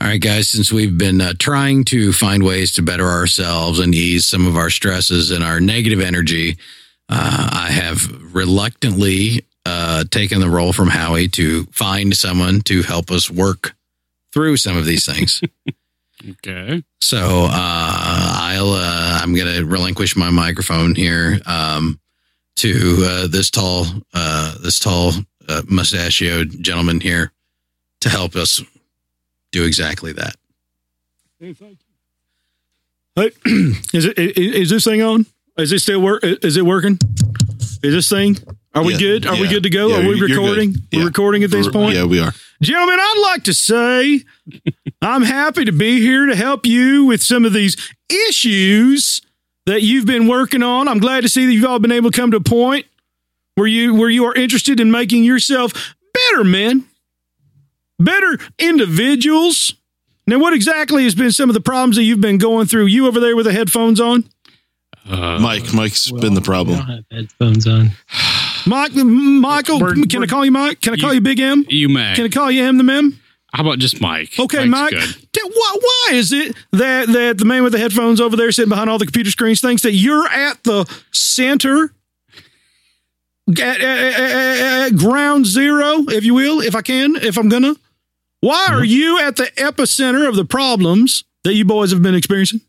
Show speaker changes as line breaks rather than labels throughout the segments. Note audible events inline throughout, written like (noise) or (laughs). right, guys, since we've been uh, trying to find ways to better ourselves and ease some of our stresses and our negative energy, uh, I have reluctantly uh, taken the role from Howie to find someone to help us work through some of these things.
Okay.
So uh, I'll uh, I'm going to relinquish my microphone here um, to uh, this tall uh, this tall uh, mustachioed gentleman here to help us do exactly that.
Hey, (clears throat) is it is, is this thing on? Is it still work? Is it working? Is this thing? Are we
Yeah,
good? Are we
yeah.
good to go?
Yeah,
are we
you're good.
recording?
Yeah.
We're recording at this point,
Yeah, we are.
gentlemen. I'd like to say I'm happy to be here to help you with some of these issues that you've been working on. I'm glad to see that you've all been able to come to a point where you where you are interested in making yourself better men, better individuals. Now, what exactly has been some of the problems that you've been going through? You over there with the headphones on,
Uh,
Mike, Mike's
Well,
been the
I
problem.
don't have headphones on.
Mike, Michael.
We're-
can I
we're-
call you Mike? Can I call
You-
you Big M?
You may.
Can I call you M the Mem?
How about just Mike?
Okay,
Mike's
Mike.
good.
Tell- Why, why is it that that the man with the headphones over there sitting behind all the computer screens thinks that you're at the center, at, at- at- at- at ground zero, if you will, if I can, if I'm gonna? Why
Mm-hmm.
are you at the epicenter of the problems that you boys have been experiencing?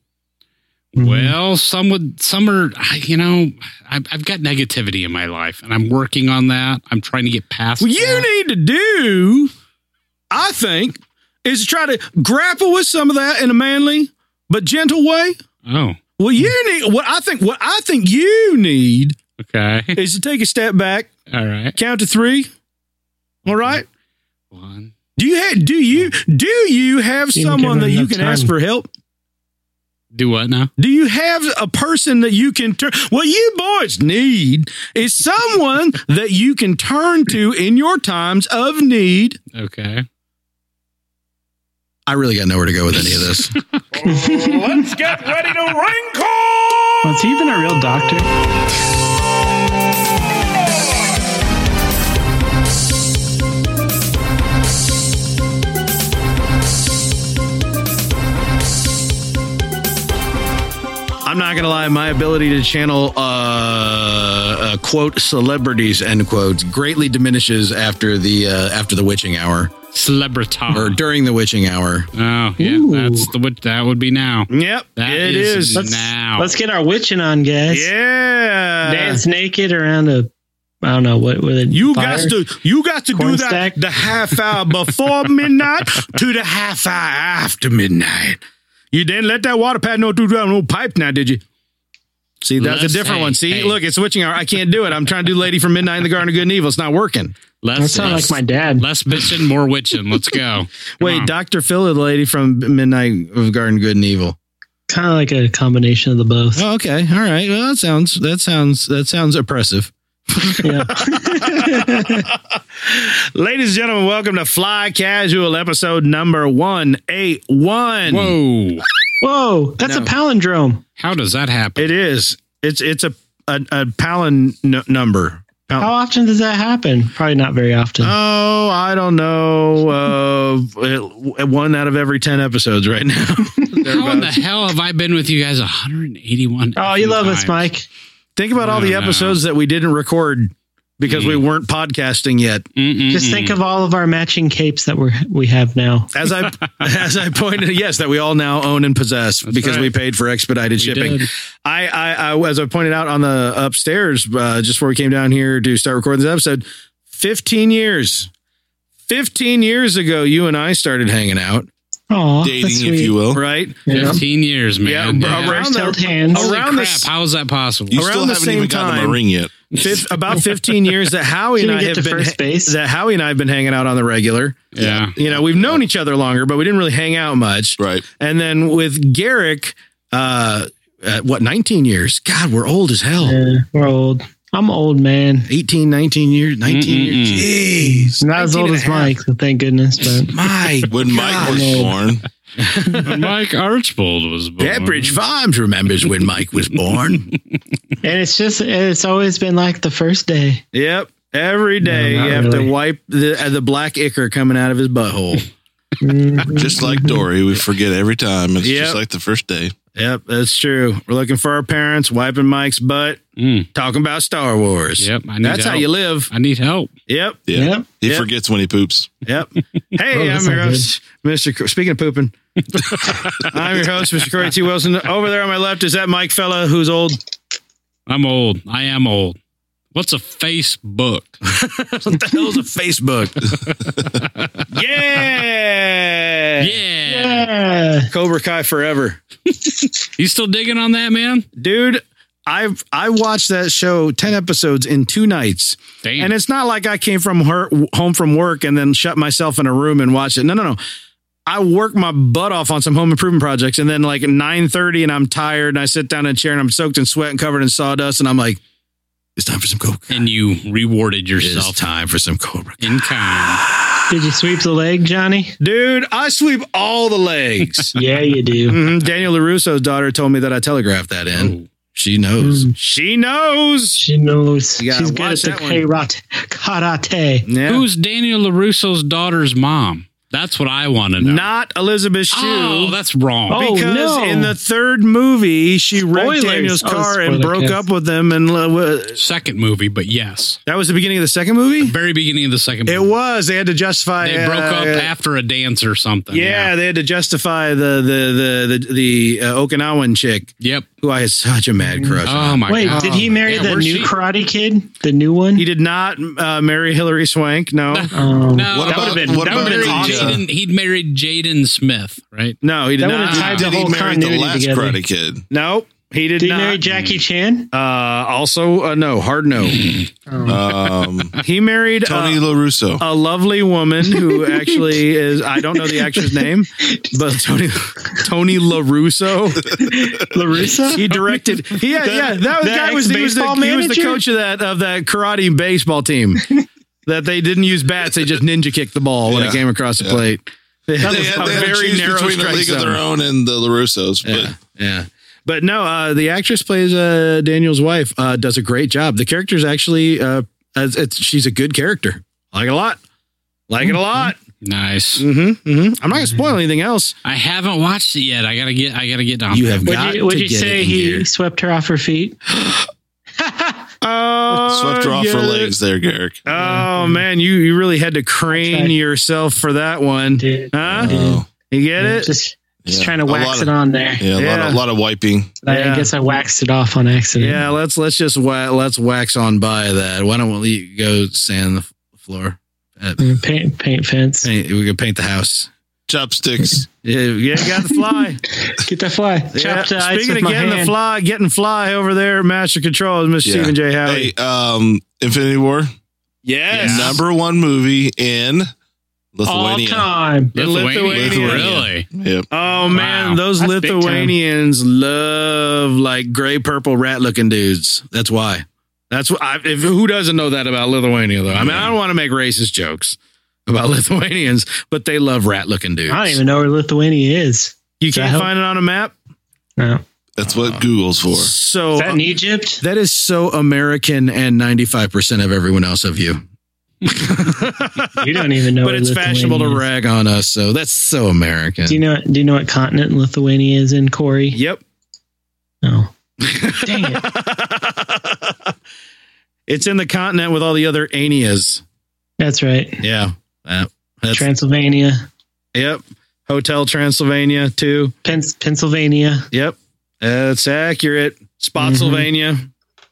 Mm-hmm.
Mm.
Well, some would, some are, I- you know, I've, I've got negativity in my life and I'm working on that. I'm trying to get past
What
that.
you need to do, I think, is to try to grapple with some of that in a manly but gentle way.
Oh,
Well, you need what I think. What I think you need
okay. (laughs)
is to take a step back,
All right.
count to three. All right.
One.
Do you have? Do you? Do you have
Didn't give
someone
him
that you
enough
can ask
time.
for help?
Do what now?
Do you have a person that you can turn? What you boys need is someone that you can turn to in your times of need.
Okay.
I really got nowhere to go with any of this.
Was he even a real doctor?
I'm not gonna lie, my ability to channel uh, uh, quote celebrities end quotes greatly diminishes after the uh, after the witching hour
Celebrita.
or during the witching hour.
oh, yeah.
Ooh.
That's the what that would be now.
Yep,
That
it
is
is.
Let's- Now.
Let's get our witching on, guys.
Yeah,
Dance naked around a, I don't know what with it.
You
fire?
got to you got to do
Corn
that
stack?
the half hour before
(laughs)
midnight to the half hour after midnight. You didn't let that water pad no through that no pipe now, did you? See, that's
Let's
a different
say,
one. See,
hey.
look, it's switching hour. I can't do it. I'm trying to do Lady from Midnight in the Garden of Good and Evil. It's not working.
Less,
That sounds like
less,
my dad.
less bitching, more witching. Let's
(laughs)
go. Come
Wait,
on.
Dr. Phil or the Lady from Midnight of Garden of Good and Evil?
Kind of like a combination of the
(laughs)
both.
Oh, okay. All right. Well, that sounds that sounds that sounds oppressive.
Yeah.
Ladies and gentlemen, welcome to Fly Casual episode number 181.
Whoa.
Whoa, that's
No.
a palindrome.
How does that happen?
It is. It's it's a a, a palin n- number. Pal-
How often does that happen? Probably not very
Mm.
often.
Oh, I don't know. Uh, (laughs) it- one out of every ten episodes
(laughs)
right now.
How in the hell have I been with you guys 181?
oh, you love us,
times?
Mike.
Think about all the
I don't know.
episodes that we didn't record because we weren't podcasting yet.
Mm-mm-mm.
Just think of all of our matching capes that we're we have now.
As I as I pointed, yes, that we all now own and possess because
right.
we paid for expedited
We
shipping.
did.
I, I, I, as I pointed out on the upstairs, uh, just before we came down here to start recording this episode, 15 years, 15 years ago, you and I started hanging out,
Oh, that's
Dating,
sweet.
if you will.
right?
You know?
15 years, man.
Yeah, bro,
First
Around the-
held hands.
Holy
around
crap,
this-
how is that possible?
You
Around
still
the
haven't even
same
gotten him
time.
a ring yet.
Fif- about 15 years that Howie
Didn't
and I
get
have
to
been
first base.
that Howie and I have been hanging out on the regular.
yeah.
(laughs) You know, we've known each other longer, but we didn't really hang out much.
Right.
And then with Garrick, uh, at what 19 years? God, we're old as hell.
Yeah, we're old. I'm old man.
18, 19 years, 19
Mm-mm-mm.
years. Jeez.
Not as
19
old
and
as
a half.
Mike, so thank goodness.
(laughs)
(laughs)
But
My
When Mike was
no.
born,
When Mike Archbold was born.
Pepperidge Farms remembers when Mike was born.
and it's just it's always been like the first day.
Yep. Every day
not
you have (laughs)
really.
to wipe the uh, the black ichor coming out of his butthole.
Mhm.
Just like Dory, we forget every time. It's
Yep.
just like the first day.
Yep, that's true. We're looking for our parents, wiping Mike's butt,
Mm,
talking about Star Wars.
yep. I need
That's
help.
how you live.
I need help.
Yep,
Yeah.
Yep.
He
Yep.
forgets when he poops.
(laughs)
yep. Hey,
Oh,
I'm
that's
your
not good.
host, Mr. Cr- Speaking of pooping,
(laughs)
I'm your host, Mr. Corey T. Wilson. Over there on my left is that Mike fella who's old.
I'm old. I am old. What's a Facebook?
what the hell's a (laughs) Facebook? yeah!
Yeah.
Yeah.
Cobra Kai forever,
You still digging on that, man?
dude. I've I watched that show ten episodes in two nights,
Damn.
and it's not like I came from her home from work and then shut myself in a room and watched it. No, no, no. I work my butt off on some home improvement projects, and then like nine thirty, and I'm tired, and I sit down in a chair, and I'm soaked in sweat and covered in sawdust, and I'm like, it's time for some Cobra. Kai.
and you rewarded
It's
yourself
time for some Cobra.
in kind.
Did you sweep the leg, Johnny?
Dude, I sweep all the legs. (laughs)
Yeah, you do.
Mhm. Daniel Larusso's daughter told me that I telegraphed that in.
Oh,
She
Mm.
knows.
She knows.
She knows.
You gotta
She's good at
watch
the
that one.
karate. karate.
Yeah.
Who's Daniel LaRusso's daughter's mom? That's what I want to know.
not Elizabeth Shue?
oh, that's wrong.
Oh,
because
no.
in the third movie, she wrecked
Spoilers.
Daniel's
Oh,
car
spoiler
and broke
cast.
up with him. And uh, wa-
Second movie, but yes.
that was the beginning of the second movie.
Very beginning of the second
It
movie.
was. They had to justify.
They broke
uh,
up
uh,
after a dance or something.
yeah, they had to justify the the the the, the uh, Okinawan chick
Yep.
who I had such a mad crush
Oh
on.
my
Wait,
god.
did he marry
Yeah,
the
where's
new
she?
karate kid? The new one?
He did not uh, marry Hillary Swank. No,
Um,
No,
What
Oh, that
about-
would've been-
what
that would've
about
been
the, uh,
Jaden- he'd married Jaden Smith, right?
no, he did
That would've
not.
tied
Did
the
he
whole
marry the
continuity
last
together.
Karate Kid?
(laughs) No, he did,
Did he
not.
marry Jackie Chan?
uh, also, uh, no,
(laughs)
hard no.
Um,
he married
Tony
uh,
LaRusso.
a lovely woman
(laughs)
who actually is I don't know the actor's name, but Tony Tony LaRusso.
Larissa?
He directed he yeah, yeah, that was,
The
guy was, he, was the,
ex-baseball
he was the
manager?
coach of that of that karate baseball team. that they didn't use bats, they just ninja kicked the ball when it
Yeah.
came across the
Yeah.
plate. That
they
was
had,
a
they had to
very
choose
narrow
between the
strike
League of Their
zone.
Own and the LaRussos, but
Yeah. Yeah.
But no, uh, the actress plays uh, Daniel's wife. Uh, does a great job. The character's actually uh, it's, it's, she's a good character. I Like it a lot. Like
Mm-hmm.
it a lot.
Nice.
Mm-hmm, mm-hmm. I'm not gonna spoil anything else.
I haven't watched it yet. I gotta get. I gotta get down.
You have
Would
got
you, would
to
you
get
say
it in
he
here.
swept her off her feet?
Oh,
swept her off her
yeah.
legs there, Garrick.
Oh man, you you really had to crane
Okay.
yourself for that one.
Did,
Huh?
Oh,
You get it?
Just, just
yeah.
trying to
A
wax
lot
it
of-
on there.
Yeah, a lot,
Yeah.
of, lot of wiping.
I-
Yeah.
I guess I waxed it off on accident.
yeah, let's let's just wa- let's wax on by that. Why don't we go sand the floor?
Mm, Paint, paint fence.
Paint, we could paint the house.
Chopsticks.
Yeah, yeah, got the fly.
Get that fly.
Yeah.
Chopped the ice
Speaking of
with my
getting the
hand.
fly, getting fly over there, Master Control is Mr.
Yeah.
Stephen J. Howie.
hey, um, Infinity War.
yes.
Number one movie in
All
Lithuania.
time.
Lithuania.
Lithuania.
Really?
Yep.
Oh man,
Wow.
those
That's big time.
Lithuanians love like gray purple rat looking dudes. That's why. That's why. I, if, who doesn't know that about Lithuania though? I mean, I don't want to make racist jokes about (laughs) Lithuanians, but they love rat looking dudes.
I don't even know where Lithuania is.
you
Does that
can't
help?
find it on a map.
No.
That's
Uh,
what Google's for.
So uh,
Is that in Egypt?
that is so American and ninety five percent of everyone else of you.
You (laughs) don't even know.
But
where
it's
Lithuania
fashionable to
is.
rag on us, so that's so American.
Do you know? Do you know what continent Lithuania is in,
(laughs)
Corey?
yep. (laughs)
No. Dang it!
It's in the continent with all the other Anias.
That's right.
Yeah. That- that's,
Transylvania,
yep. Hotel Transylvania, too.
Pen- Pennsylvania.
Yep. That's accurate. Spotsylvania.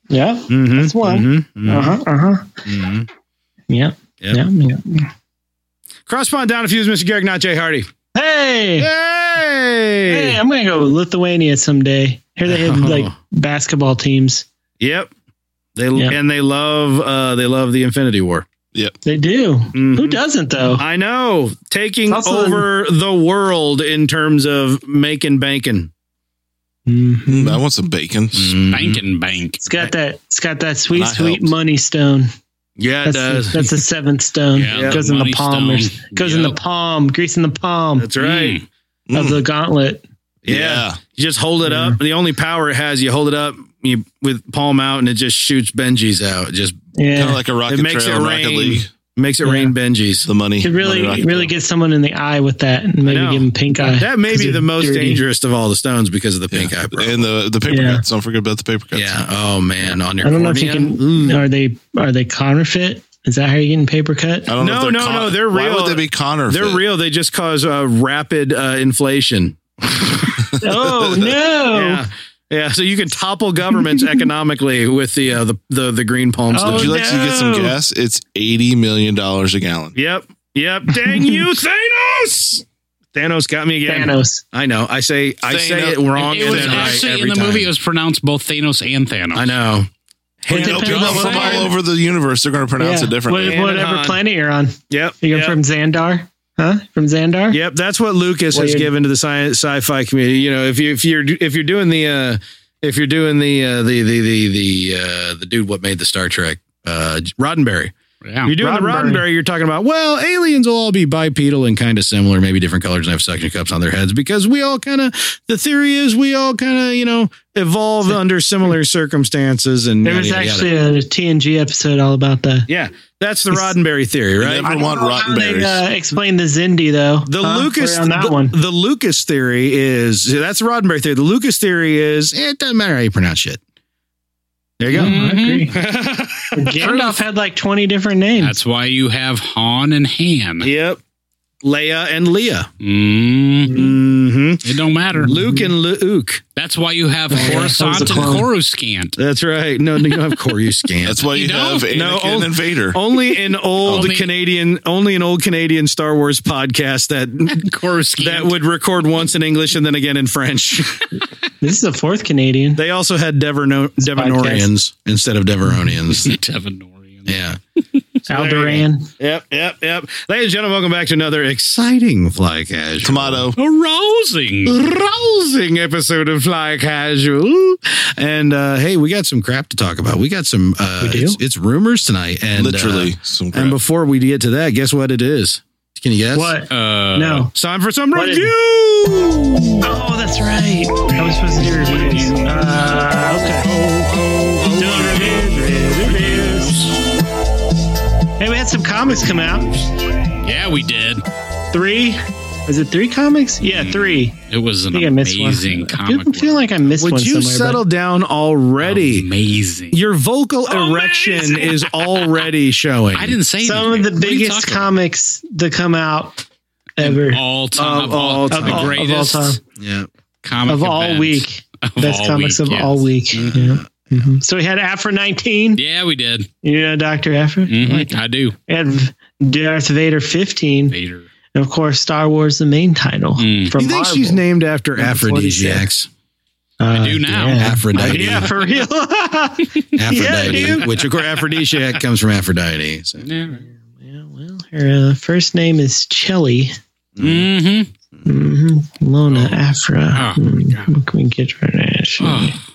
Yeah.
Mm-hmm.
That's one.
Mm-hmm.
Uh huh. Uh huh. Yep.
Yep.
Yeah. Yeah.
Crosspond down a fuse, Mr. Garrick, not Jay Hardy.
Hey.
Hey.
Hey, I'm gonna go with Lithuania someday. Here they have
Oh. (laughs)
like basketball teams.
Yep. They
Yeah.
and they love uh they love the Infinity War.
They do.
Mhm.
Who doesn't though?
I know. Taking
It's also-
over the world in terms of making banking.
Mhm.
I want some bacon.
Bank and bank.
It's got that. It's got that sweet,
That
sweet
helps.
money stone.
Yeah, it
That's
does.
that's a seventh stone.
Yeah,
goes
the
in the
money
palm. or-
stone.
goes in
Yep.
the palm. Grease in the palm
That's right.
Mm.
of the gauntlet.
Yeah. You just hold it up. The only power it has, you hold it up you, with palm out, and it just shoots Benji's out. Just
Yeah.
Kind of like a rocket
It makes
trail,
it
rocket
rain.
league.
Makes it
Yeah.
rain Benjis.
The money.
Could really,
Money Rocket
really
Bill.
get someone in the eye with that, and maybe
know.
give him pink eye.
That may
'cause
be
they're
the most
dirty.
dangerous of all the stones because of the pink eye. problem.
And the the paper
Yeah.
cuts. Don't forget about the paper cuts.
Yeah. Oh man, on your
I don't know if you
cornea.
can. Are they are they counterfeit? Is that how you're getting paper
(laughs)
cut?
I don't know.
No,
if they're
no, no, they're
Why
real.
would they be Connor?
They're real. They just cause uh, rapid uh, inflation.
oh no!
Yeah. Yeah. So you can topple
(laughs)
governments economically with the uh, the, the the green palms.
Oh,
Would you like to get some
no.
gas? It's eighty million dollars a gallon.
Yep. Yep. Dang you,
(laughs)
Thanos! Thanos got me again.
Thanos.
I know. I say I say
Thanos.
it wrong.
It was
and then right
actually in
every
the
time.
movie. It was pronounced both Thanos and Thanos.
I know.
It
No,
depends
people
on what
from
planet-
all over the universe, they're going to pronounce
yeah.
it differently.
What- Whatever
Han.
planet you're on,
Yep.
you're
yep.
from Xandar, huh? From Xandar.
Yep, that's what Lucas
Well,
has
you're-
given to the science sci-fi community. You know, if you if you're if you're doing the uh if you're doing the uh, the the the the uh, the dude what made the Star Trek uh Roddenberry.
Yeah.
You're doing the
Roddenberry.
Roddenberry, you're talking about, well, aliens will all be bipedal and kind of similar, maybe different colors and have suction cups on their heads because we all kind of the theory is we all kind of, you know, evolve under (laughs) similar circumstances and
There
yada,
was
yada, yada.
actually a TNG episode all about that.
Yeah, that's the
It's-
Roddenberry theory, right?
Never want rotten berries.
They, uh, explain the Zindi though.
The
Huh?
Lucas
We're on that
the,
one.
the Lucas theory is that's the Roddenberry theory. The Lucas theory is eh, it doesn't matter how you pronounce shit. There you go.
Mhm.
I agree.
Mm-hmm. (laughs)
Gandalf had like 20 different names.
That's why you have Han and Han.
yep. Leia and Leah.
Mm,
Mm-hmm.
it don't matter.
Luke and Luke.
That's why you have
yeah,
Coruscant
that was
and
a clone.
Coruscant. (laughs)
That's right. No, no you don't have Coruscant.
That's why you,
You
have
don't?
Anakin
No, oh. only-
and Vader.
(laughs) only an old
Only-
Canadian, only an old Canadian Star Wars podcast that
Coruscant.
that would record once in English and then again in (laughs) French.
This is the fourth Canadian.
They also had Deverno- Devonorians instead of Deveronians.
(laughs)
Devanorian.
yeah.
Alderan.
Yep, yep, yep. Ladies and gentlemen, welcome back to another exciting Fly Casual.
Tomato.
Arousing.
Rousing episode of Fly Casual. And uh, hey, we got some crap to talk about. We got some, uh,
We do?
It's, it's rumors tonight. And,
Literally.
uh,
some crap.
and before we get to that, guess what it is? Can you guess?
What?
Uh,
no.
It's time for some
What is-
review.
Oh, that's right. I was supposed to do reviews. Uh, okay. Doing reviews. Hey, we had some comics come out.
Yeah, we did.
Three. Is it three comics? Yeah, three.
It was
I
an
think I missed
amazing
one. I
comic.
do feel
book.
like I missed one
Would you
somewhere. but- Um,
settle down already?
amazing.
Your vocal erection
Amazing.
is already showing.
Oh, (laughs) I didn't say
some of the
anything. What are you
biggest
talking
comics to come out ever
about? all time
Of
of
all
all
time.
time,
Of all
the greatest
time.
Yeah.
comic
of all
event
week.
of
Best
all
comics
week,
of
yes. Mm-hmm.
all week. Yeah. Mhm. So we had Afro 19.
Yeah, we did.
You know Dr. Afro?
Mhm, I do.
We had Darth Vader 15.
Vader.
And of course, Star Wars, the main title.
Mm.
From
you think
Marvel.
she's named after
Number 46.
aphrodisiacs?
Uh,
do now.
Yeah,
Aphrodite.
(laughs)
(laughs)
Yeah, for real.
(laughs)
Aphrodite,
Yeah, dude.
which of course aphrodisiac comes from Aphrodite. So.
yeah, well, her uh, first name is Chelly.
Mm-hmm.
hmm Lona Afra.
Oh,
Mm,
God.
what Can we get her national?
Oh.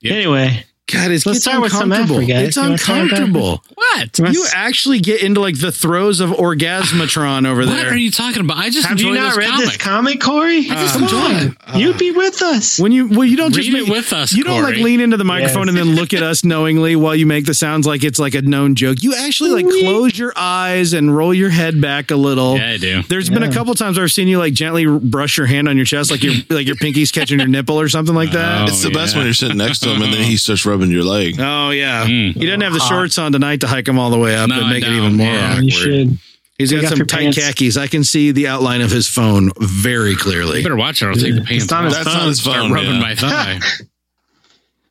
Yeah.
Anyway,
God, it's
Let's
gets
start with some
uncomfortable.
Afro, guys.
It's
You wanna start with (laughs)
uncomfortable.
What?
Let's-
You actually get into like the throes of orgasmatron over
What
there.
are you talking about? I just
have
enjoy
you not
this
read
comic.
this comic, Corey?
I just
Uh,
enjoy it.
You'd be with us.
when you well, you don't just
Read it
make,
with us.
you don't like
Corey.
lean into the microphone and then look at us knowingly while you make the sounds like it's like a known joke. You actually like close your eyes and roll your head back a little.
Yeah, I do.
There's been a
Yeah.
couple times I've seen you like gently brush your hand on your chest,
(laughs)
like your like your pinky's catching your nipple or something like
Uh,
that.
it's the
Oh,
best
yeah.
when you're sitting next to him and then he starts rubbing your leg.
Oh yeah,
uh,
Mm.
you didn't have the
Hot.
shorts on tonight to hike him all the way up
No,
and make
I
it
don't.
even more
Yeah,
awkward.
you should.
He's
Take
got
off
some
your
tight
pants.
khakis. I can see the outline of his phone very clearly.
You better watch it. I'll take the pants
not
off.
his
That's not his
Start
phone.
rubbing (laughs)
yeah.
my thigh.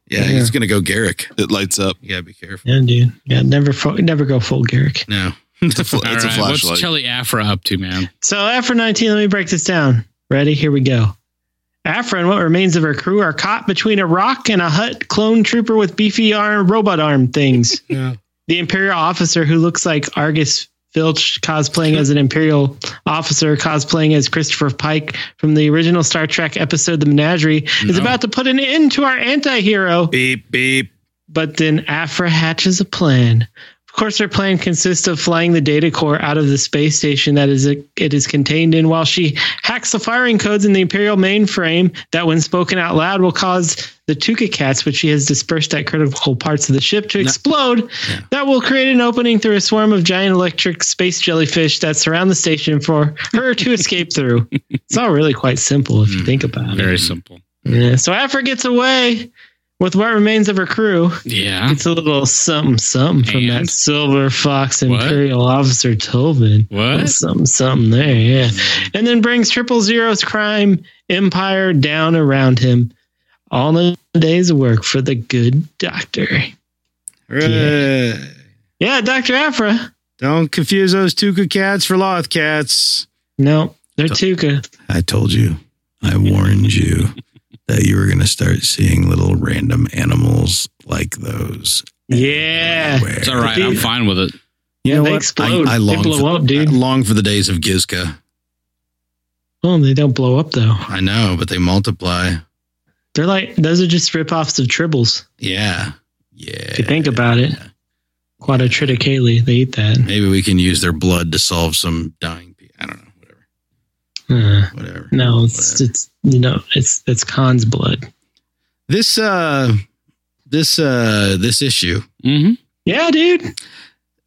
Yeah, he's gonna go Garrick.
it lights up.
You gotta be careful.
Yeah, dude. Yeah, never, fo- never go full Garrick.
No.
It's a, fl-
All
it's a
right, What's
flashlight.
Chelly Afra up to, man?
So Afra 19, let me break this down. Ready? Here we go. Afra and what remains of her crew are caught between a rock and a hut clone trooper with beefy arm robot
(laughs)
arm things. The Imperial officer who looks like Argus Filch cosplaying as an Imperial officer cosplaying as Christopher Pike from the original Star Trek episode The Menagerie is
No.
about to put an end to our anti-hero.
Beep beep.
But then Afra hatches a plan. Of course, her plan consists of flying the data core out of the space station that is it is contained in, while she hacks the firing codes in the Imperial mainframe that, when spoken out loud, will cause the Tuca cats, which she has dispersed at critical parts of the ship to explode.
Yeah.
That will create an opening through a swarm of giant electric space jellyfish that surround the station for her to escape through. It's all really quite simple if you
Hmm.
think about it.
Very simple.
Yeah. So Afra gets away with what remains of her crew.
Yeah.
It's a little something something from
And?
that Silver Fox
What?
Imperial Officer Tobin.
What?
Something something there, yeah. And then brings Triple Zero's crime empire down around him. All in a day's work for the good doctor.
Right.
Yeah, Dr. Afra.
Don't confuse those Tuca cats for Loth cats.
No, they're Tuca.
I told you, I warned you that you were going to start seeing little random animals like those.
Yeah.
everywhere.
It's all right. I'm fine with it.
You know
they
what?
explode.
I, I
they
long
blow
for,
up, dude.
I long for the days of Gizka.
oh, they don't blow up though.
I know, but they multiply.
They're like those are just rip-offs of tribbles.
Yeah. Yeah.
If you think about it. Quadratriticale, they eat that.
Maybe we can use their blood to solve some dying. Pe- I don't know. Whatever.
Uh.
Whatever.
No,
Oh,
it's
Whatever.
it's you know it's it's Khan's blood.
This uh, this uh, this issue.
Mm-hmm.
Yeah, dude,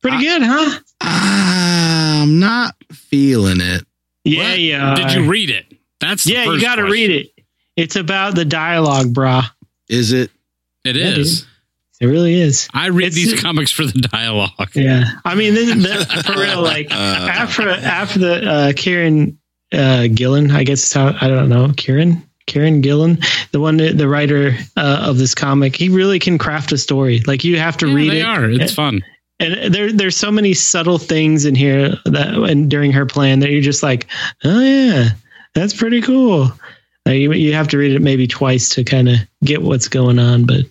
pretty
I-
good, huh?
I'm not feeling it.
Yeah,
What?
yeah.
Did you read it? That's the
yeah, you
first
got to
question.
read it. It's about the dialogue, brah.
Is it?
It
Yeah,
is.
It really is.
I read
It's-
these comics for the dialogue.
Yeah, I mean, this, the, for
(laughs)
real, like (laughs) after after the uh, Kieran uh, Gillen, I guess it's how I don't know Kieran Kieran Gillen, the one that- the writer uh, of this comic. He really can craft a story. Like you have to
Yeah,
read
they
it.
are. It's fun.
and there there's so many subtle things in here that and during her plan that you're just like oh yeah that's pretty cool Like, you, you have to read it maybe twice to kind of get what's going on but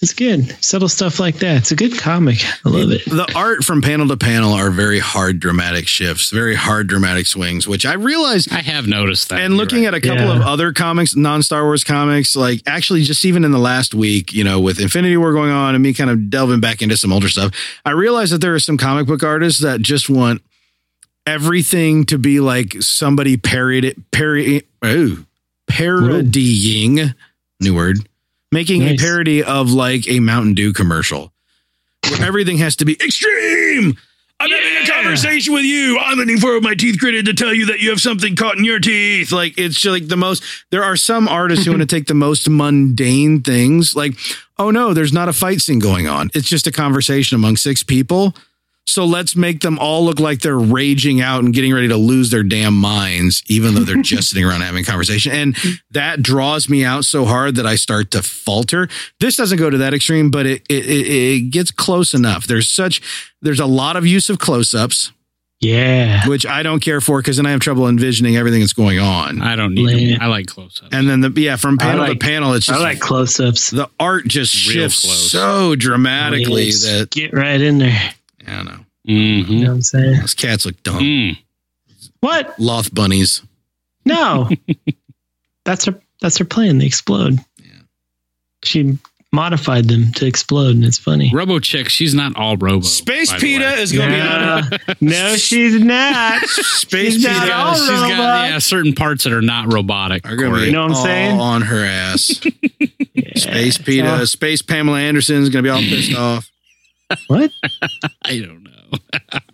it's good subtle stuff like that it's a good comic i love it
The art from panel to panel are very hard dramatic shifts, very hard dramatic swings, which I realized
I have noticed that.
and looking at a couple
Yeah.
of other comics, non Star Wars comics, like actually just even in the last week, you know, with Infinity War going on and me kind of delving back into some older stuff, I realized that there are some comic book artists that just want everything to be like somebody parried it, parry, ooh, parodying, new word, making
Nice.
a parody of like a Mountain Dew commercial where everything has to be extreme. I'm having a conversation with you. I'm leaning forward, my teeth gritted to tell you that you have something caught in your teeth. Like it's just like the most. There are some artists who want to take the most mundane things, like oh no, there's not a fight scene going on. It's just a conversation among six people. So let's make them all look like they're raging out and getting ready to lose their damn minds, even though they're
(laughs)
just sitting around having conversation. And that draws me out so hard that I start to falter. This doesn't go to that extreme, but it it, it, it gets close enough. There's such there's a lot of use of close ups,
yeah
which I don't care for because then I have trouble envisioning everything that's going on.
I don't need
Lay-
them. I like close up.
And then the yeah, from
I
panel
like-
to panel, it's
i
just
like close-ups
the art just
Real
shifts
close.
so dramatically
Yes.
that
get right in there
I don't know.
you
Mm-hmm.
know what i'm saying
Those cats look dumb.
Mm.
what
Loth bunnies. (laughs)
no that's her that's her plan they explode
Yeah.
she modified them to explode and it's funny
Robo Chick, she's not all Robo.
Space
by the
PETA
way.
is going to be on it.
Yeah. no she's not
Space
She's
PETA.
not
She's got,
all
she's
robot.
got yeah, certain parts that are not robotic.
Are gonna
Corey.
be
You know what I'm
all
saying?
on her ass. Space
Yeah.
PETA,
So-
Space Pamela Anderson is gonna be all
(clears throat)
pissed off.
what?
I don't know.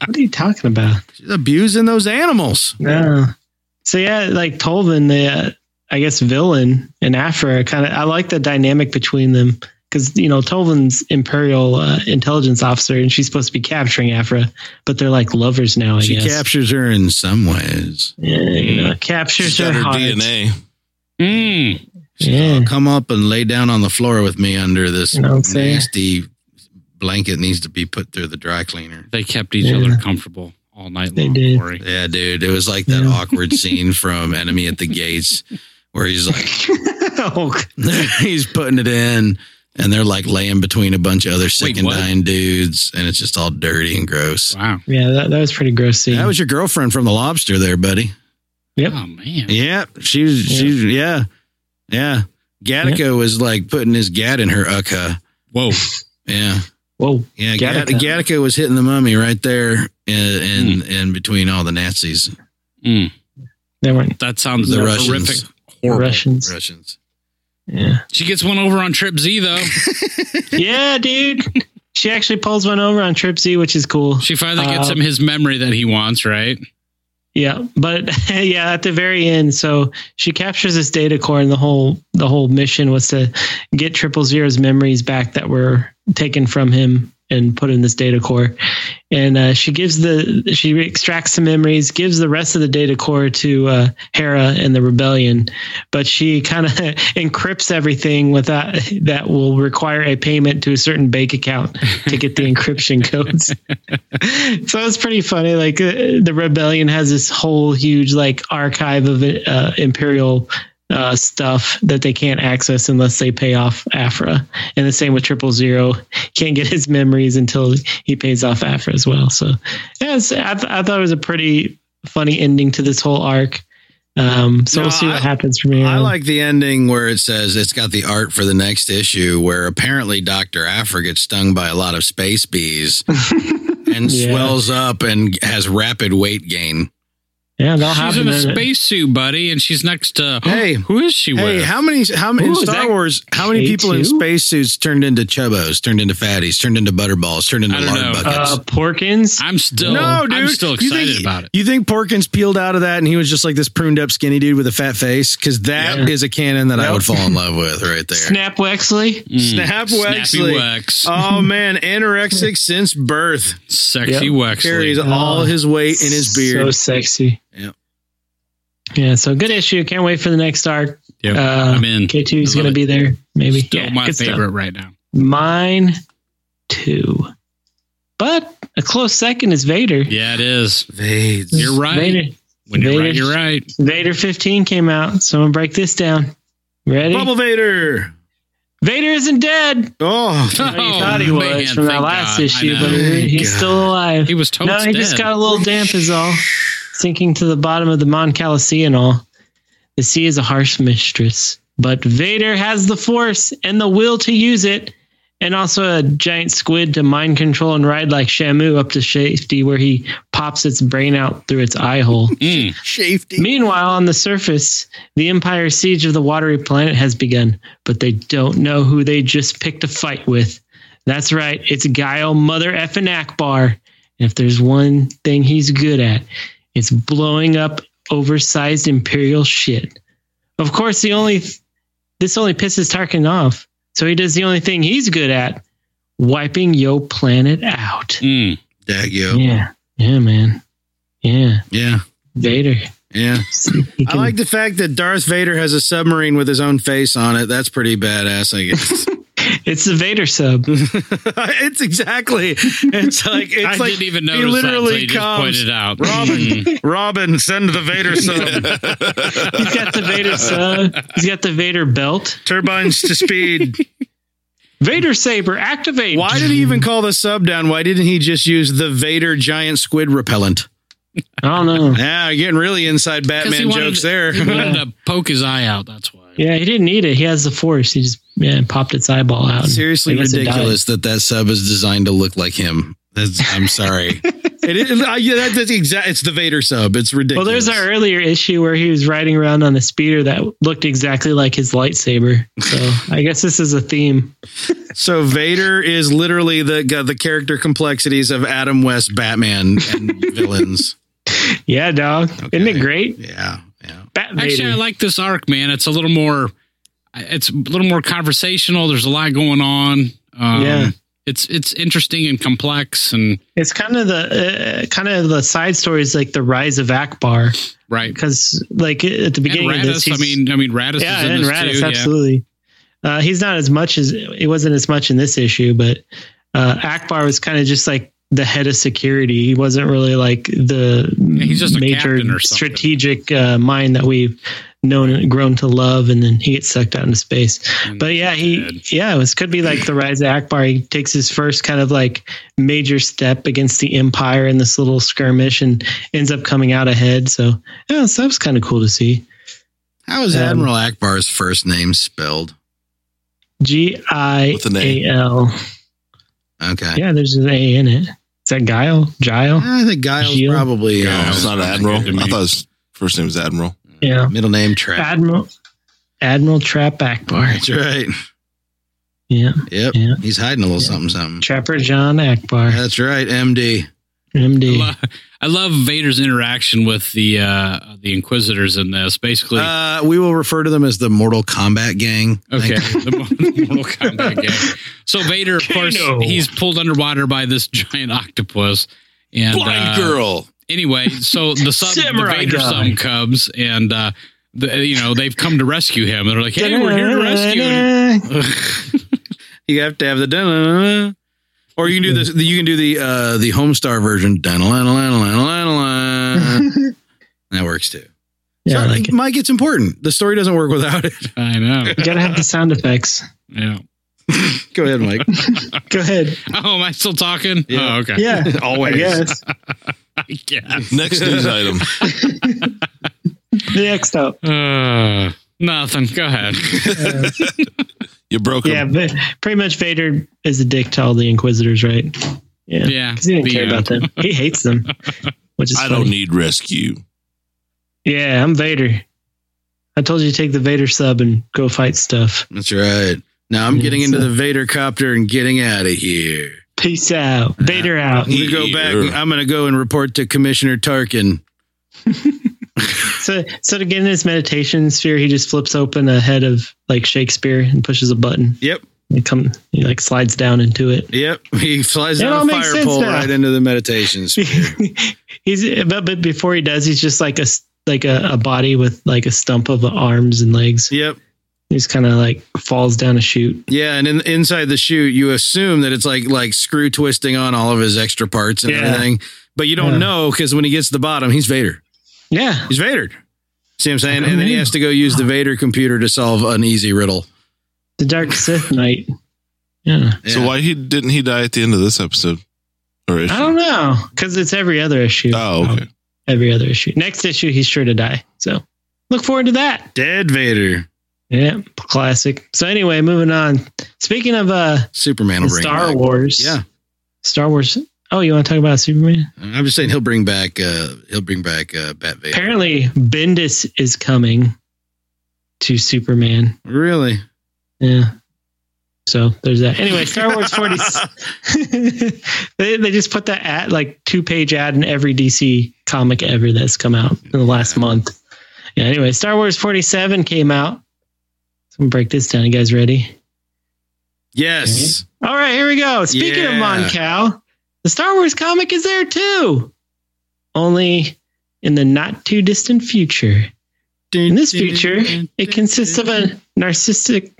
What are you talking about?
She's abusing those animals.
No. So yeah, like Tolvin, the uh, I guess villain and Afra, kind of. I like the dynamic between them because you know Tolvin's Imperial uh, intelligence officer, and she's supposed to be capturing Afra, but they're like lovers now. I
she
guess.
captures her in some ways.
yeah, you know, captures
She's got
her
her
heart.
DNA.
Mm.
Yeah.
Oh, Come up and lay down on the floor with me under this
You know what I'm saying? (laughs)
nasty blanket needs to be put through the dry cleaner.
They kept each
Yeah.
other comfortable all night
They
long.
did.
Corey.
Yeah, dude. It was like that
Yeah. (laughs)
awkward scene from Enemy at the Gates where he's like (laughs)
oh, God.
he's putting it in and they're like laying between a bunch of other
Wait,
second
what?
line dudes and it's just all dirty and gross.
Wow.
yeah, that, that was pretty gross. Scene.
That was your girlfriend from the lobster there, buddy.
Yep.
Oh man.
Yeah. She was
Yeah.
she was- yeah. Yeah. Gattaca was like putting his gat in her ucka.
Whoa.
Yeah.
whoa.
Yeah. Gattaca,
Gattaca. Hmm.
Gattaca was hitting the mummy right there in in, in between all the Nazis.
Mm.
They weren't
That sounds
The
horrific.
Russians.
Horrible.
Russians.
Russians.
Yeah.
She gets one over on Trip Z though.
Yeah, dude. She actually pulls one over on Trip Z, which is cool.
She finally gets
Uh,
him his memory that he wants, right?
Yeah, but (laughs) yeah, at the very end, so she captures this data core, and the whole the whole mission was to get Triple Zero's memories back that were taken from him and put in this data core. And uh, she gives the she extracts the memories, gives the rest of the data core to uh, Hera and the rebellion, but she kind of (laughs) encrypts everything with that that will require a payment to a certain bank account to get the encryption codes (laughs) so it's pretty funny. Like uh, the rebellion has this whole huge like archive of uh, imperial uh, stuff that they can't access unless they pay off Afra. And the same with Triple Zero can't get his memories until he pays off Afra as well. So yeah, it's, I, th- I thought it was a pretty funny ending to this whole arc. Um, so
No,
we'll see what
I-
happens from here.
I
on.
like the ending where it says it's got the art for the next issue, where apparently Dr. Afra gets stung by a lot of space
(laughs)
bees and
Yeah.
swells up and has rapid weight gain.
yeah, they'll have
she's
him
in a
in it.
spacesuit, buddy, and she's next to
(gasps) Hey.
who is she
Hey,
with?
how many? How many in
Ooh, is
Star
that
Wars? How many people in
K2?
spacesuits turned into chubbos, turned into fatties, turned into butterballs, turned into
I don't
lard
know.
buckets?
Uh, Porkins.
I'm still
No,
I'm
dude.
still
You
excited
think-
about it.
you think Porkins peeled out of that and he was just like this pruned up skinny dude with a fat face? Because that is
Yeah.
a canon that I
Yep.
would
(laughs)
fall in love with right there.
Snap Wexley.
Snap
Mm. Snappy
Wexley.
Wex.
Oh man, anorexic since birth.
Sexy
Yep.
Wexley.
carries all
Oh,
his weight in his
So
beard.
sexy.
Yep.
Yeah, so good issue. Can't wait for the next arc.
Yep,
Uh,
I'm in.
K2
I
is
love
going to
it.
be there, maybe.
Still
Yeah,
my
good
favorite
stuff.
right now.
Mine, too. But a close second is Vader.
Yeah, it is.
Vades.
You're right.
Vader,
When you're right,
Vader's-
you're right.
Vader 15 came out, so I'm going to break this down. Ready?
Bubble Vader.
Vader isn't dead.
Oh,
I know you thought he
man,
was from that
thank
last
God. I
issue,
know.
but he- he's
God.
still alive.
he was toast
no, he just
dead.
got a little damp, is all. Sinking to the bottom of the Mon Calaci and all. The sea is a harsh mistress, but Vader has the force and the will to use it, and also a giant squid to mind control and ride like Shamu up to safety, where he pops its brain out through its eye hole.
Mm.
safety.
Meanwhile, on the surface, the Empire's siege of the watery planet has begun, but they don't know who they just picked a fight with. That's right, it's Guile Mother effing Akbar. And if there's one thing he's good at, it's blowing up oversized Imperial shit. Of course, the only this only pisses Tarkin off, so he does the only thing he's good at: wiping yo planet out.
Mm.
Dag you.
Yeah, yeah, man, yeah,
Yeah.
Vader.
Yeah.
He
I
can-
like the fact that Darth Vader has a submarine with his own face on it. That's pretty badass, I guess.
it's the Vader sub.
(laughs) it's exactly. It's like
I
it's like
didn't even notice
literally
that until you just
comes,
pointed out.
Robin,
Mm.
Robin, send the (laughs) Vader sub
He's got the Vader sub. He's got the Vader belt.
turbines to speed.
Vader saber activate.
Why did he even call the sub down? Why didn't he just use the Vader giant squid repellent?
I don't know.
Yeah, you're getting really inside
he
Batman
wanted-
jokes there.
He wanted to (laughs) poke his eye out. That's why.
Yeah, he didn't need it. He has the Force. He just yeah popped its eyeball out. and
Seriously
I guess it died.
ridiculous that that sub is designed to look like him. That's, I'm sorry. (laughs) it is. I, yeah, that, that's exact. It's the Vader sub. It's
Well,
ridiculous.
there's our earlier issue where he was riding around on a speeder that looked exactly like his lightsaber. So I guess this is a theme.
so Vader is literally the got the character complexities of Adam West Batman and villains.
Yeah, dog. Isn't
Okay.
it great?
Yeah, yeah.
Bat Vader.
Actually, I like this arc, man. It's a little more, it's a little more conversational. There's a lot going on. Um,
Yeah.
it's it's interesting and complex and
it's kind of the uh, kind of the side stories like the rise of Akbar
right.
because like at the
And
beginning of this,
Radis, I
he's-
mean, I mean, Radis
yeah,
is in
and
this
Radis,
too.
absolutely. Uh, he's not as much as it wasn't as much in this issue, but uh, Akbar was kind of just like the head of security. He wasn't really like the
he's just a
major
captain or something.
strategic uh, mind that we've known and grown to love, and then he gets sucked out into space.
Yeah.
But yeah, he yeah, it was, could be like the rise of Akbar. He takes his first kind of like major step against the Empire in this little skirmish and ends up coming out ahead. So yeah, so that was kind of cool to see.
How is
Um,
Admiral Akbar's first name spelled?
G I
With an A.
A L.
Okay.
Yeah, there's an A in it. Is that Guile?
Mm-hmm.
Gile?
I think Giles
Gio?
probably uh,
No, it's not Admiral.
good to
I
me.
thought his first name was Admiral.
Yeah.
middle name Trap.
Admiral Admiral Trap Akbar.
That's right.
Yeah.
Yep.
Yeah.
He's hiding a little
Yeah.
something, something.
Trapper John Akbar,
That's right, MD.
I,
MD.
lo- I love Vader's interaction with the uh, the Inquisitors in this. Basically,
Uh, we will refer to them as the Mortal Kombat Gang.
Okay.
Thank
the Mortal Kombat game. So Vader, of course,
Kano.
he's pulled underwater by this giant octopus. And
Blind
uh,
girl.
anyway, so
(laughs)
the son, the
Samurai
Vader
guy.
son comes, and uh, the, you know they've come to rescue him. They're like, "Hey, we're here to rescue." him.
(laughs)
You have to have the dun or you can do this. You can do the uh, the Homestar version. Dun That works too.
Yeah, I
So,
(laughs)
like it.
Mike, it's important. The story doesn't work without it.
I know.
You gotta have the sound effects.
Yeah.
Go ahead, Mike.
Go ahead.
Oh, am I still talking?
Yeah.
Oh, okay.
Yeah. I
Always.
guess.
(laughs) I guess.
Next news item.
(laughs)
Next up.
Uh, nothing. Go
(laughs)
ahead.
Uh,
You broke him.
yeah, but pretty much Vader is a dick to all the Inquisitors, right? Yeah.
Yeah.
'Cause he didn't
The uh,
care about
end.
them. He hates them. Which is
I
funny.
don't need rescue.
Yeah, I'm Vader. I told you to take the Vader sub and go fight stuff.
That's right. Now I'm getting into the Vader copter and getting out of here.
Peace out. Vader out.
I'm gonna go back. And I'm gonna go and report to Commissioner Tarkin.
So, so to get in his meditation sphere, he just flips open a head of like Shakespeare and pushes a button.
Yep.
It come, he like slides down into it.
Yep, (laughs) he flies
It all
down a
makes
fire
sense
pole
now.
right into the meditations.
(laughs) he's but, but before he does, he's just like a s- like a, a body with like a stump of arms and legs.
yep.
He's kind of like falls down a chute.
Yeah, and in, inside the chute, you assume that it's like like screw twisting on all of his extra parts and
Yeah.
everything, but you don't
Yeah.
know because when he gets to the bottom, he's Vader.
Yeah.
He's Vader. See what I'm saying?
I don't
And then he
know.
has to go use the Vader computer to solve an easy riddle.
The Dark
(laughs)
Sith Knight. Yeah.
So
Yeah.
why he didn't he die at the end of this episode? Or issue?
I don't know because it's every other issue.
Uh,
Oh, okay.
every other issue. Next issue, he's sure to die. So look forward to that.
(laughs) Dead Vader.
Yeah, classic. So anyway, moving on. Speaking of uh
Superman will bring him
Star
back.
Wars,
Yeah,
Star Wars. Oh, you want to talk about Superman?
I'm just saying he'll bring back uh he'll bring back uh Bat Vader.
Apparently, Bendis is coming to Superman.
Really?
Yeah. So there's that. Anyway,
(laughs)
Star Wars 40. (laughs) they, they just put that ad, like two page ad in every DC comic ever that's come out in the last month. Yeah. Anyway, Star Wars 47 came out. So I'm gonna break this down. You guys ready?
Yes.
All right, here we go. Speaking
Yeah.
of Mon Cal, the Star Wars comic is there too, only in the not too distant future. In this feature, it consists of a narcissistic,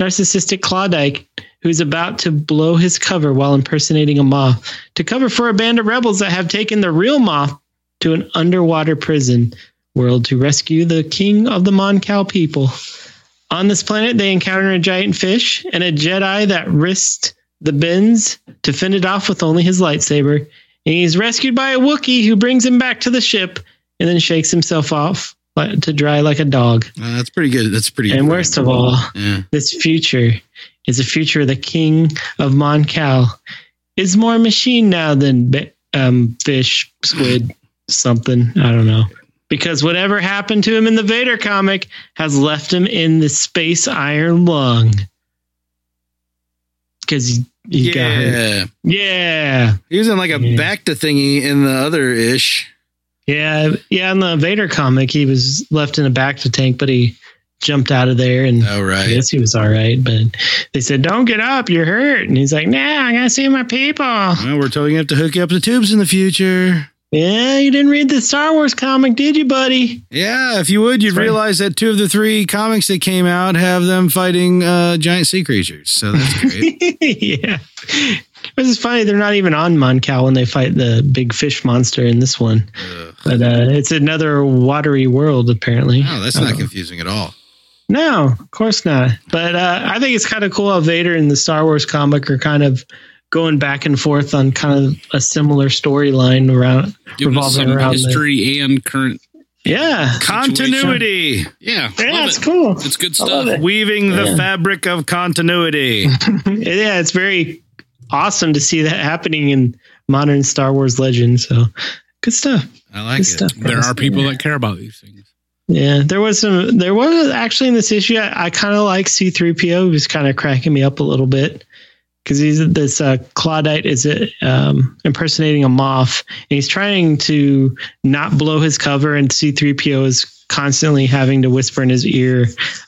narcissistic Claudike who's about to blow his cover while impersonating a moth to cover for a band of rebels that have taken the real moth to an underwater prison world to rescue the king of the Mon Cal people. On this planet, they encounter a giant fish and a Jedi that risked the bends to fend it off with only his lightsaber. And he's rescued by a Wookiee who brings him back to the ship and then shakes himself off like- to dry like a dog.
Uh, that's pretty good. That's pretty.
And worst of all,
yeah.
this future is a future the king of Mon Cal is more machine now than bi- um, fish, squid, something. I don't know. Because whatever happened to him in the Vader comic has left him in the space iron lung. Because he, he got hurt.
yeah.
Yeah.
He was in like a
Yeah.
back to thingy in the other ish.
Yeah. Yeah. In the Vader comic, he was left in a back to tank, but he jumped out of there and.
Oh
I
right.
guess he was all right, but they said, "Don't get up, you're hurt." And he's like, "Nah, I gotta see my people."
Well, we're totally gonna have to hook you up the tubes in the future.
Yeah, you didn't read the Star Wars comic, did you, buddy? (laughs)
Yeah, if you would, you'd
That's right.
realize that two of the three comics that came out have them fighting uh, giant sea creatures. So (laughs) that's great.
yeah. This is funny. They're not even on Mon Cal when they fight the big fish monster in this one,
Ugh.
but uh, it's another watery world apparently.
No, that's not
Uh,
confusing at all.
No, of course not. But uh, I think it's kind of cool how Vader and the Star Wars comic are kind of going back and forth on kind of a similar storyline around.
Giving us
Revolving
some
around the-
history and current.
Yeah,
Continuity,
Yeah.
yeah,
love
it's
it.
cool.
It's good
I love
stuff.
it.
weaving the
Yeah. Oh,
fabric of continuity.
(laughs) yeah, it's very awesome to see that happening in modern Star Wars Legends. So good stuff.
I
Good
like it.
stuff.
There are people that care about these things.
Yeah, there was some. There was actually in this issue. I, I kind of like C three PO. He was kind of cracking me up a little bit because he's this uh, Claudite is it, um, impersonating a moth, and he's trying to not blow his cover. And C three PO is constantly having to whisper in his ear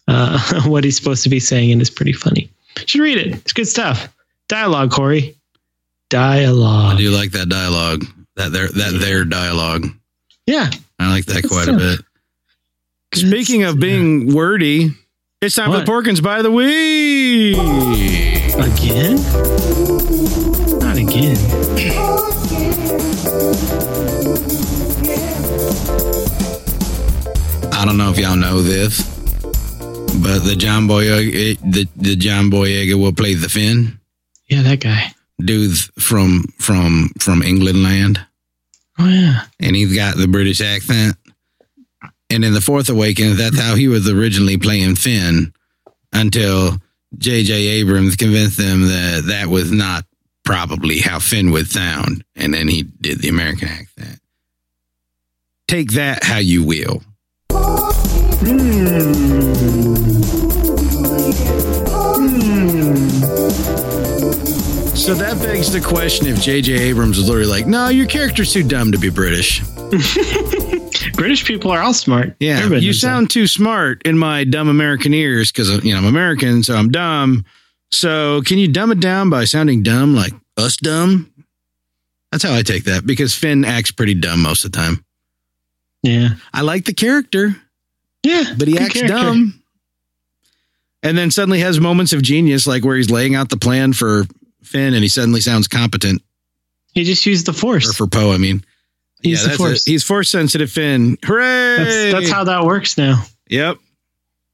uh, (laughs) what he's supposed to be saying, and it's pretty funny. Should read it. It's good stuff. Dialogue, Corey.
I
Dialogue.
do like that dialogue. That their that their dialogue.
Yeah.
I like that
Good
quite a
stuff.
bit.
Speaking of being wordy, it's time for
What?
Porkins by the week.
Again? Not again.
I don't know if y'all know this, but the John Boyega it- the, the John Boyega will play the Finn
Yeah, that guy.
dudes from from from England land,
Oh yeah.
and he's got the British accent. And in the Fourth Awakening, that's how he was originally playing Finn, until J.J. Abrams convinced them that that was not probably how Finn would sound, and then he did the American accent. Take that how you will. So that begs the question if J.J. Abrams was literally like, no, your character's too dumb to be British.
British people are all smart.
Yeah,
Everybody
You
knows that.
sound too smart in my dumb American ears because
uh,
you know I'm American, so I'm dumb.
So can you dumb it down by sounding dumb like us dumb? That's how I take that because Finn acts pretty dumb most of the time.
Yeah.
I like the character,
Yeah.
but he
good
acts
character.
dumb. And then suddenly has moments of genius, like where he's laying out the plan for Finn and he suddenly sounds competent,
He just used the
or
force.
for Poe, I mean.
He's
yeah,
the
that's
force.
it. He's force sensitive Finn. Hooray!
That's, that's how that works now.
Yep,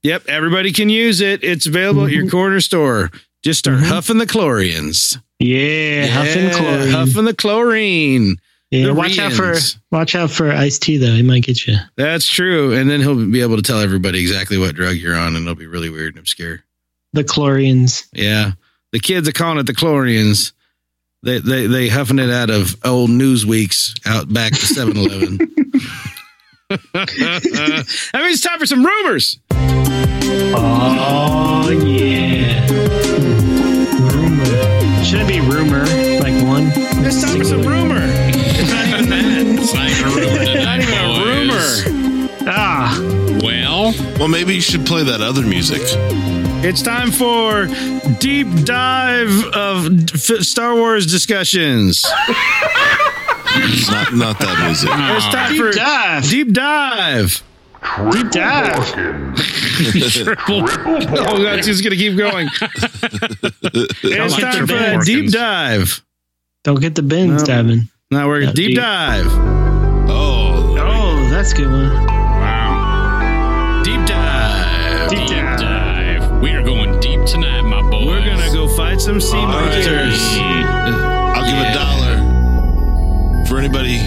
yep. Everybody can use it. It's available at your
Mhm.
corner store. Just start
Mhm.
huffing the chlorians.
Yeah. Huff and chlorine.
Huffing the chlorine.
yeah.
the
Watch out for
Rians.
watch out for iced tea though. He might get you.
That's true. And then he'll be able to tell everybody exactly what drug you're on, and it'll be really weird and obscure.
The chlorines.
Yeah. The kids are calling it the Chlorians. They they they huffing it out of old Newsweeks out back to 7 Eleven.
(laughs)
That means it's time for some rumors.
Oh yeah. Rumor. Should it be rumor? Like one?
It's time for some
(laughs)
rumor.
It's not even a rumor tonight, boys.
Rumor.
Ah.
Well,
Well, maybe you should play that other music.
It's time for deep dive of f- Star Wars discussions.
Not, not that music.
It's time for
Deep dive.
deep dive.
Deep dive.
(laughs)
Oh, that's just gonna keep going. it's
Don't get
time
the
for a
bins.
deep dive.
Don't get the bins,
No.
Davin.
Now we're
Yeah,
deep,
deep.
dive.
oh,
Oh, that's a good one.
wow.
Deep dive.
Deep dive. We are going deep tonight, my boys.
We're gonna go fight some sea
right.
monsters.
Mm.
I'll give a dollar for anybody,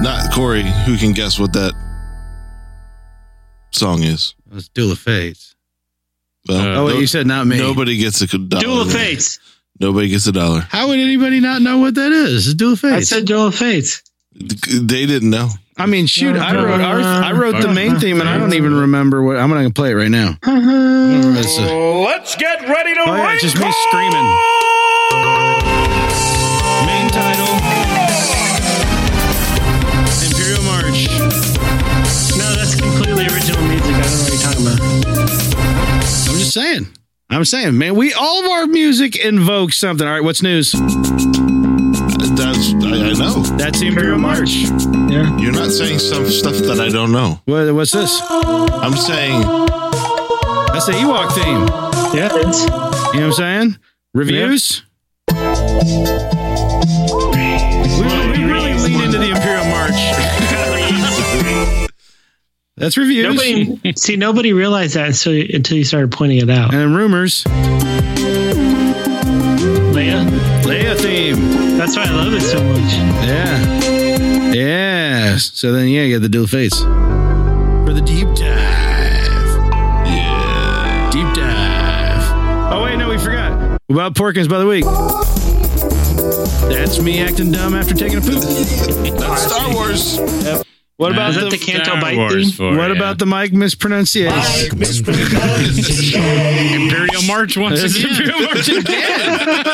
not Corey, who can guess what that song is.
It's Duel of Fates.
Well,
Oh,
no-
wait, you said not me.
nobody gets a dollar.
Duel of
there.
Fates.
Nobody gets a dollar.
How would anybody not know what that is? It's Duel of
I
Fates.
said Duel of Fates.
They didn't know.
I mean, shoot, I wrote our,
Uh-huh.
I wrote the main theme, and I don't even remember what. I'm not gonna play it right now.
Uh-huh.
It's a-
Let's get ready to
Oh yeah, it's just me screaming. Main title. Imperial March.
No, that's completely original music. I don't know what you're talking about.
I'm just saying.
I'm saying, man, we all of our music invokes something. All right, what's news?
That's I, I know.
That's the Imperial March.
You're not saying some stuff that I don't know.
What, what's this?
I'm saying
That's the Ewok theme.
Yeah, it's
You know what I'm saying? Reviews. We, we really lean into the Imperial March. That's reviews
nobody. (laughs) see, nobody realized that until until you started pointing it out.
and rumors.
Leia,
Leia theme.
that's why I love it so much.
Yeah. Yeah. So then, yeah, you got the dual face for the deep dive.
yeah.
Deep dive. Oh wait, no, we forgot about Porkins by the week. That's me acting dumb after taking a poop.
That's Star Wars.
What
Nah,
about
Is that
the,
the Canto
Star
Bite
Wars
theme?
for
what
ya.
about the Mike mispronunciation?
Imperial March once
That's
again?
Imperial March again.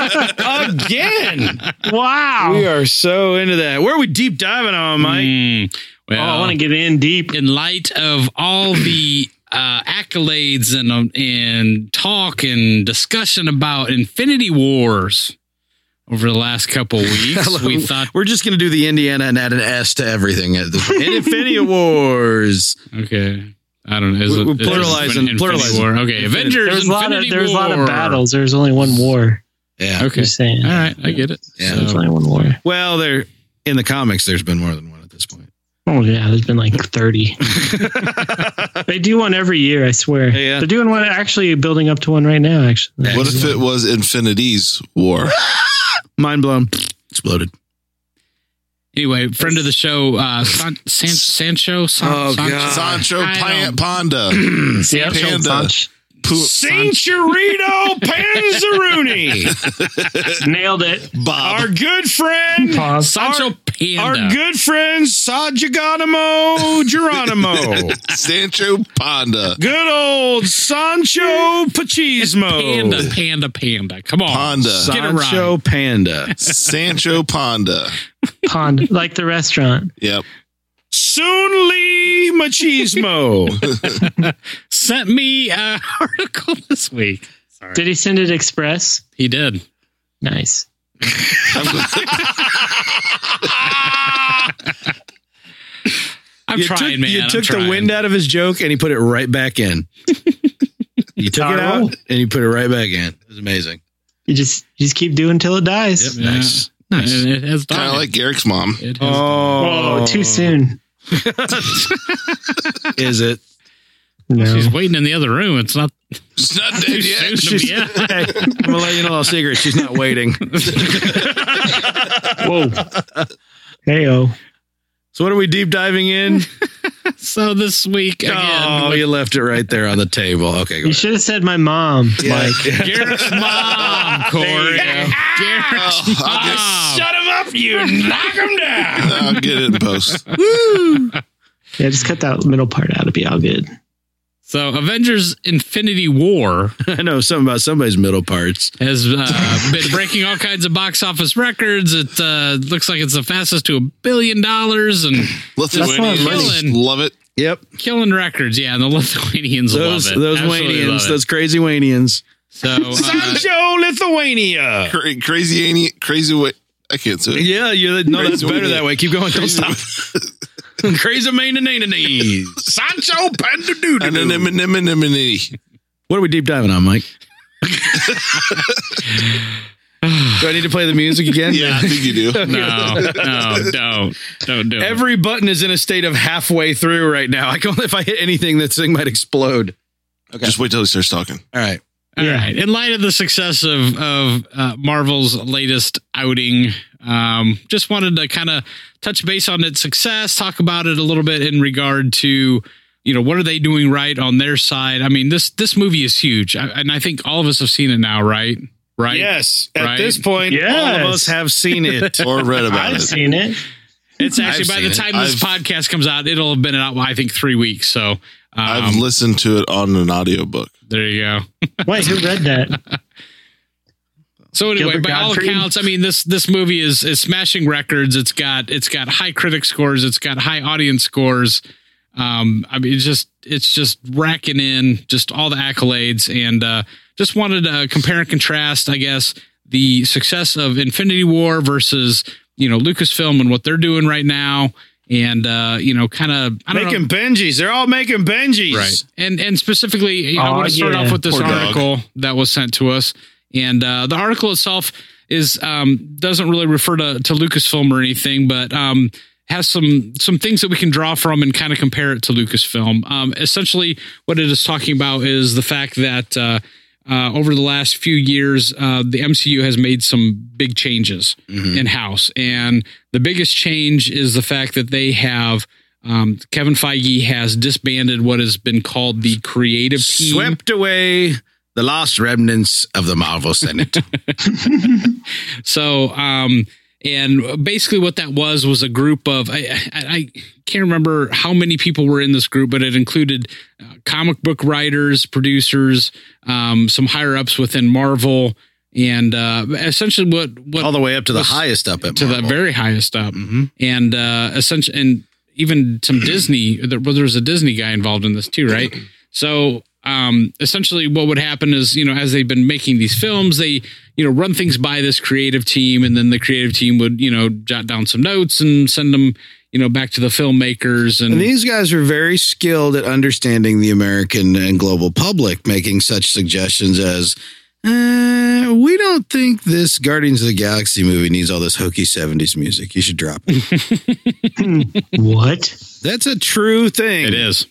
(laughs)
again.
Wow.
We are so into that. Where are we deep diving on, Mike?
Mm,
oh, I
well,
want to get in deep.
in light of all the uh, accolades and um, and talk and discussion about Infinity Wars over the last couple weeks, we thought,
We're just going to do the Indiana and add an S to everything. at this point. (laughs) Infinity Wars.
okay. I don't know. Is
We-
it-
we're
is it
pluralizing-
Infinity
pluralizing.
War? Okay, Avengers.
There was a lot of
Infinity
there was a lot of
War. Ah.
battles. There was only one war.
Yeah.
Okay.
Just saying.
All right, I get it.
Yeah.
There was
So,
only one war.
Well, there in the comics, there's been more than one at this point.
Oh yeah, there's been like thirty. they do one every year, I swear.
Yeah.
They're doing one actually building up to one right now, actually.
Yeah.
What if it was Infinity's War?
Mind blown.
Exploded.
anyway, friend of the show, uh, San, San, Sancho. San,
Oh,
Sancho?
God.
Sancho
Uh, I
Pan-
don't-
Panda.
Yeah.
Panda.
(laughs)
Poo-
Cinturito Panzeruni,
Nailed it.
Bob.
our good friend,
(laughs) Pause.
Sancho
our
Panda.
good friend Sajagonimo
(laughs)
Geronimo,
Sancho Panda.
good old Sancho Pachismo,
Panda, panda, panda. Come on.
Panda.
Get it right.
Sancho Panda.
Sancho Panda.
Pond. Like the restaurant.
Yep.
Soonly
(laughs)
Machismo.
sent me an (laughs) article this week. Sorry.
Did he send it express?
he did.
Nice.
I'm glad-
I'm trying,
took,
man.
You
I'm
took
trying.
the wind out of his joke and he put it right back
(laughs)
in. you took it out
Horrible.
and you put it right back in. It was amazing.
You just you just keep doing till it dies.
Yeah.
Nice.
And It has
Kind
died.
of like Eric's mom.
it has
Oh,
Whoa, too soon.
Is it?
No.
died. She's waiting in the other room. It's
(laughs)
not
It's not dead
soon
yet.
to be out.
Hey, I'm gonna let you know a little secret. She's not waiting.
Whoa. Hey oh.
So what are we deep diving in?
(laughs) So this week again,
oh,
with
you left it right there on the table. Okay, go
You
ahead.
should have said my mom.
Yeah.
Garrett's (laughs) mom, Corey.
(laughs)
Garrett's
Oh, I
mom.
him up, you knock him down.
I'll get it in post.
Yeah, just cut that middle part out. It'll be all good.
So Avengers: Infinity War
I know something about somebody's middle parts.
has uh, (laughs) been breaking all kinds of box office records. It uh, looks like it's the fastest to a billion
(laughs)
dollars and
Lithuanians
what I'm
saying.
love it.
Yep.
killing records. Yeah, and the Lithuanians
Those
love it.
those
Absolutely love
Wanians,
it.
those crazy Wanians. (laughs)
So uh,
Sancho Lithuania.
Cra- Crazy any crazy way. I can't say it.
Yeah, you no, that's
Crazy
better
Wanian.
that way. Keep going. Don't
(laughs)
Crazy
(laughs)
stop. crazy Wanians. Sancho
And an
Pandadoo.
Eminem
What are we deep diving on, Mike? Do I need to play the music again?
Yeah, I think you
(laughs)
(laughs)
do.
no, no, don't, don't do it.
Every button is in a state of halfway through right now. I can if I hit anything, this thing might explode.
Just wait till he starts talking.
All right.
All right. In light of the success of of uh, Marvel's latest outing, um, just wanted to kind of touch base on its success, talk about it a little bit in regard to you know what are they doing right on their side. I mean this this movie is huge, I, and I think all of us have seen it now, right? Right.
Yes. At
Right.
this point, all of
Yes.
us have seen it.
Or read about
I've
it.
seen it.
(laughs) It's actually
I've
by
seen
the
it.
time this podcast comes out, it'll have been out I think three weeks. So um,
I've listened to it on an audiobook.
there you go.
Wait, who read that?
So anyway,
Gilbert
by
Gottfried.
all accounts, I mean this this movie is is smashing records. It's got it's got high critic scores. It's got high audience scores. Um, I mean, it's just it's just racking in just all the accolades, and uh, just wanted to compare and contrast, I guess, the success of Infinity War versus you know Lucasfilm and what they're doing right now, and uh, you know, kind of I don't know.
making Benjis. They're all making Benjis.
Right. And and specifically, you know, I
Aw,
want to start
yeah.
off with this
Poor dog.
article that was sent to us. And uh, the article itself is um, doesn't really refer to, to Lucasfilm or anything, but um, has some some things that we can draw from and kind of compare it to Lucasfilm. Um, essentially, what it is talking about is the fact that uh, uh, over the last few years, uh, the MCU has made some big changes
Mm-hmm.
in house. And the biggest change is the fact that they have um, Kevin Feige has disbanded what has been called the creative team.
Swept away the
(laughs)
last remnants of the Marvel Senate.
So um, And basically, what that was was a group of I, I, I can't remember how many people were in this group, but it included uh, comic book writers, producers, um, some higher ups within Marvel, and uh, essentially what what
all the way up to the
was-
highest up at
to the
Marvel.
very highest up,
Mhm.
and uh, essentially, and even some Disney. There, well, there was a Disney guy involved in this too, right? So, um, essentially, what would happen is, you know, as they've been making these films, they you know run things by this creative team, and then the creative team would you know jot down some notes and send them you know back to the filmmakers and.
And these guys are very skilled at understanding the American and global public, making such suggestions as, uh, we don't think this Guardians of the Galaxy movie needs all this hokey 70s music. You should drop it.
What?
That's a true thing.
it is.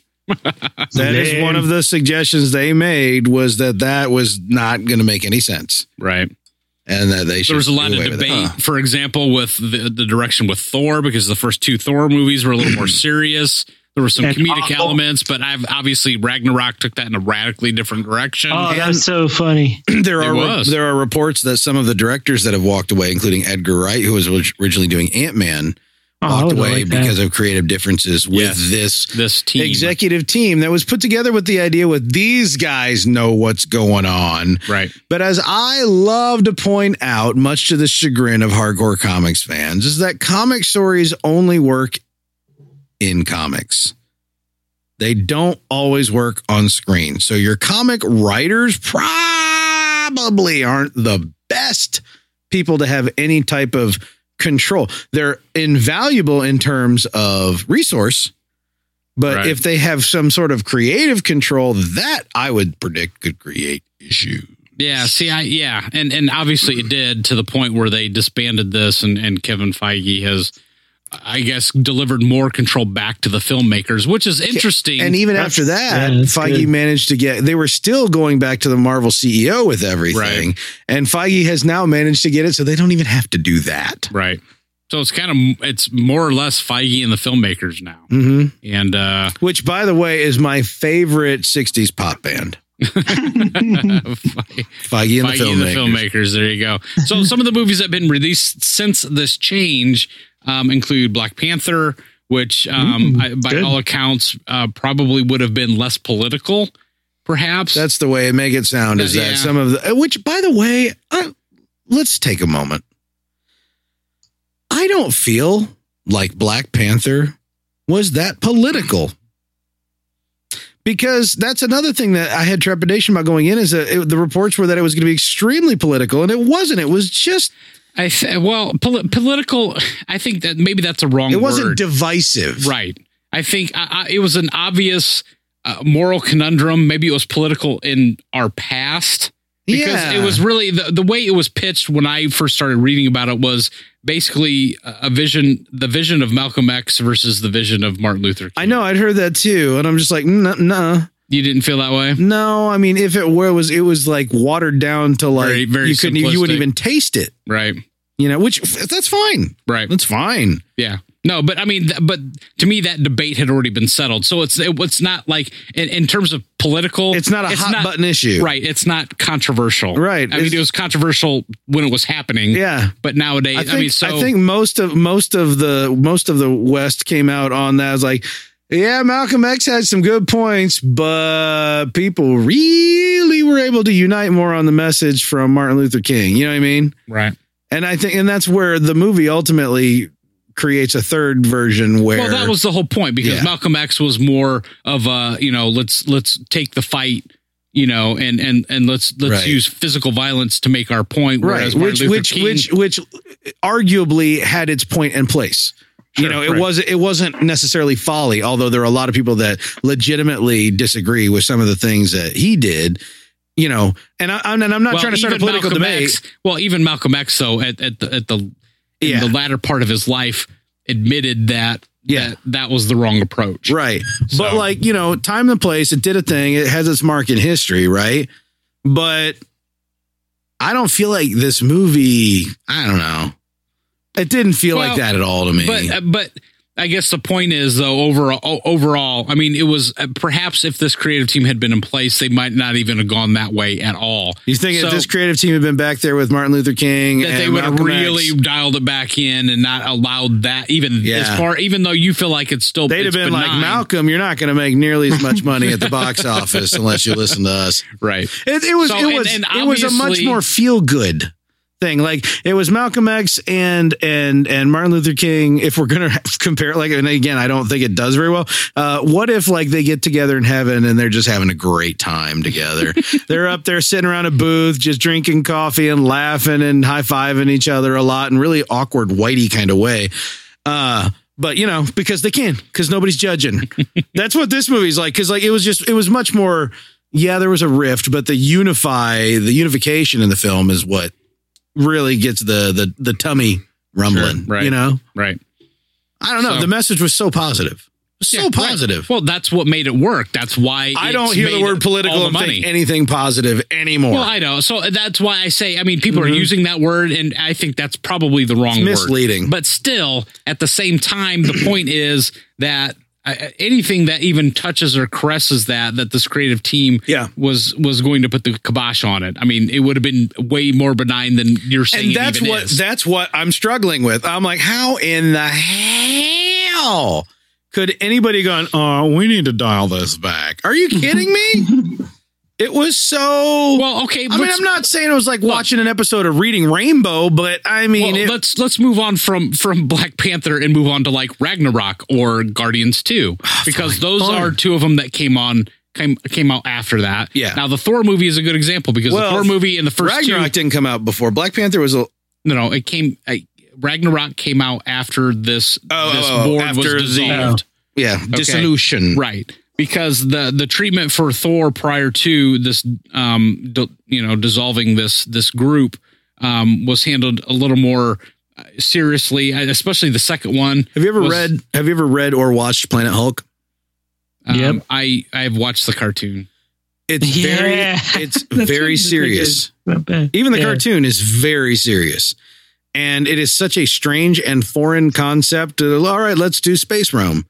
That is
Man.
one of the suggestions they made was that that
(clears throat)
was not going to make any sense.
Right.
And that they should.
There was a lot
do
of
away with it.
debate,
Huh.
for example, with the, the direction with Thor, because the first two Thor movies were a little
(clears throat)
more serious. There were some
And
comedic
awful.
elements, but I've obviously Ragnarok took that in a radically different direction.
Oh, that was so funny. Oh,
there
It
are
was.
there are reports that some of the directors that have walked away, including Edgar Wright, who was originally doing Ant Man,
Oh, I
walked
would have
away
liked that.
because of creative differences with
Yes.
this
this team,
executive team that was put together with the idea with these guys know what's going on.
right?
But as I love to point out, much to the chagrin of hardcore comics fans, is that comic stories only work in comics. They don't always work on screen. So your comic writers probably aren't the best people to have any type of control. They're invaluable in terms of resource, but
Right.
if they have some sort of creative control, that I would predict could create issues.
Yeah. See, I yeah, and and obviously it did to the point where they disbanded this, and and Kevin Feige has. I guess delivered more control back to the filmmakers, which is interesting.
And even
That's-
after that,
yeah, that's
Feige
good.
managed to get, they were still going back to the Marvel CEO with everything. And Feige has now managed to get it so they don't even have to do that.
right. So it's kind of it's more or less Feige and the filmmakers now.
Mm-hmm.
And uh (laughs)
Which, by the way, is my favorite 60s pop band.
Feige
Feige and
Feige
the
and the
filmmakers.
filmmakers. There you go. So some of the movies that have been released since this change um, include Black Panther, which um,
Mm,
I, by
good.
all accounts uh, probably would have been less political, perhaps.
That's the way it make it sound is that
Yeah.
some of the, uh, which, by the way, I, let's take a moment. I don't feel like Black Panther was that political. Because that's another thing that I had trepidation about going in is that it, the reports were that it was going to be extremely political, and it wasn't. It was just
I th- well, poli- political. I think that maybe that's a wrong.
it wasn't
word.
divisive,
Right. I think I, I, it was an obvious uh, moral conundrum. Maybe it was political in our past because
yeah,
it was really the, the way it was pitched when I first started reading about it was basically a a vision, the vision of Malcolm X versus the vision of Martin Luther. King.
I know. I'd heard that too, and I'm just like, no, no,
You didn't feel that way.
no. I mean, if it were, it was it was like watered down to like
Very- very
you couldn't, you
simplistic.
wouldn't even taste it.
Right.
you know, which that's fine.
Right.
That's fine.
Yeah. No, but I mean, th- but to me, that debate had already been settled. So it's, it, it's not like in, in terms of political,
It's not a hot button issue.
Right. It's not controversial.
Right.
I mean,
It's-
it was controversial when it was happening.
Yeah.
But nowadays,
I
I,
think, I,
mean, so
think most of most of the most of the West came out on that as like, yeah, Malcolm X had some good points, but people really were able to unite more on the message from Martin Luther King. You know what I mean?
right.
And I think and that's where the movie ultimately creates a third version where
Well, that was the whole point because
Yeah.
Malcolm X was more of a you know let's let's take the fight you know and and and let's let's
Right.
use physical violence to make our point.
right
whereas Martin
which
Luther
which
King-
which which arguably had its point and place you
Sure,
know it
right.
was it wasn't necessarily folly although there are a lot of people that legitimately disagree with some of the things that he did you know and I, am and i'm not
Well,
trying to start a
even
political
Malcolm
debate
X- well, even Malcolm X, though, at at the at the in
Yeah.
the latter part of his life, admitted that
Yeah.
that, that was the wrong approach.
right but
So-
like you know time and place it did a thing it has its mark in history right but i don't feel like this movie i don't know it didn't feel like
Well,
that at all to me
But uh, but I guess the point is though overall o- overall I mean it was uh, perhaps if this creative team had been in place they might not even have gone that way at all
You think
So-
if this creative team had been back there with Martin Luther King,
that they
and
would have
Malcolm X,
really dialed it back in and not allowed that even
Yeah.
as far even though you feel like it's still
they'd have
it's
been like
benign.
Malcolm. You're not going to make nearly as much money at
(laughs)
the box office unless you listen to us.
right
It, it was
So,
it
and-
was
and
it was a much
obviously-
more feel good thing. Like it was Malcolm X and and and Martin Luther King. If we're gonna (laughs) have- compare, like, and again, I don't think it does very well. Uh, what if like they get together in heaven and they're just having a great
(laughs)
time together? they're up there sitting around a booth, just drinking coffee and laughing and high fiving each other a lot in really awkward whitey kind of way. Uh, but you know, because they can, because nobody's judging.
(laughs)
That's what this movie's like. Because like it was just, it was much more. Yeah, there was a rift, but the unify, the unification in the film is what really gets the the the tummy rumbling.
Sure, right.
You know,
right
I don't know.
So-
the message was so positive, so
Yeah, right.
positive.
well that's what made it work that's why
I
it's
don't hear the
made
word
all
political
the
and think anything positive anymore.
well I know so that's why I say I mean people are using that word and I think that's probably the wrong
Mm-hmm. it's
word
misleading.
But still, at the same time,
(clears throat)
the point is that uh, anything that even touches or caresses that that this creative team
Yeah.
was was going to put the kibosh on it. I mean, it would have been way more benign than you're saying.
and that's
it even
what
is.
that's what I'm struggling with. I'm like, how in the hell could anybody gone? Oh, we need to dial this back. Are you kidding me? (laughs) it was so.
well, okay.
I mean,
let's-
I'm not saying it was like watching an episode of Reading Rainbow, but I mean,
well,
it,
let's let's move on from from Black Panther and move on to like Ragnarok or Guardians Two because those
Ah, fine.
are two of them that came on came came out after that.
Yeah.
Now the Thor movie is a good example because
Well,
the Thor movie in the first two-
Ragnarok did didn't come out before. Black Panther was a
No, no, it came. I, Ragnarok came out after this.
Oh,
this
oh, oh,
board
after the- Mm.
was dissolved,
yeah dissolution.
right? Because the the treatment for Thor prior to this, um, d- you know, dissolving this this group, um, was handled a little more uh, seriously, uh, especially the second one.
Have you ever
Was-
read? Have you ever read or watched Planet Hulk?
Um,
Yep.
I I have watched the cartoon.
It's (laughs)
(laughs) Yeah.
very it's
That's
very
what I figured.
serious.
Not bad.
Even the
Yeah.
cartoon is very serious. And it is such a strange and foreign concept. Uh, All right, let's do Space Rome.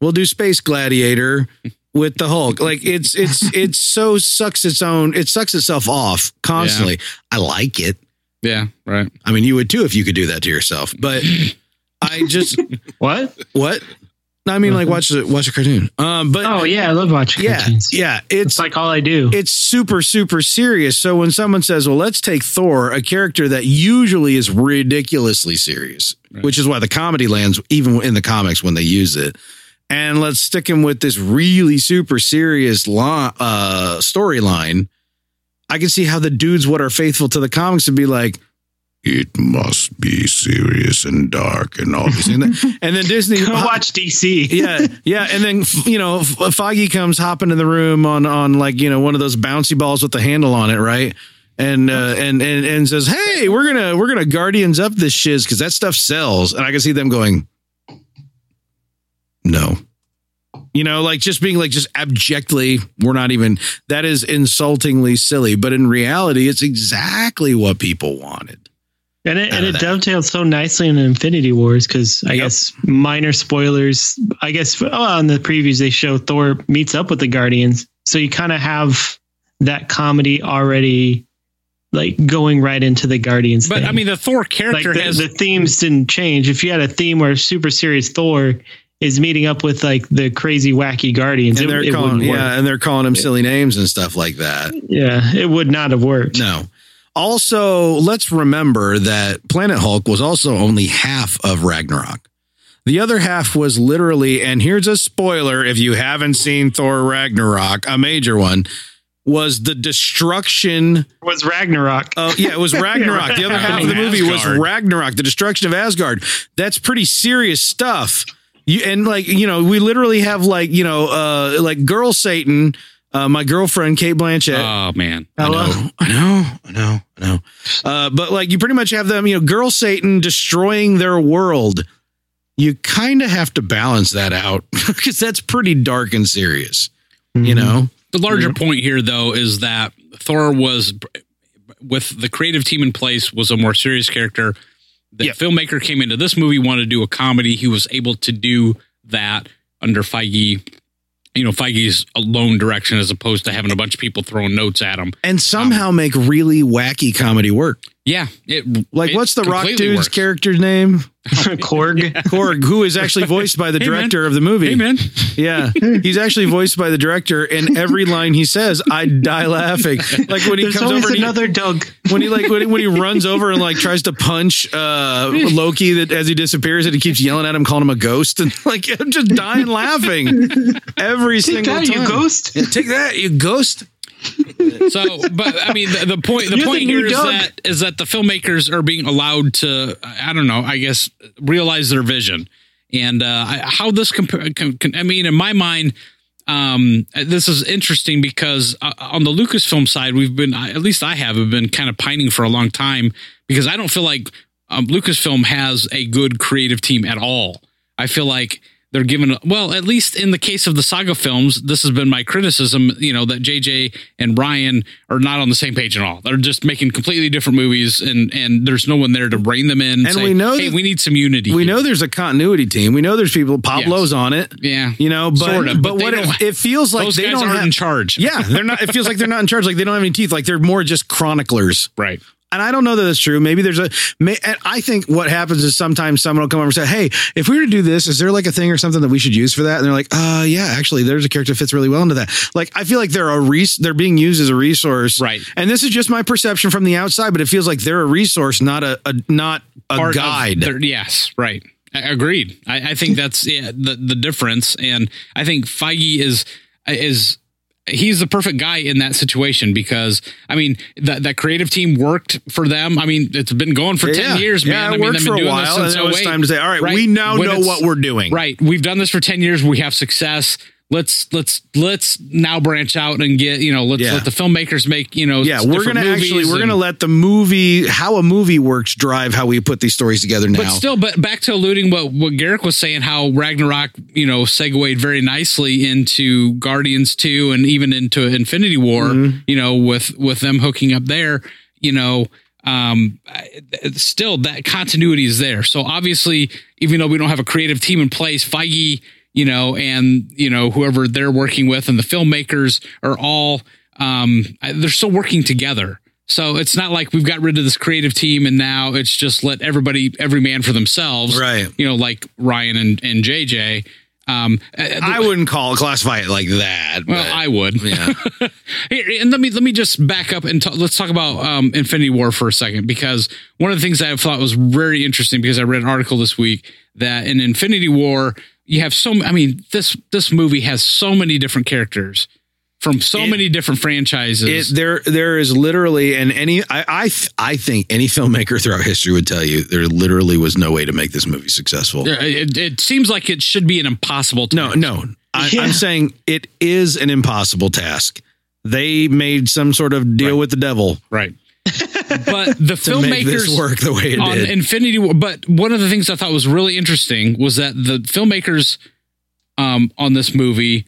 We'll do Space
(laughs)
Gladiator with the Hulk. Like it's it's it's so sucks its own it sucks itself off constantly. I like it.
Yeah, right.
I mean, you would too if you could do that to yourself.
(laughs)
But I just
What?
what? No, I mean, like watch the watch a cartoon. Um, but
Oh yeah, I love watching
yeah,
cartoons.
yeah,
It's like all I do.
it's super super serious so when someone says well let's take thor a character that usually is ridiculously serious
Right.
which is why the comedy lands even in the comics when they use it and let's stick him with this really super serious lo- uh, storyline i can see how the dudes what are faithful to the comics would be like it must be serious and dark and all this and
(laughs)
then- and then disney (laughs)
Go watch DC.
yeah, yeah, and then f- you know, F- Foggy comes hopping in the room on on like you know one of those bouncy balls with the handle on it, right? And uh, and and and says, "Hey, we're gonna we're gonna guardians up this shiz because that stuff sells." And I can see them going, "No." You know, like just being like just abjectly, we're not even. That is insultingly silly, but in reality, it's exactly what people wanted.
And it,
out
and
of (laughs)
it
that.
dovetailed so nicely in Infinity Wars because I
Yep.
guess minor spoilers. I guess well, on the previews they show Thor meets up with the Guardians, so you kind of have that comedy already like going right into the Guardians.
But I
thing.
mean, the Thor
like
character
the,
has
the themes didn't change. If you had a theme where super serious Thor is meeting up with like the crazy wacky Guardians,
And
it,
they're
it
calling,
wouldn't
yeah,
work.
and they're calling them silly names and stuff like that.
Yeah, it would not have worked.
No. Also, let's remember that Planet Hulk was also only half of Ragnarok. The other half was literally, and here's a spoiler if you haven't seen Thor Ragnarok, a major one, was the destruction
It was Ragnarok.
Oh yeah, it was Ragnarok. The other half of the movie was
Asgard.
Ragnarok, the destruction of Asgard. That's pretty serious stuff. You and like you know, we literally have like you know, uh, like girl Satan. Uh, my girlfriend Kate Blanchett.
oh man,
I know, I know, I know, I know. Uh, but like, you pretty much have them, you know, girl Satan destroying their world. You kind of have to balance that out (laughs) because that's pretty dark and serious, you
Mm-hmm.
know.
The larger
Mm-hmm.
point here, though, is that Thor was, with the creative team in place, was a more serious character. The
Yeah.
filmmaker came into this movie, wanted to do a comedy. He was able to do that under Feige, you know, Feige's alone direction as opposed to having a bunch of people throwing notes at him.
and somehow make really wacky comedy work.
Yeah. It,
Like,
it
what's the rock
completely
dude's
works.
character's name?
(laughs) Korg.
Korg, who
(laughs)
is actually voiced by the
Hey, man.
director of the movie.
Hey, man.
(laughs) Yeah, he's actually voiced by the director, and every line he says, I die laughing. Like when he
There's
comes
always
over, and he-
another Doug.
when he like when, he- when he runs over and like tries to punch uh, Loki that as he disappears, and he keeps yelling at him, calling him a ghost, and like I'm just dying laughing every
Take
single
that,
time.
you ghost.
Yeah, take that, you ghost.
So, but I mean, the, the point the
You're the
point
new
here is
Doug.
that is that the filmmakers are being allowed to, I don't know, I guess, realize their vision and uh, I, how this compare. Com, com- I mean, in my mind, um, this is interesting because uh, on the Lucasfilm side, we've been I- at least I have have been kind of pining for a long time because I don't feel like um, Lucasfilm has a good creative team at all. I feel like they're given well, at least in the case of the saga films, this has been my criticism. You know that JJ and Ryan are not on the same page at all. They're just making completely different movies, and and there's no one there to rein them in. And,
And
say,
we know
hey,
that-
we need some unity.
We
here."
know there's a continuity team. We know there's people. Pablo's on it.
yeah.
You know, but
Sorta,
but,
but they
what if
don't-
it feels like
Those
they
guys
don't
aren't
have,
in charge.
Yeah, they're not. It feels like they're not in charge. Like they don't have any teeth. Like they're more just chroniclers.
Right.
And I don't know that that's true. Maybe there's a. May, and I think what happens is sometimes someone will come over and say, "Hey, if we were to do this, is there like a thing or something that we should use for that?" And they're like, "Uh, yeah, actually, there's a character that fits really well into that." Like I feel like they're a res- They're being used as a resource.
Right.
And this is just my perception from the outside, but it feels like they're a resource, not a, a not a
Part of
guide.
their- yes. Right. A- Agreed. I, I think that's yeah, the the difference, and I think Feige is is he's the perfect guy in that situation because I mean that that creative team worked for them. I mean it's been going for ten years, man.
Yeah,
I
it
mean,
worked
they've
for
been
a
doing this
while, and
since
then it was
08.
time to say, "All right,
Right.
we now
When
know
it's-
what we're doing."
Right. We've done this for 10 years. We have success. Let's let's let's now branch out and get, you know, let's
Yeah.
let the filmmakers make, you know,
Yeah,
s-
we're
different
gonna
movies
actually we're
and-
gonna let the movie how a movie works drive how we put these stories together now.
But still, but back to alluding what what Garrick was saying, how Ragnarok, you know, segued very nicely into Guardians two and even into Infinity War,
Mm-hmm.
you know, with with them hooking up there, you know, um, I- it's still that continuity is there. So obviously, even though we don't have a creative team in place, Feige, you know, and you know whoever they're working with and the filmmakers are all, um, I- they're still working together. So it's not like we've got rid of this creative team and now it's just let everybody, every man for themselves.
Right.
You know, like Ryan and, and JJ. Um, uh,
I wouldn't call classify it like that.
well,
but-
I would.
yeah.
(laughs) Here, and let me let me just back up and ta- let's talk about um, Infinity War for a second because one of the things that I thought was very interesting because I read an article this week that in Infinity War you have so m- I mean this this movie has so many different characters from so many different
It,
franchises.
there, there is literally, and any, I, I, th- I think any filmmaker throughout history would tell you there literally was no way to make this movie successful.
Yeah, it, it seems like it should be an impossible.
No,
task.
no, I,
Yeah.
I'm saying it is an impossible task. They made some sort of deal with the devil (laughs)
right. But the
to make this
filmmakers
work the way it
on
did.
Infinity War. But one of the things I thought was really interesting was that the filmmakers um, on this movie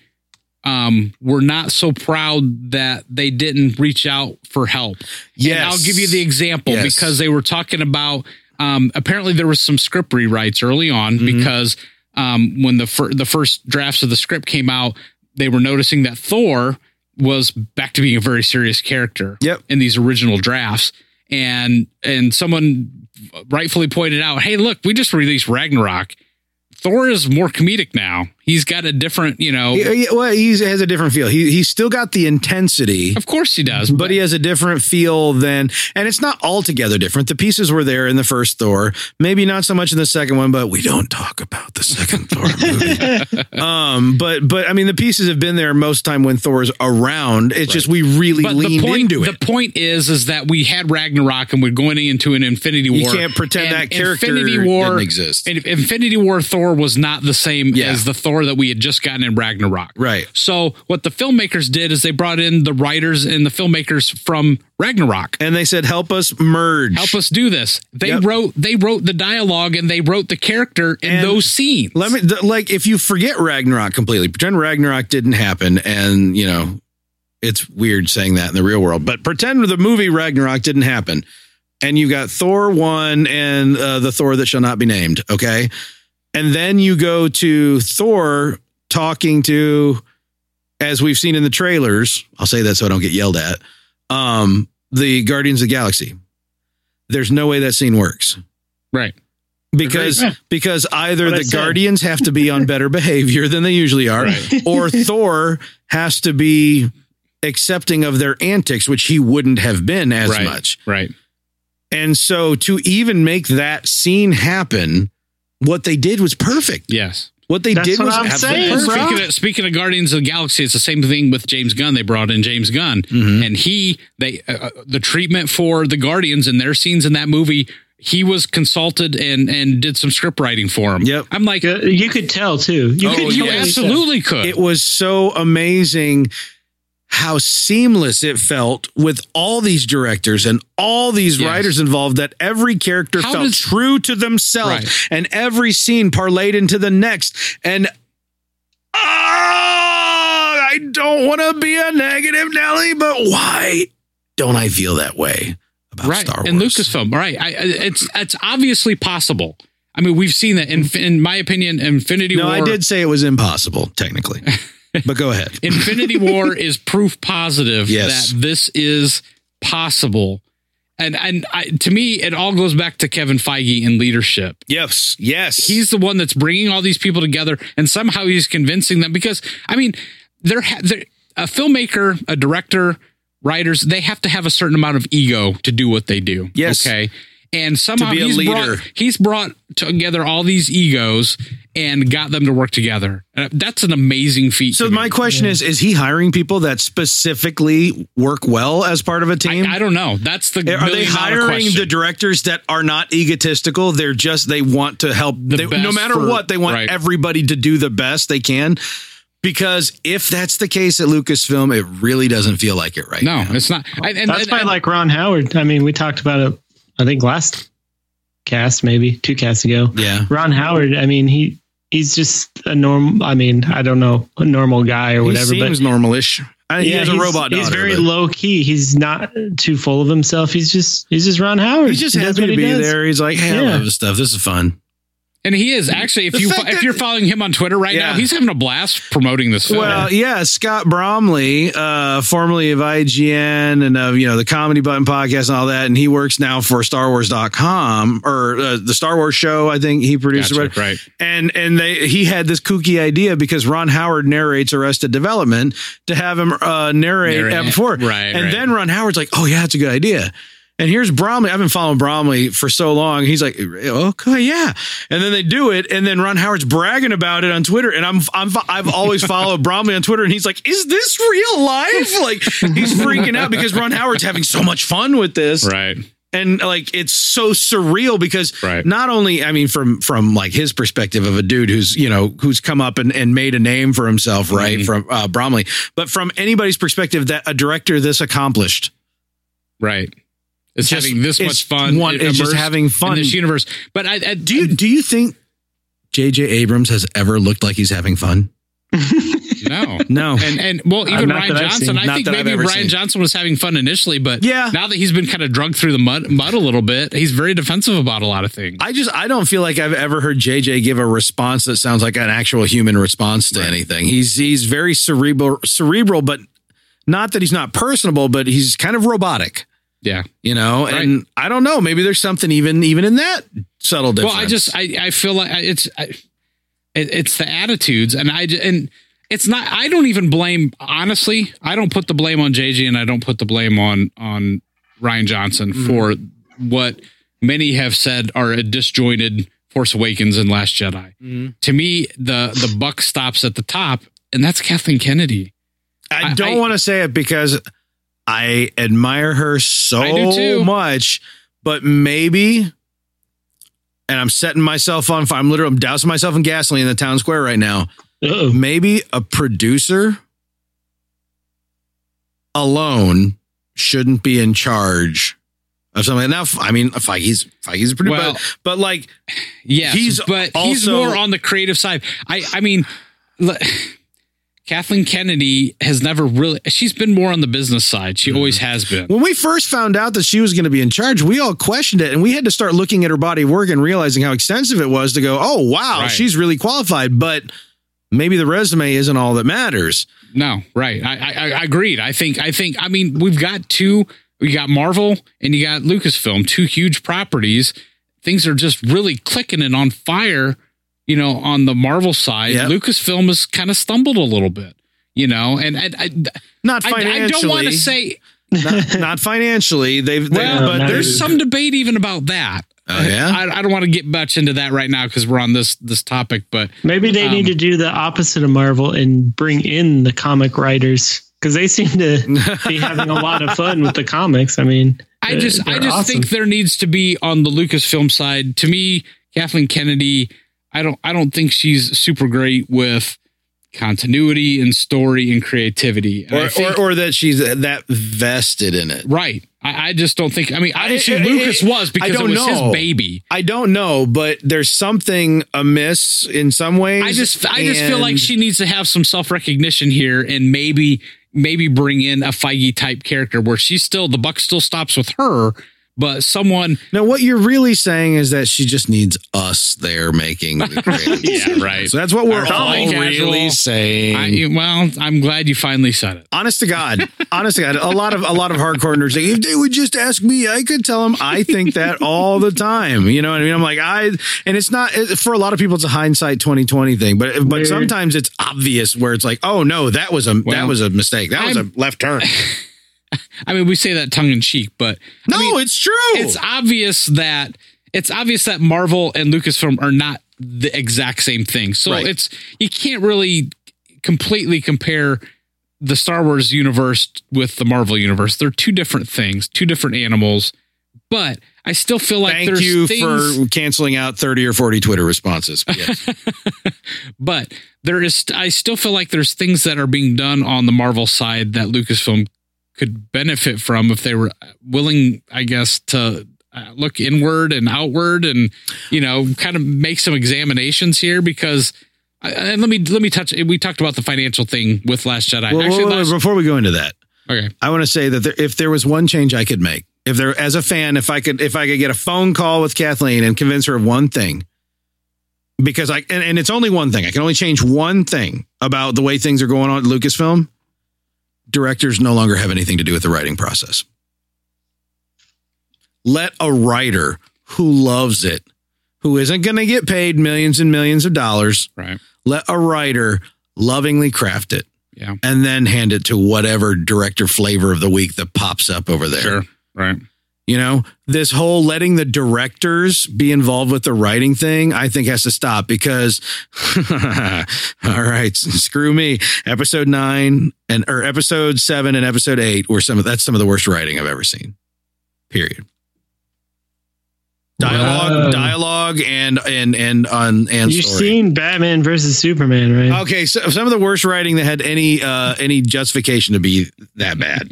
um, were not so proud that they didn't reach out for help. And I'll give you the example
Yes.
because they were talking about um, apparently there was some script rewrites early on
Mm-hmm.
because um, when the fir- the first drafts of the script came out, they were noticing that Thor was back to being a very serious character
Yep.
in these original drafts. And and someone rightfully pointed out, hey, look, we just released Ragnarok. Thor is more comedic now. He's got a different, you know.
Yeah, yeah, well, he has a different feel. He, he's still got the intensity.
of course he does,
but he has a different feel than and it's not altogether different the pieces were there in the first thor maybe not so much in the second one but we don't talk about
(laughs)
the second thor movie um but but i mean the pieces have been there most time when thor's around it's just we really leaned
the point,
into it
The point is, is that we had Ragnarok and we're going into an Infinity War.
you can't pretend
and
that character
Infinity War
didn't exist
and Infinity War Thor was not the same
Yeah.
as the Thor that we had just gotten in Ragnarok.
right
So what the filmmakers did is they brought in the writers and the filmmakers from Ragnarok.
and they said help us merge
Help us do this. They
Yep.
wrote they wrote the dialogue and they wrote the character in
And
those scenes.
Let me th- like if you forget Ragnarok completely, pretend Ragnarok didn't happen, and you know it's weird saying that in the real world, but pretend the movie Ragnarok didn't happen. and you've got Thor one and uh, the Thor that shall not be named. Okay, and then you go to Thor talking to, as we've seen in the trailers. I'll say that so I don't get yelled at. Um, the Guardians of the Galaxy. There's no way that scene works.
Right.
Because
Agreed.
because either
What I
the
said.
Guardians have to
(laughs)
be on better behavior than they usually are, or Thor has to be accepting of their antics, which he wouldn't have been as
Right.
much.
Right.
And so to even make that scene happen, what they did was perfect.
Yes.
What they
That's
did
what
was
I'm
absolutely
saying,
And
bro.
perfect.
speaking, of, speaking of Guardians of the Galaxy, it's the same thing with James Gunn. They brought in James Gunn,
Mhm.
and he they uh, uh, the treatment for the Guardians and their scenes in that movie. He was consulted and and did some script writing for him.
Yep.
I'm like,
Good- You could tell too. You
Oh,
could
you
tell.
absolutely could.
It was so amazing how seamless it felt with all these directors and all these
Yes.
writers involved that every character
How
felt
does-
true to themselves
Right.
and every scene parlayed into the next and ah, I don't want to be a negative Nelly, but why don't I feel that way about
right
Star Wars?
and Lucasfilm. Right, I, I- it's it's obviously possible. I mean, we've seen that. In, in my opinion, Infinity
No,
War.
I did say it was impossible technically, but go
(laughs)
ahead.
Infinity
(laughs)
War is proof positive
Yes.
that this is possible. And and I, to me, it all goes back to Kevin Feige and leadership.
Yes, yes,
He's the one that's bringing all these people together, and somehow he's convincing them. Because I mean, they're, ha- they're a filmmaker, a director, writers. They have to have a certain amount of ego to do what they do.
Yes.
Okay. And somehow
be a
he's
leader.
brought he's brought together all these egos and got them to work together. And that's an amazing feat.
So
to me.
my question is: Is he hiring people that specifically work well as part of a team?
I don't know. That's the
are they
million dollar
hiring
question.
the directors that are not egotistical? They're just they want to help.
The
They, no
best
matter
for-
what, they want
right.
everybody to do the best they can. Because if that's the case at Lucasfilm, it really doesn't feel like it right
No,
now.
it's not. I, and,
That's
and-
by
and-
like Ron Howard. I mean, we talked about it. I think last cast, maybe two casts ago.
Yeah,
Ron Howard. I mean, he he's just a normal. I mean, I don't know a normal guy or whatever.
he
but
seems normalish. I, he has a
he's-
robot.
He's
daughter,
very
but-
low key. He's not too full of himself. He's just he's just Ron Howard.
He's just
He does
happy
what
to
he
be
does.
there. He's like, hey, I
Yeah.
love this stuff. This is fun.
and he is actually. If
The
you
fact
fo- if
that-
you're following him on Twitter right
Yeah.
now, he's having a blast promoting this film.
Well, yeah, Scott Bromley, uh, formerly of IGN and of you know the Comedy Button podcast and all that, and he works now for StarWars.com or uh, the Star Wars show. I think he produced. or
Gotcha,
whatever.
right.
And and they he had this kooky idea because Ron Howard narrates Arrested Development to have him uh, narrate,
Narrate
that
it.
before,
Right,
And
right.
then Ron Howard's like, "Oh yeah, that's a good idea." And here's Bromley. I've been following Bromley for so long. He's like, "Okay, yeah." And then they do it, and then Ron Howard's bragging about it on Twitter. And I'm I'm I've always followed Bromley on Twitter, and he's like, "Is this real life?" (laughs) Like he's freaking out because Ron Howard's having so much fun with this
Right.
and like it's so surreal because
Right.
not only i mean from from like his perspective of a dude who's you know who's come up and, and made a name for himself right
Mhm.
from uh, bromley but from anybody's perspective that a director this accomplished
Right. It's
Just-
having this
it's
much fun.
one-
it
it's just
immersed
having fun.
in this universe. But I, I
do you do you think jj abrams has ever looked like he's having fun
no.
no
And and
(laughs)
well, even
not
Ryan
that I've
Johnson.
seen.
I
Uh, Not
think
that I've
maybe
ever
Ryan
seen.
Johnson was having fun initially, but
Yeah.
now that he's been kind of drugged through the mud, mud a little bit, he's very defensive about a lot of things.
I just I don't feel like I've ever heard JJ give a response that sounds like an actual human response to anything. He's he's very cerebral cerebral, but not that he's not personable, but he's kind of robotic.
Yeah.
you know,
Right.
and I don't know. Maybe there's something even even in that subtle difference.
Well, I just I, I feel like I- it's I, it, it's the attitudes, and I ju- and it's not. I don't even blame. Honestly, I don't put the blame on JJ, and I don't put the blame on on Ryan Johnson for what many have said are a disjointed Force Awakens and Last Jedi. To me, the the buck stops at the top, and that's Kathleen Kennedy.
I
I-
don't
I-
want to say it because I admire her
I do
so
too.
much, but maybe. And I'm setting myself on fire. I'm literally I'm dousing myself in gasoline in the town square right now.
Uh-oh.
maybe a producer alone shouldn't be in charge of something. Now, I mean, Feige's Feige's a producer,
Well-
but, but like,
Yes,
He's
but he's
also-
more on the creative side. I I mean, l- (sighs) Kathleen Kennedy has never really. She's been more on the business side. She always has been.
When we first found out that she was going to be in charge, we all questioned it and we had to start looking at her body of work and realizing how extensive it was to go, oh, wow,
Right.
she's really qualified. But maybe the resume isn't all that matters.
No, right. I, I, I agreed. I think, I think, I mean, we've got two, we got Marvel and you got Lucasfilm, two huge properties. Things are just really clicking and on fire, you know, on the Marvel side.
Yep.
Lucasfilm has kind of stumbled a little bit, you know, and I, I,
Not
I,
financially.
I don't want to say,
not, not financially. They've, they-
well,
but
no,
there's some debate even about that.
Oh, yeah?
I, I don't want to get much into that right now because we're on this this topic, but
Maybe they
Um,
need to do the opposite of Marvel and bring in the comic writers because they seem
(laughs)
to be having a lot of fun with the comics. I mean,
I
they're-
just I
they're
just think
awesome.
there needs to be on the Lucasfilm side. To me, Kathleen Kennedy, I don't I don't think she's super great with continuity and story and creativity. And I
or,
think-
or, or that she's that vested in it.
right. I, I just don't think I mean obviously
I- I-
Lucas
I-
was because it
don't
was
know.
his baby.
I don't know, but there's something amiss in some ways.
I just I just feel like
and-
she needs to have some self recognition here and maybe maybe bring in a Feige type character where she's still the buck still stops with her, but someone
Now, what you're really saying is that she just needs us there
(laughs)
making the creative. decisions.
right.
So that's what we're
Our fellow
all really
casual.
saying.
I, well, I'm glad you finally said it.
honest to God, honest to God, a lot of a lot of hardcore nerds say if they would just ask me, I could tell them. I think that all the time. You know what I mean? I'm like I, and it's not it- for a lot of people. It's a hindsight 2020 thing, but but
Weird.
sometimes it's obvious where it's like, oh no, that was a that
Well,
was a mistake. That was a
I'm- (laughs)
left turn.
I mean, we say that tongue in cheek, but
No,
I mean,
it's true.
it's obvious that it's obvious that Marvel and Lucasfilm are not the exact same thing. So
Right.
it's you can't really completely compare the Star Wars universe with the Marvel universe. They're two different things, two different animals. But I still feel like
Thank
there's
you
things,
for canceling out 30 or 40
(laughs)
Twitter responses. Yes.
but there is I still feel like there's things that are being done on the Marvel side that Lucasfilm could benefit from if they were willing, I guess, to uh, look inward and outward and you know kind of make some examinations here because I- and let me let me touch we talked about the financial thing with last jedi
Well,
actually
wait, wait,
last,
before we go into that,
okay
I want to say that there, if there was one change I could make, if there, as a fan, if I could, if I could get a phone call with Kathleen and convince her of one thing, because I, and, and it's only one thing, I can only change one thing about the way things are going on at Lucasfilm. Directors no longer have anything to do with the writing process. Let a writer who loves it, who isn't going to get paid millions and millions of dollars,
right
let a writer lovingly craft it
Yeah.
and then hand it to whatever director flavor of the week that pops up over there
sure right
you know this whole letting the directors be involved with the writing thing i think has to stop because (laughs) all right screw me episode 9 and or episode 7 and episode 8 were some of that's some of the worst writing i've ever seen period dialogue
Wow.
dialogue and and and on and
you've
story.
seen Batman versus Superman, right?
Okay, so some of the worst writing that had any uh any justification to be that bad.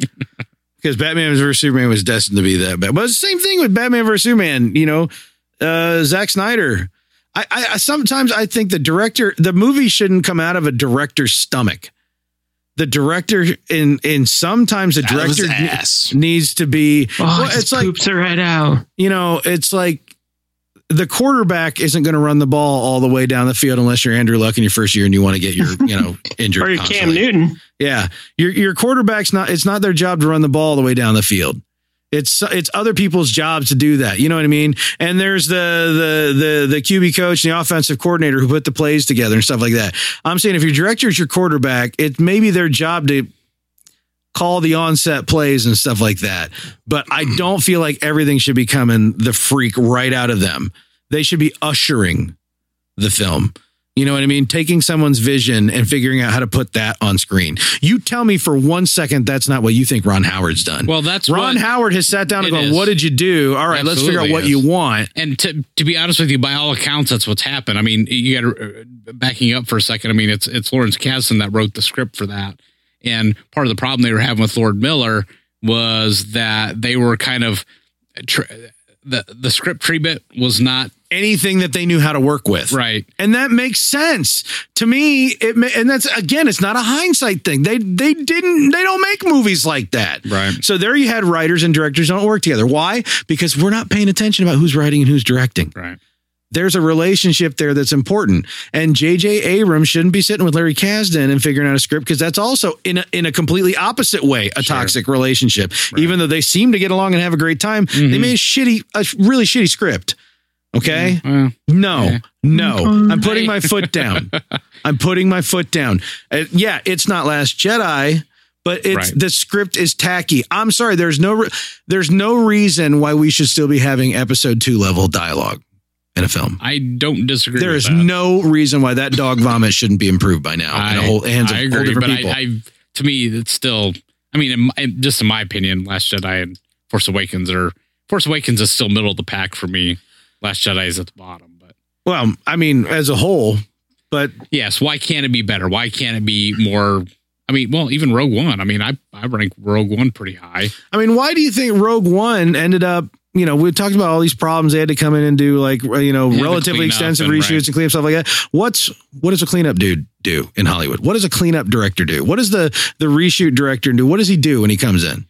Because Batman vs Superman was destined to be that bad. But it's the same thing with Batman vs Superman, you know, uh Zack Snyder. I, I, I sometimes I think the director the movie shouldn't come out of a director's stomach. The director in in sometimes the
Out of his
director ne-
ass.
needs to be
Oh,
well,
it just
it's like
poops it right out.
you know, it's like the quarterback isn't going to run the ball all the way down the field unless you're Andrew Luck in your first year and you want to get your, you
(laughs)
know, injured.
Or Cam
constantly.
Newton.
Yeah. Your your quarterback's not it's not their job to run the ball all the way down the field. It's it's other people's jobs to do that. You know what I mean? And there's the the the the QB coach and the offensive coordinator who put the plays together and stuff like that. I'm saying if your director is your quarterback, it may be their job to call the onset plays and stuff like that. But I don't feel like everything should be coming the freak right out of them. They should be ushering the film. You know what I mean? Taking someone's vision and figuring out how to put that on screen. You tell me for one second that's not what you think Ron Howard's done.
well that's
Ron
what-
Howard has sat down and
It
gone,
is.
What did you do? All right, let's figure out
Absolutely
what
is.
you want.
and to to be honest with you, by all accounts, that's what's happened. I mean, you got to backing up for a second. I mean, it's it's Lawrence Kasdan that wrote the script for that, and part of the problem they were having with Lord Miller was that they were kind of tr- the the script treatment was not
anything that they knew how to work with.
Right.
And that makes sense to me. It ma- and that's again, it's not a hindsight thing. They they didn't they don't make movies like that.
Right.
So there you had writers and directors don't work together. Why? Because we're not paying attention about who's writing and who's directing.
Right.
There's a relationship there that's important. And J.J. Abrams shouldn't be sitting with Larry Kasdan and figuring out a script because that's also in a, in a completely opposite way a
Sure.
toxic relationship.
Right.
Even though they seem to get along and have a great time, they
Mhm.
made a shitty, a really shitty script. Okay.
Mm-hmm. Well,
No,
Yeah.
no.
Okay.
I'm putting my
(laughs)
foot down. I'm putting my foot down. Uh, yeah, it's not Last Jedi, but it's
Right.
the script is tacky. I'm sorry. There's no re- there's no reason why we should still be having episode two level dialogue in a film.
I don't disagree.
There
with
is
that.
no reason why that dog vomit shouldn't be improved by now in a whole hands of
I
whole
agree,
different
but
people.
I, I, to me, it's still. I mean, in my, in- just in my opinion, Last Jedi and Force Awakens are Force Awakens is still middle of the pack for me. Last Jedi is at the bottom, but
well, I mean, as a whole, but
yes, why can't it be better? Why can't it be more? I mean, well, even Rogue One. I mean, I I rank Rogue One pretty high.
I mean, why do you think Rogue One ended up? You know, we talked about all these problems. They had to come in and do like uh, you know
They had to
relatively
clean up
extensive
and-
reshoots
right.
and clean up stuff like that. What's what does a cleanup dude do in Hollywood? What does a cleanup director do? What does the the reshoot director do? What does he do when he comes in?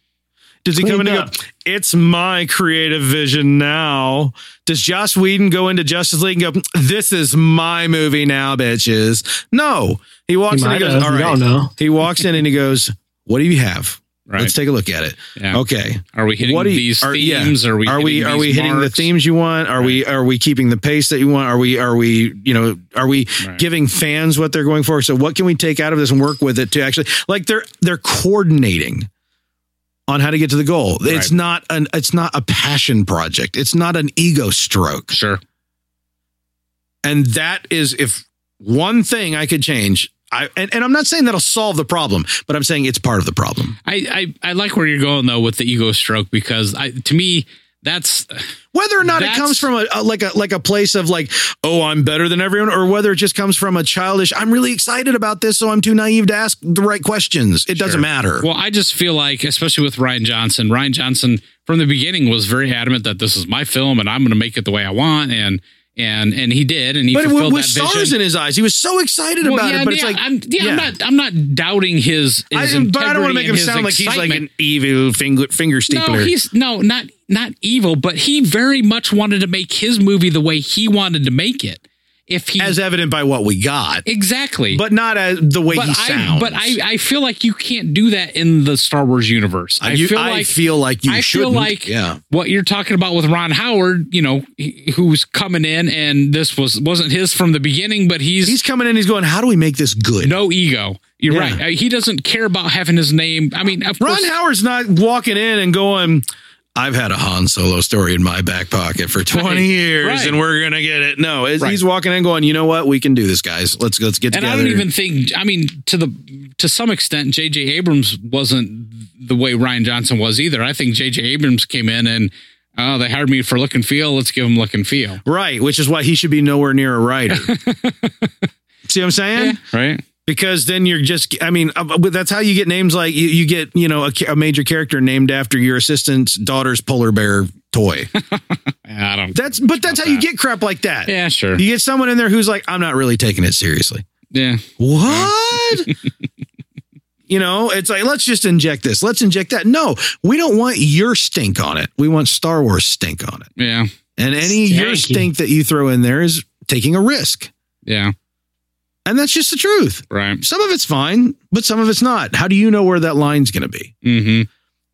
Does he come in
Clean
and
up.
go? It's my creative vision now. Does Joss Whedon go into Justice League and go? This is my movie now, bitches. No, he walks in and
might
he goes.
have.
All
We
right.
don't know.
He walks in and he goes. What do you have?
Right?
Let's take a look at it.
yeah.
Okay.
Are we hitting
What do you-
these
are- yeah.
themes? Are we
are we
hitting
are
these
we hitting
marks?
the themes you want are we are we keeping the pace that you want are we are we you know are we
Right.
giving fans what they're going for so what can we take out of this and work with it to actually like they're they're coordinating on how to get to the goal
Right.
it's not an it's not a passion project it's not an ego stroke
Sure.
and that is if one thing i could change I, and, and I'm not saying that'll solve the problem, but I'm saying it's part of the problem.
I, I I like where you're going though with the ego stroke because I to me that's
whether or not
That's-
it comes from a, a- like a like a place of like oh i'm better than everyone or whether it just comes from a childish i'm really excited about this so i'm too naive to ask the right questions it doesn't
Sure.
matter
Well, I just feel like, especially with Ryan Johnson, Ryan Johnson from the beginning was very adamant that this is my film and I'm going to make it the way I want, and and and he did, and he
but it,
fulfilled
with, with
that
stars
vision.
in his eyes he was so excited
Well,
about
yeah,
it
yeah,
but it's like
I'm, yeah,
yeah.
I'm not I'm not doubting his, his
I,
integrity
but I don't want to make
and
him
his
sound like he's like
excitement.
an evil finger, finger
No,
steepler.
he's no not not evil, but he very much wanted to make his movie the way he wanted to make it. If he
as evident by what we got,
exactly,
but not as the way
but
he
I
sounds.
but I I feel like you can't do that in the Star Wars universe. I,
You-
feel like
feel like you
I
should.
feel like
yeah,
what you're talking about with Ron Howard, you know, he- who's coming in and this was wasn't his from the beginning, but he's,
he's coming in. He's going. How do we make this good?
no ego. You're
Yeah.
right. Uh, He doesn't care about having his name. I mean, of
Ron
course,
Howard's not walking in and going, I've had a Han Solo story in my back pocket for 20
Right.
years
Right.
and we're going to get it. No, it's-
Right.
he's walking in going, you know what? We can do this, guys. Let's let's get
and
together.
I don't even think. I mean, to the to some extent, J.J. Abrams wasn't the way Ryan Johnson was either. I think J.J. Abrams came in and oh, they hired me for look and feel. Let's give him look and feel.
right, which is why he should be nowhere near
(laughs)
a writer. See what I'm saying?
Right.
Because then you're just, I mean, uh, but that's how you get names like you, you get, you know, a, ca- a major character named after your assistant's daughter's polar bear
(laughs)
toy.
I don't.
That's, but that's how you get crap like that.
Yeah, sure.
You get someone in there who's like, I'm not really taking it seriously.
Yeah.
What? (laughs) you know, it's like, let's just inject this. Let's inject that. No, we don't want your stink on it. We want Star Wars stink on it.
Yeah.
And any your
Stanky.
stink that you throw in there is taking a risk.
Yeah.
And that's just the truth.
Right.
Some of it's fine, but some of it's not. How do you know where that line's going to be?
Mm-hmm.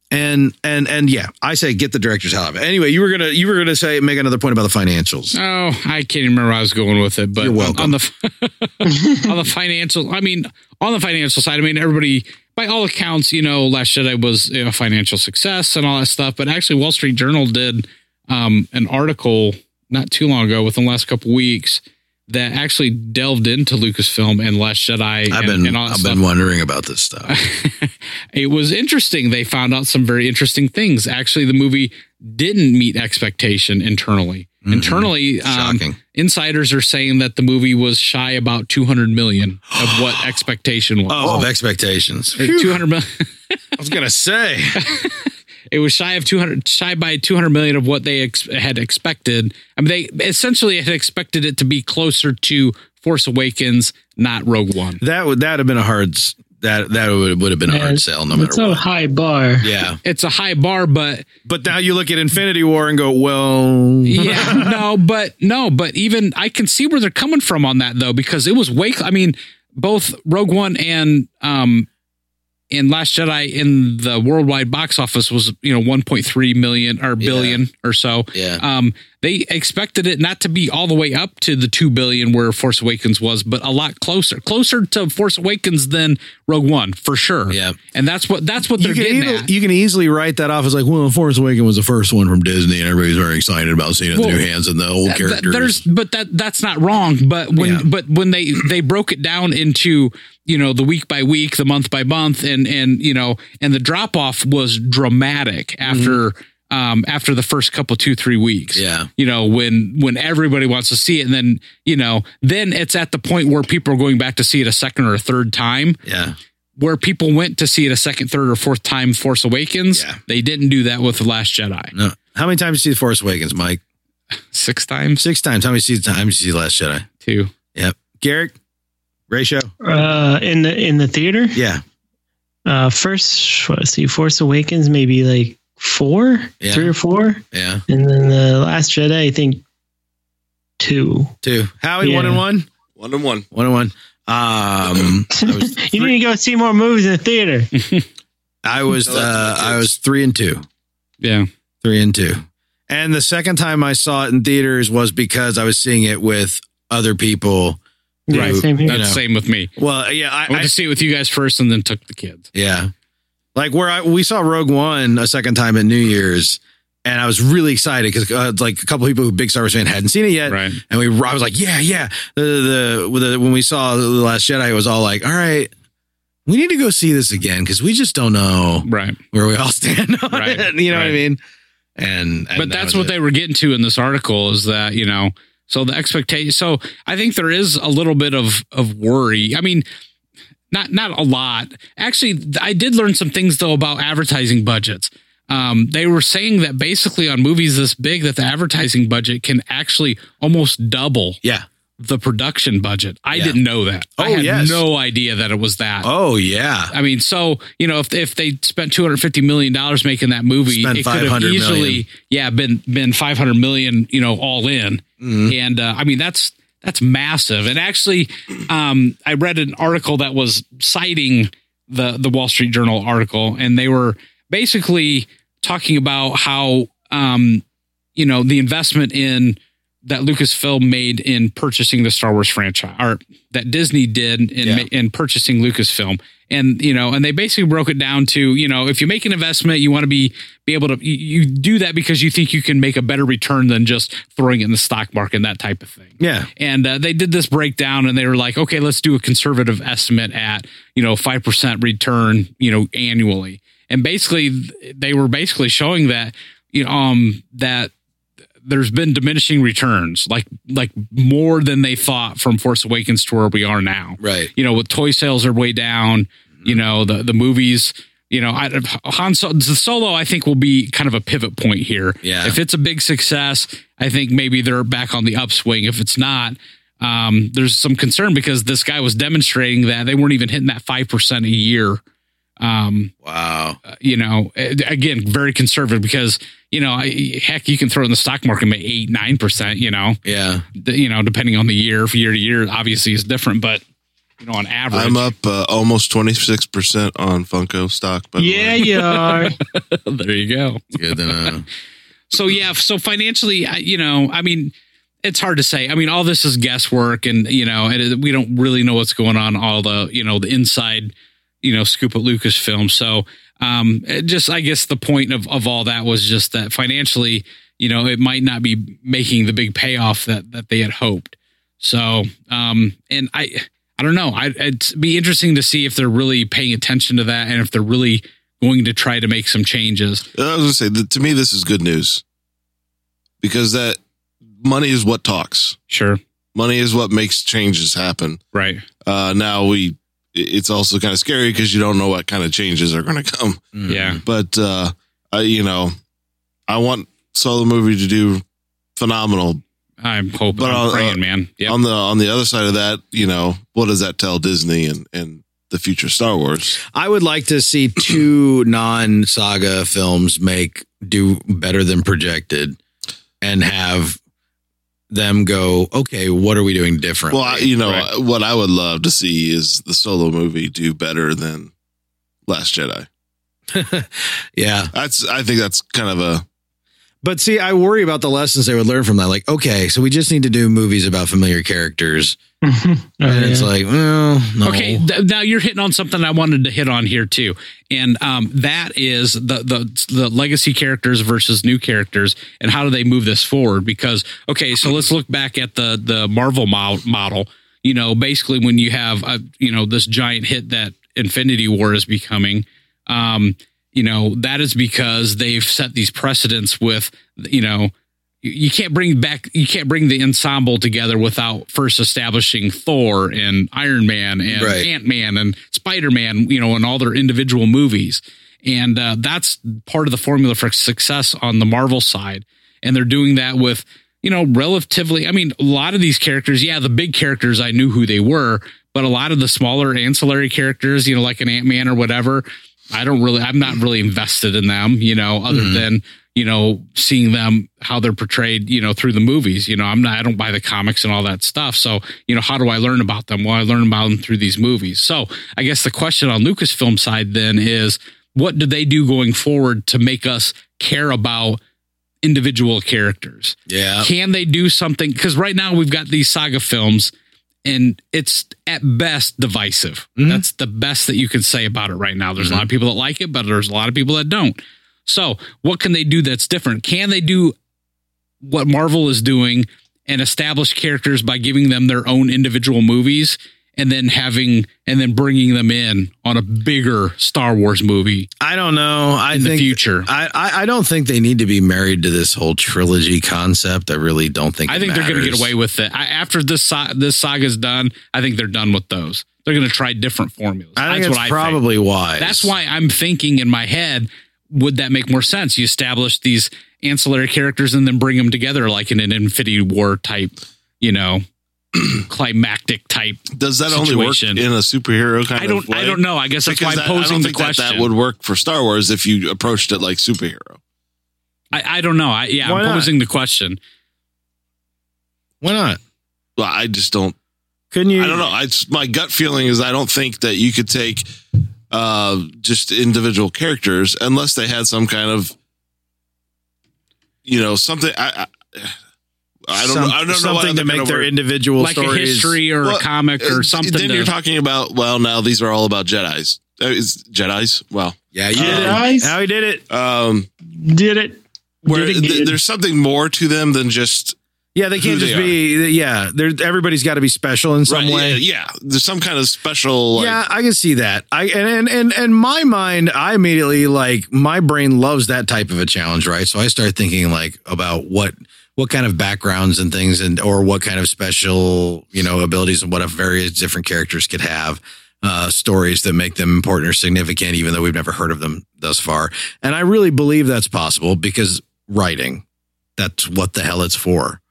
And and and yeah, I say get the directors out of it. Anyway, you were gonna you were gonna say make another point about
(laughs)
the financials.
Oh, I can't even remember where I was going with it, but
You're welcome.
on the (laughs) on the financial, I mean, on the financial side, I mean, everybody by all accounts, you know, Last Jedi was a financial success and all that stuff. But actually, Wall Street Journal did um, an article not too long ago, within the last couple weeks, that actually delved into Lucasfilm and Last
I've
Jedi. and,
been
and all that
I've
stuff.
been wondering about this stuff.
it was interesting. They found out some very interesting things. Actually, the movie didn't meet expectation internally. Internally, (laughs) um,
Mm-hmm. Shocking.
insiders are saying that the movie was shy about 200 million of what
Uh,
expectation was. Uh,
of expectations.
Or 200 million.
I was gonna say
(laughs) It was shy of 200, shy by 200 million of what they ex- had expected. I mean, they essentially had expected it to be closer to Force Awakens, not Rogue One.
That would that have been a hard s- that that would would have been a hard sell no
It's
matter
a
what.
high bar.
Yeah,
It's a high bar, but
but now you look at Infinity War and go, well,
yeah, (laughs) no, but no, but even I can see where they're coming from on that though, because it was way. I mean, both Rogue One and um and Last Jedi in the worldwide box office was you know 1.3 million or billion or so.
yeah,
Um, they expected it not to be all the way up to the two billion where Force Awakens was, but a lot closer, closer to Force Awakens than Rogue One for sure.
yeah.
and that's what that's what
You
they're
can,
getting
easily,
at.
you can easily write that off as like, well, Force Awakens was the first one from Disney, and everybody's very excited about seeing it in
Well,
their hands and the old
Th- th-
characters.
There's, but that that's not wrong. But when
Yeah.
but when they they broke it down into you know the week by week, the month by month, and and you know and the drop off was dramatic after um after the first couple two three weeks.
Mm-hmm. Yeah.
you know when when everybody wants to see it, and then you know then it's at the point where people are going back to see it a second or a third time.
yeah,
Where people went to see it a second, third, or fourth time, Force Awakens.
Yeah.
They didn't do that with the Last Jedi.
no. How many times did you see The Force Awakens, Mike?
Six times,
Six times. How many se- times did you see The Last Jedi?
two.
Yep. Garrick, ratio.
Uh, in the in the theater,
Yeah,
uh, first what, let's see, Force Awakens maybe like four,
Yeah.
three or four,
yeah.
and then the Last Jedi I think two.
Two. Howie, one
Yeah.
and one.
One and one.
One and one. Um, I was
(laughs) You need to go see more movies in the theater.
I was
I like
uh,
the kids.
I was three and two,
Yeah.
three and two, and the second time I saw it in theaters was because I was seeing it with other people. who-
Yeah, same
you
here.
That's
know,
same with me.
well, yeah, I,
I went
I
to see it with you guys first and then took the kids.
yeah, like where I we saw Rogue One a second time at New Year's, and I was really excited because uh, like a couple people who big Star Wars fan hadn't seen it yet,
Right.
and we I was like, yeah, yeah. The, the, the, the when we saw the Last Jedi, it was all like, all right. We need to go see this again because we just don't know
Right.
where we all stand on
Right,
it. You know what I
right.
mean? And, and
but
that
that's
was
what
it.
they were getting to in this article is that, you know, so the expectation so I think there is a little bit of of worry. I mean, not not a lot. Actually, th- I did learn some things though about advertising budgets. Um, they were saying that basically on movies this big that the advertising budget can actually almost double
Yeah.
the production budget. I
Yeah.
didn't know that. I
Oh,
had
yes.
no idea that it was that.
Oh yeah.
I mean, so you know, if if they spent two hundred fifty million dollars making that movie,
Spent
it could have
500 million.
easily, yeah, been been five hundred million, you know, all in.
Mm-hmm.
And uh, I mean, that's that's massive. And actually, um, I read an article that was citing the the Wall Street Journal article, and they were basically talking about how um, you know the investment in that Lucasfilm made in purchasing the Star Wars franchise, or that Disney did in
Yeah.
in purchasing Lucasfilm, and you know, and they basically broke it down to you know, if you make an investment, you want to be be able to you, you do that because you think you can make a better return than just throwing it in the stock market and that type of thing.
Yeah.
And uh, they did this breakdown, and they were like, okay, let's do a conservative estimate at you know five percent return, you know, annually. And basically, th- they were basically showing that you know um, that there's been diminishing returns, like like more than they thought from Force Awakens to where we are now.
Right. Mm-hmm.
You know, with toy sales are way down. You know, the the movies. You know, I, Han Solo, the Solo, I think will be kind of a pivot point here.
Yeah.
If it's a big success, I think maybe they're back on the upswing. If it's not, um, there's some concern because this guy was demonstrating that they weren't even hitting that five percent a year. Um,
Wow.
you know, eh, again, very conservative because you know, I, heck, you can throw in the stock market and make eight, nine percent. You know,
Yeah.
D- you know, depending on the year, from year to year, obviously is different, but you know, on average,
I'm up uh, almost 26% on Funko stock. By the
Yeah,
way.
you are.
(laughs) there you go.
It's Good
(laughs)
to know.
So yeah, so financially, I- you know, I mean, it's hard to say. I mean, all this is guesswork, and you know, and it, we don't really know what's going on. All the you know the inside, you know, scoop at Lucasfilm. So um, it just I guess the point of of all that was just that financially, you know, it might not be making the big payoff that that they had hoped. So um, and I. I don't know. I, it'd be interesting to see if they're really paying attention to that and if they're really going to try to make some changes.
I was going to say, that to me, this is good news because that money is what talks.
Sure.
Money is what makes changes happen.
Right.
Uh, now we, it- it's also kind of scary because you don't know what kind of changes are going to come.
Mm.
Yeah.
But uh, I, I, you know, I want Solo movie to do phenomenal.
I'm hoping,
But
I'm
I'll-
praying, man. Yep.
On the on the other side of that, you know, what does that tell Disney and and the future Star Wars?
I would like to see two (clears throat) non saga films make do better than projected and have them go, okay, what are we doing different?
Well, I, you know,
Right.
what I would love to see is the Solo movie do better than Last Jedi.
yeah.
That's I think that's kind of a
But see, I worry about the lessons they would learn from that. Like, okay, so we just need to do movies about familiar characters.
Oh,
and it's like, well, no.
Oh, Okay, th- now you're hitting on something I wanted to hit on here too, and um, that is the the the legacy characters versus new characters, and how do they move this forward? Because okay, so let's look back at the the Marvel mo- model. You know, basically when you have a, you know this giant hit that Infinity War is becoming, um, you know that is because they've set these precedents with you know you- you can't bring back you can't bring the ensemble together without first establishing Thor and Iron Man and
Right.
Ant Man and Spider Man, you know, and all their individual movies. And uh, that's part of the formula for success on the Marvel side. And they're doing that with you know relatively. I mean, a lot of these characters, yeah, the big characters, I knew who they were, but a lot of the smaller ancillary characters, you know, like an Ant Man or whatever, I don't really, I'm not really invested in them, you know, other than, you know, seeing them, how they're portrayed, you know, through the movies. You know, I'm not, I don't buy the comics and all that stuff. So, you know, how do I learn about them? Well, I learn about them through these movies. So I guess the question on Lucasfilm side then is what do they do going forward to make us care about individual characters?
yeah.
can they do something because right now we've got these saga films and it's at best divisive
Mm-hmm.
that's the best that you can say about it right now there's a lot of people that like it but there's a lot of people that don't so what can they do that's different can they do what marvel is doing and establish characters by giving them their own individual movies and then having and then bringing them in on a bigger star wars movie
I don't know. I
in the
think
future
I, I, I don't think they need to be married to this whole trilogy concept. I really don't think.
I
it
think they're going to get
matters.
away with it. I, after this sa- this saga's done, I think they're done with those. They're going to try different formulas.
I think
That's
it's
what I think.
probably wise.
That's why I'm thinking in my head, would that make more sense? You establish these ancillary characters and then bring them together like in an Infinity War type, you know, (clears throat) climactic type.
does that
Situation.
only work in a superhero kind
I don't
of way?
I don't know. I guess that's
Because
why I'm
that- I
posing
don't
the
think that
question.
that would work for Star Wars if you approached it like superhero.
I, I don't know. I, yeah,
Why
I'm
not?
posing the question.
Why not?
Well, I just don't
Couldn't you?
I don't know. I just- my gut feeling is I don't think that you could take uh, just individual characters unless they had some kind of, you know, something. I I, I don't know. I don't know why
something to
they're
make
gonna
their
work.
individual
Like a
stories.
history or
Well, uh,
a comic or something.
Then
to-
you're talking about well, now these are all about Jedi's. Uh, is Jedi's well.
Yeah, you
Uh,
did.
Guys,
How he did it?
Um,
did it.
where
Did it
th-
good.
there's something more to them than just
Yeah, they can't
who
just
they
be. Yeah, there. Everybody's got to be special in some
Right,
way.
Yeah, yeah. there's some kind of special. Like,
yeah, I can see that. I and, and and and my mind, I immediately like my brain loves
that
that
type of a challenge, right? So I start thinking like about what what kind of backgrounds and things and or what kind of special, you know, abilities and what if various different characters could have. Uh, stories that make them important or significant, even though we've never heard of them thus far. And I really believe that's possible because writing, that's what the hell it's for.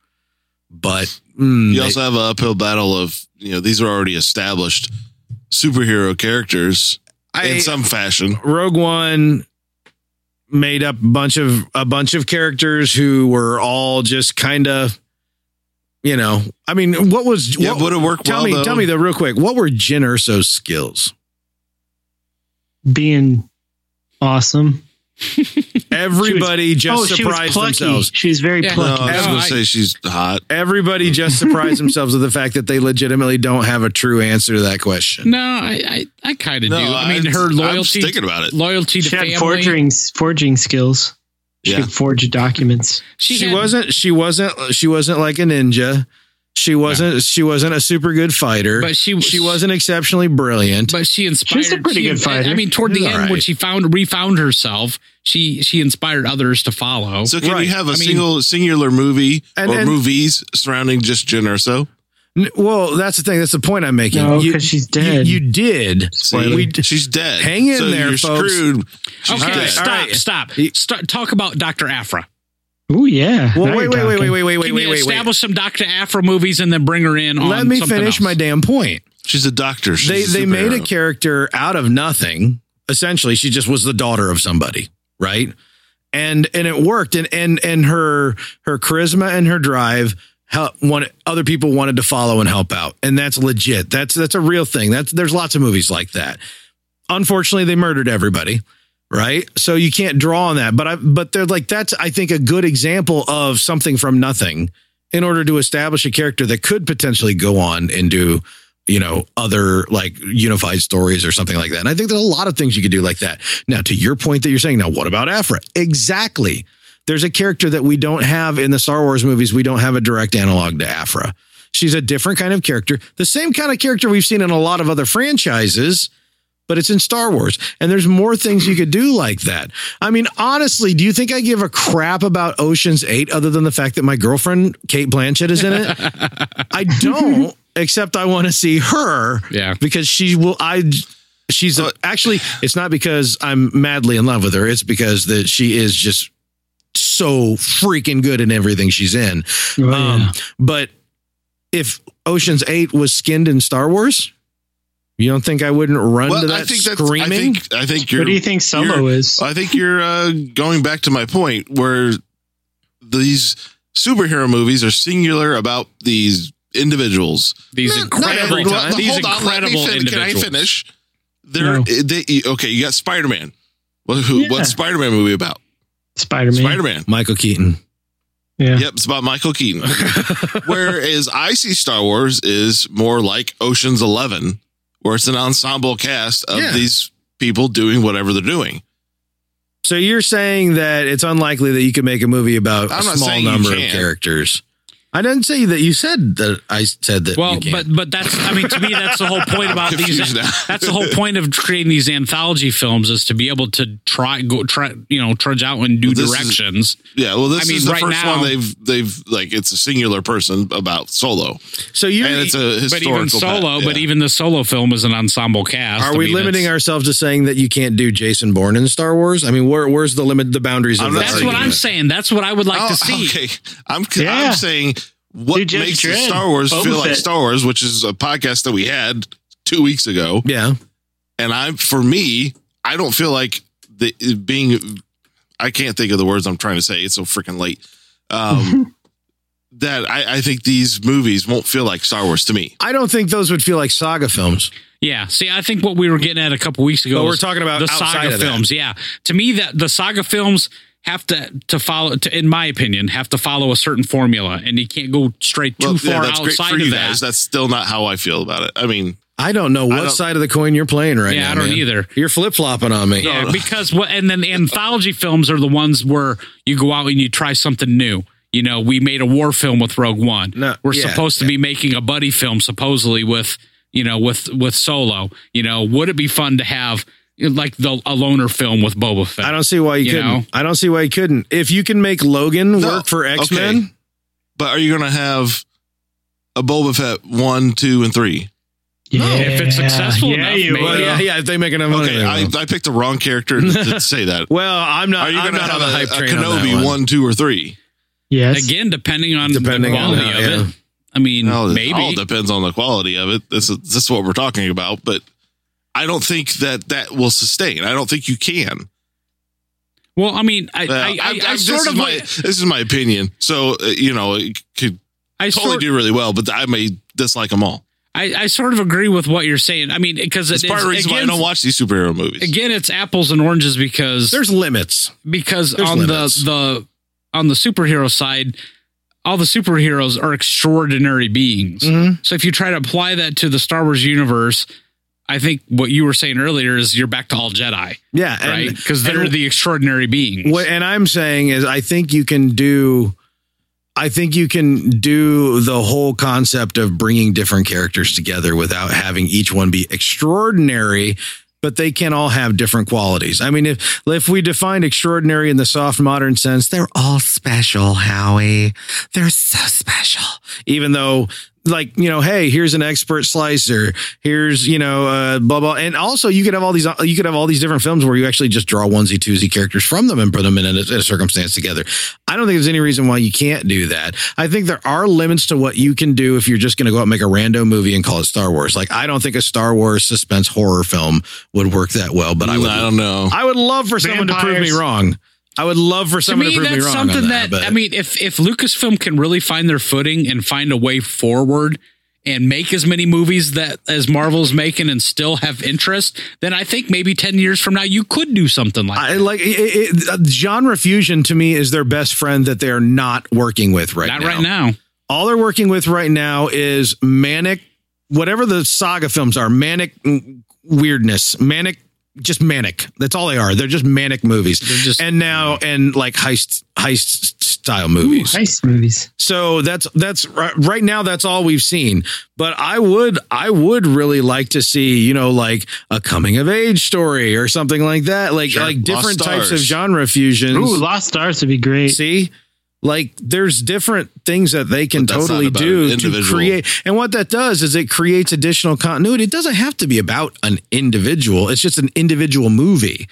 But mm,
You
they-
also have an uphill battle of you know these are already established superhero characters
I-
in some fashion.
Rogue One made up a bunch of a bunch of characters who were all just kind of you know I mean what was
Yeah,
what,
would it work?
tell
well,
me
though?
tell me though real quick what were Jen Erso's skills
Being awesome.
everybody just
oh, she was
surprised
plucky.
themselves
She was very
Yeah.
No,
plucky.
I was
No,
going
I-
to say she's hot.
everybody just surprised themselves with the fact that they legitimately don't have a true answer to that question
no, I I, I kind of
No,
do. I mean,
I'm-
her
I'm
loyalty
just thinking about it.
loyalty to
She
family.
had forging forging skills. She
Yeah.
could forge documents.
she,
had-
wasn't she wasn't she wasn't like a ninja she wasn't she wasn't a super good fighter
but she
she wasn't exceptionally brilliant
But she inspired.
She's a pretty
she-
good fighter.
I mean, toward
She's
the end, when
alright.
she found refound herself, she she inspired others to follow.
So can
Right.
you have a
I mean-
single singular movie
And-
or
and-
movies surrounding just Jyn Erso?
N- Well, that's the thing. That's the point I'm making.
No,
You-
'cause she's
you-
dead.
You, did.
See,
We d-
she's dead.
Hang in there,
you're
folks.
screwed. She's
okay,
dead.
stop,
right.
stop, Start- Talk about Dr. Afra.
Ooh, yeah.
Well, wait,
Now
wait,
you're
wait,
talking.
wait, wait, wait, wait,
Can you
wait, wait.
establish some Dr. Afra movies and then bring her in on
Let me
something
finish
else?
my damn point.
She's a doctor. She's
they
a
they made a
superhero.
character out of nothing. Essentially, she just was the daughter of somebody, right? And and it worked. And and and her her charisma and her drive help wanted other people wanted to follow and help out. And that's legit. That's that's a real thing. That's there's lots of movies like that. Unfortunately, they murdered everybody, right? So you can't draw on that. But I but they're like that's I think a good example of something from nothing in order to establish a character that could potentially go on and do you know, other like unified stories or something like that. And I think there's a lot of things you could do like that. Now, to your point that you're saying, now what about Afra? Exactly. There's a character that we don't have in the Star Wars movies. We don't have a direct analog to Afra. She's a different kind of character, the same kind of character we've seen in a lot of other franchises, but it's in Star Wars. And there's more things you could do like that. I mean, honestly, do you think I give a crap about Ocean's 8 other than the fact that my girlfriend, Kate Blanchett, is in it? I
(laughs)
don't, except I want to see her
Yeah.
because she will. I she's a, actually. It's not because I'm madly in love with her. It's because that she is just so freaking good in everything she's in.
Oh,
Um,
yeah.
But if Ocean's Eight was skinned in Star Wars, you don't think I wouldn't run to
Well,
that
I think that's,
screaming?
I think, I think you're.
What do you think Solo is?
I think you're uh, going back to my point where these superhero movies are singular about these individuals.
These incredible,
Hold on,
these
hold on, let me
incredible
fin-
individuals.
Can I finish? There, they, okay, you got Spider Man. Well, who?
Yeah.
What's Spider Man movie about?
Spider Man.
Spider Man.
Michael Keaton.
Yeah.
Yep, it's about Michael
(laughs)
Keaton. Whereas I see Star Wars is more like Ocean's Eleven, where it's an ensemble cast of
Yeah.
these people doing whatever they're doing.
So you're saying that it's unlikely that you could make a movie about
I'm
a
not
small
saying you
number of
can't.
characters. I didn't say that you said that. I said that.
Well,
you can't.
but but that's I mean to me that's the whole point about these.
confused now. (laughs)
That's the whole point of creating these anthology films is to be able to try go try you know trudge out in new
Well, this is-
directions.
Yeah, well, this
I mean,
is the
right
first
now-
one they've they've like it's a singular person about Solo,
so you
and it's a
But even
historical.
solo,
pat-
but
yeah.
even the solo film is an ensemble cast.
Are we limiting ourselves to saying that you can't do Jason Bourne in Star Wars? I mean, where, where's the limit, the boundaries of
I'm
that?
not
That's what
argument?
I'm saying. That's what I would like
Oh, (laughs)
to see.
Okay, I'm
Yeah.
I'm saying what
Dude, Judge
makes the
Dredd,
Star Wars
Boba
feel like
Fett.
Star Wars, which is a podcast that we had two weeks ago,
Yeah,
and I for me, I don't feel like the being. I can't think of the words I'm trying to say. It's so freaking late.
(laughs)
Um, that I, I think these movies won't feel like Star Wars to me.
I don't think those would feel like saga films.
Yeah. See, I think what we were getting at a couple weeks ago
But we're
was
talking about
the
outside
saga
of that.
films. Yeah. To me, that the saga films have to to follow, to, in my opinion, have to follow a certain formula, and you can't go straight too
Well, yeah,
far
that's great
outside
for you
of that.
guys. That's still not how I feel about it. I mean,
I don't know what
don't-
side of the coin you're playing right
Yeah,
now.
I don't
man.
either.
You're flip flopping on me. (laughs)
Yeah, because what and then the anthology films are the ones where you go out and you try something new. You know, we made a war film with Rogue One.
No,
We're
yeah,
supposed to be making a buddy film supposedly with, you know, with with Solo. You know, would it be fun to have you know, like the a loner film with Boba Fett?
I don't see why you,
You
couldn't.
know?
I don't see why you couldn't. If you can make Logan
No,
work for X Men,
okay. but are you going to have a Boba Fett one, two, and three?
yeah.
If it's successful
yeah,
enough,
you
maybe.
well,
will.
yeah, yeah, if they make enough money.
Okay,
they
I,
will.
I picked the wrong character to, to
(laughs)
say that.
well, I'm not.
Are you
I'm
going to
not
have
on
a,
the hype
a
train on that
Kenobi one. two, or three?
Yes.
Again, depending on
Depending
the
on
quality
how-
of
yeah.
it. I mean,
No, it
maybe.
all depends on the quality of it. This is this is what we're talking about, but I don't think that that will sustain. I don't think you can.
well, I mean, I,
Uh,
I, I, I,
I'm- I'm- this
sort
is
of
my
like,
this is my opinion. So uh, you know, it could
I
totally
sort,
do really well, but I may dislike them all.
I, I sort of agree with what you're saying. I mean, because
It's part of the reason why I don't watch these superhero movies.
again it's apples and oranges because
There's limits.
because
there's
on
limits.
the the on the superhero side all the superheroes are extraordinary beings
Mhm.
so if you try to apply that to the star wars universe i think what you were saying earlier is you're back to all jedi
Yeah, and-
right because they're
and-
the extraordinary beings
What and I'm saying is I think you can do I think you can do the whole concept of bringing different characters together without having each one be extraordinary but they can all have different qualities. I mean if if we define extraordinary in the soft modern sense, they're all special, Howie. They're so special. even though like you know hey here's an expert slicer here's you know uh, blah blah and also you could have all these uh, you could have all these different films where you actually just draw onesie twosie characters from them and put them in a, in a circumstance together i don't think there's any reason why you can't do that i think there are limits to what you can do if you're just going to go out and make a random movie and call it star wars like i don't think a star wars suspense horror film would work that well but i would
I don't know.
I would love for someone to prove me
Vampires.
wrong. I would love for
to
someone to,
me,
prove me
that's
wrong.
something
on
that,
that, but
I mean, if if Lucasfilm can really find their footing and find a way forward and make as many movies that as Marvel's making and still have interest, then I think maybe ten years from now you could do something like.
I
that.
like it, it, uh, genre fusion to me is their best friend that they are not working with right
Not
now.
right now.
All they're working with right now is manic, whatever the saga films are, manic mm, weirdness, manic, just manic. That's all they are. They're just manic movies.
They're just-
and now and like heist heist style movies.
Nice movies.
So that's that's ri- right now that's all we've seen. But I would I would really like to see, you know, like a coming of age story or something like that. Like
Sure.
like
Lost
different types of
Stars.
genre fusions.
Ooh, Lost Stars would be great.
See? Like there's different things that they can
But that's not
totally
about an
do to
individual.
create. And what that does is it creates additional continuity. It doesn't have to be about an individual. It's just an individual movie.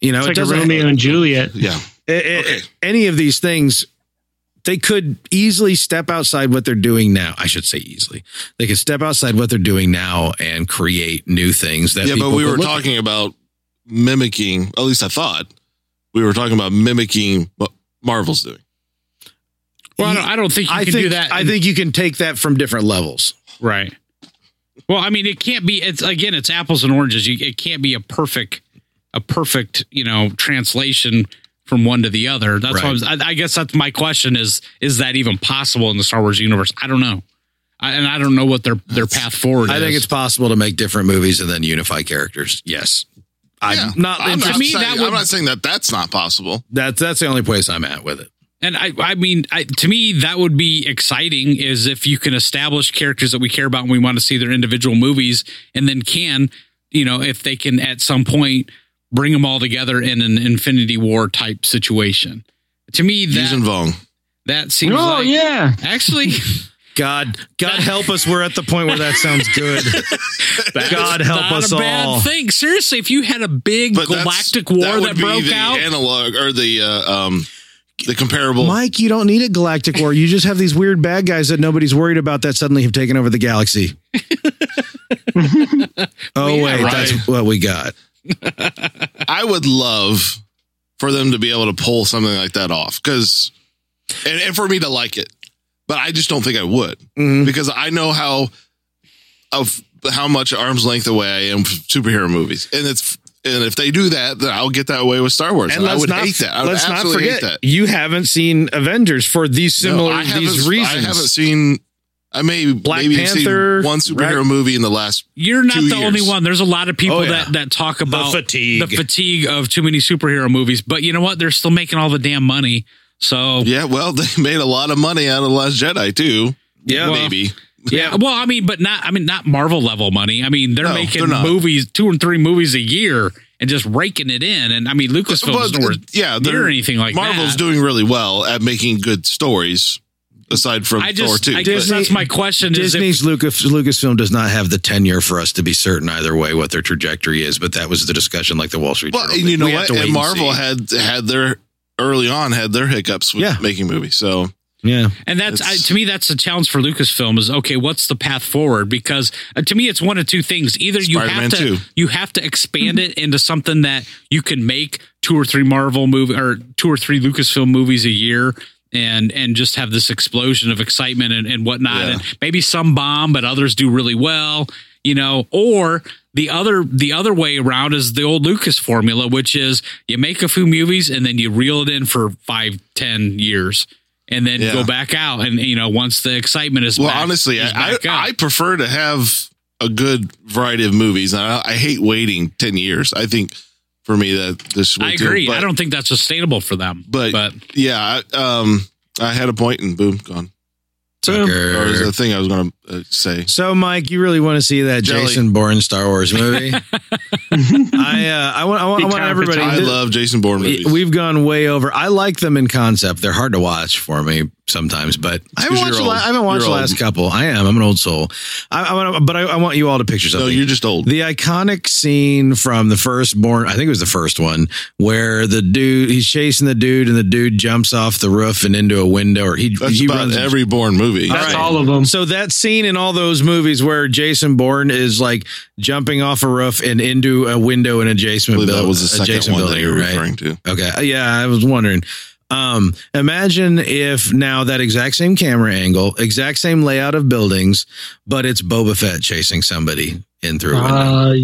You know,
It's
it
like a
doesn't
Romeo and Juliet.
Yeah.
it- it-
Okay.
any of these things they could easily step outside what they're doing now i should say easily they could step outside what they're doing now and create new things that
yeah,
people
but we
could
were
look at.
talking about mimicking. At least I thought we were talking about mimicking what Marvel's doing.
Well, I don't, I don't think you
i
can
think
do that.
i
in-
think you can take that from different levels
right. Well, I mean, it can't be. It's again, it's apples and oranges. You, it can't be a perfect, a perfect, you know, translation from one to the other. That's why I, was, I, I guess that's my question: is is that even possible in the Star Wars universe? I don't know, I, and I don't know what their their path forward.
i
is.
think it's possible to make different movies and then unify characters yes
Yeah.
i'm not
I'm,
into-
not,
to me,
saying,
that
I'm
would-
not saying that that's not possible.
that's that's the only place i'm at with it
And I, I mean, I, to me, that would be exciting is if you can establish characters that we care about and we want to see their individual movies, and then can, you know, if they can at some point bring them all together in an Infinity War type situation. To me,
Use and
that,
Vong.
that
Oh
seems like
yeah,
(laughs)
actually
god god help us we're at the point where that sounds
(laughs)
good god help
not
us
a
all
bad thing. Seriously, if you had a big
But that's-
galactic war that,
would be
broke
the
out,
analog or the uh, um the comparable.
Mike, you don't need a galactic war. You just have these weird bad guys that nobody's worried about that suddenly have taken over the (laughs) galaxy. oh
yeah,
wait,
right.
that's what we got.
I would love for them to be able to pull something like that off because, and, and for me to like it, but I just don't think I would
Mm-hmm. Mm.
because I know how of how much arm's length away I am from superhero movies, and it's and if they do that, then I'll get that away with Star Wars, and, I would hate that. I would absolutely hate that.
you haven't seen Avengers for these
No,
similar
I haven't-
these
I haven't
reasons.
seen. I may
Black
maybe
Panther,
seen one superhero
right?
movie in the last.
You're not the
two
only
years.
one. There's a lot of people
Oh, yeah.
that, that talk about
fatigue.
the fatigue of too many superhero movies. But you know what? They're still making all the damn money. So
Yeah, well, (laughs) they made a lot of money out of the Last Jedi too.
Yeah.
maybe.
yeah. Well, I mean, but not I mean not Marvel level money. I mean they're
No,
making
they're not.
movies two and three movies a year and just raking it in. And I mean Lucasfilm
But,
doesn't work
yeah,
near
they're-
anything like
Marvel's
that.
doing really well at making good stories. Aside from
I just
Thor two,
I guess
but-
that's my question is
Disney's Lucas, Lucasfilm does not have the tenure for us to be certain either way what their trajectory is, but that was the discussion like the Wall Street
Well,
Journal.
and you know
We have
what?
to wait
And Marvel
see.
had had their early on had their hiccups with
Yeah.
making movies. So
yeah.
if, and that's I,
it's-
to me that's the challenge for Lucasfilm is okay what's the path forward because uh, to me it's one of two things either you
Spider-Man
have to
2.
you have to expand it into something that you can make two or three Marvel movie or two or three Lucasfilm movies a year and and just have this explosion of excitement and, and whatnot.
Yeah.
And maybe some bomb, but others do really well, you know, or the other the other way around is the old Lucas formula, which is you make a few movies and then you reel it in for five, ten years. And then
Yeah.
go back out, and you know once the excitement is
well,
back-
honestly,
is
I, I,
back up.
I prefer to have a good variety of movies. And I, I hate waiting ten years. I think for me that this
I
way too,
agree.
But,
I don't think that's sustainable for them.
But,
but
yeah, I, um, I had a point and boom, gone.
Sucker.
Or is the thing I was going to uh, say.
So, Mike, you really want to see that
Jelly.
Jason Bourne Star Wars
(laughs)
movie? I, uh, I want, I want, I want
Be
everybody.
I
confident.
love Jason Bourne
we-
movies.
We've gone way over. I like them in concept. They're hard to watch for me sometimes, but I haven't
'cause
watched.
you're
the la-
old.
I haven't watched
You're
the
old.
last couple. I am. I'm an old soul. I, I want, but I, I want you all to picture
no,
something.
you're just old.
The iconic scene from the first born, I think it was the first one, where the dude he's chasing the dude and the dude jumps off the roof and into a window, or he
That's
he
about
runs
every Bourne movie.
That's
right.
all of them.
So that scene in all those movies where Jason Bourne is like jumping off a roof and into a window in an
I
adjacent
believe
building,
that was the second
adjacent
one that
building,
you were
right?
referring to.
Okay. uh, Yeah, I was wondering. Um, imagine if now that exact same camera angle, exact same layout of buildings, but it's Boba Fett chasing somebody in through a window.
Uh,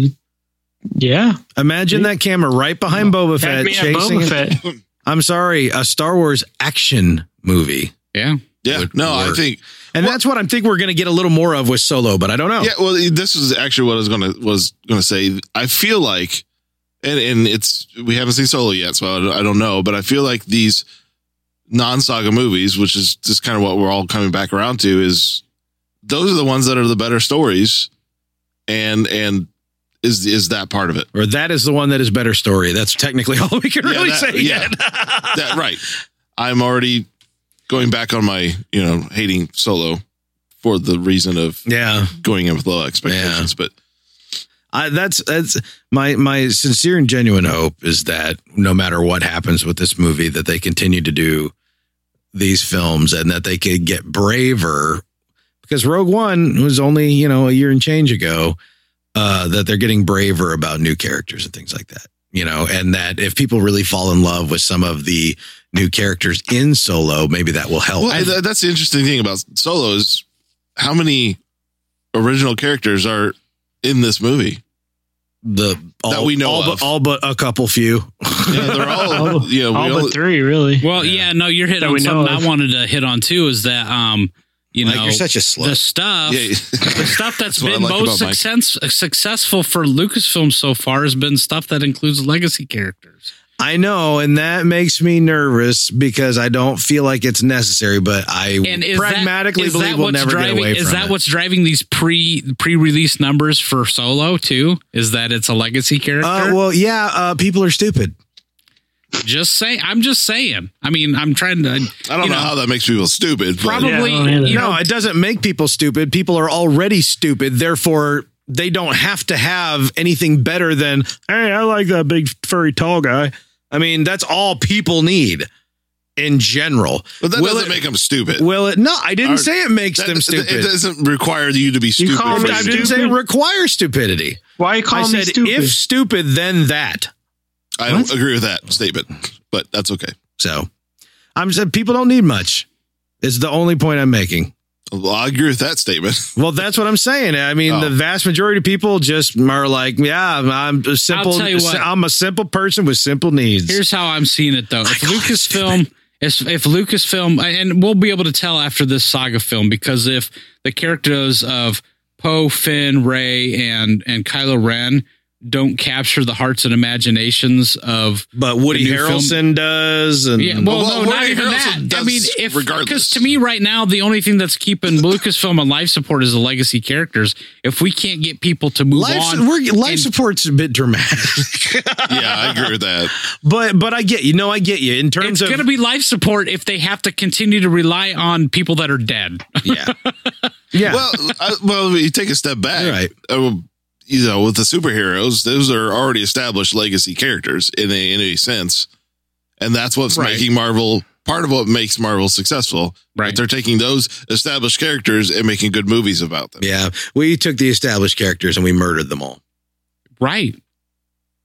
yeah.
Imagine that camera right behind Boba
Have
Fett
me at
chasing.
Boba Fett.
I'm sorry, a Star Wars action movie,
Yeah,
Would
no, I
work.
think
and that's what I'm think we're going to get a little more of with Solo, but I don't know.
Yeah, well, this is actually what I was gonna was gonna say. I feel like, and and it's we haven't seen Solo yet, so I don't, I don't know. But I feel like these non-saga movies, which is just kind of what we're all coming back around to, is those are the ones that are the better stories, and and is is that part of it?
Or that is the one that is better story. That's technically (laughs) all we can
Yeah,
really
that-
say.
yeah. (laughs)
yet.
That right? I'm already going back on my you know hating Solo for the reason of
yeah.
going in with low expectations, but
I, that's that's my my sincere and genuine hope is that no matter what happens with this movie, that they continue to do these films and that they could get braver because Rogue One was only you know a year and change ago. Uh, that they're getting braver about new characters and things like that, you know, and that if people really fall in love with some of the new characters in Solo, maybe that will help.
Well, th- that's the interesting thing about Solo is how many original characters are in this movie.
the all,
that we know
all
of.
but all but a couple few.
Yeah, they're all.
All-
yeah, we
All
all,
but three, really.
Well, yeah, no, you're
That
hitting on
we know
something
of.
I wanted to hit on too is that um, you
Like,
know,
you're such a
the
slut.
stuff
yeah,
the stuff that's
That's what I
been
like
most
about Mike.
success, successful for Lucasfilm so far has been stuff that includes legacy characters.
I know, and that makes me nervous because I don't feel like it's necessary. But I
And is
pragmatically
that, is
believe
that
we'll
what's
never
driving,
get away
Is
from
that
it.
what's driving these pre pre release numbers for Solo too? Is that it's a legacy character?
Uh, well, yeah, uh, people are stupid.
just say I'm just saying. I mean, I'm trying to
(laughs) I don't
you
know, how that makes people stupid. But
probably
Yeah, I don't either.
you know
no, it doesn't make people stupid. People are already stupid. Therefore, they don't have to have anything better than hey, I like that big furry tall guy. I mean, that's all people need in general.
but that
Will
doesn't
it-
make them stupid.
Will it? No, I didn't
Are-
say it makes
That-
them stupid.
It doesn't require you to be stupid.
call
for
them
I
it.
didn't say it requires stupidity.
Why you call
I
me
said
stupid?
if stupid, then that.
I don't agree with that statement, but that's okay.
So I'm said people don't need much. Is the only point I'm making.
Well, I agree with that statement.
Well, that's what I'm saying. I mean,
Oh.
the vast majority of people just are like, yeah, I'm a simple.
tell you what.
I'm a simple person with simple needs.
Here's how I'm seeing it though. If
call it
Lucasfilm, if, if Lucasfilm, and we'll be able to tell after this saga film because if the characters of Poe, Finn, Ray, and and Kylo Ren don't capture the hearts and imaginations of
but Woody
the new film-
Harrelson does, and
yeah, well,
Mm. Well,
no,
Woody
not even
Harrelson
that. I
does
mean, if
regardless.
because to me right now the only thing that's keeping Lucasfilm on life support is the legacy characters. If we can't get people to move
life,
on,
we're, life
and-
support's a
(laughs)
bit dramatic.
Yeah, I agree with that.
but but I get you. No, I get you. In terms
it's
of
going to be life support if they have to continue to rely on people that are dead.
(laughs)
(laughs)
yeah, yeah.
Well, I, well, you take a step back.
You're right.
Uh, you know, with the superheroes, those are already established legacy characters in a, in a sense, and that's what's
Right.
making Marvel part of what makes Marvel successful.
Right.
they're taking those established characters and making good movies about them.
yeah, we took the established characters and we murdered them all.
Right.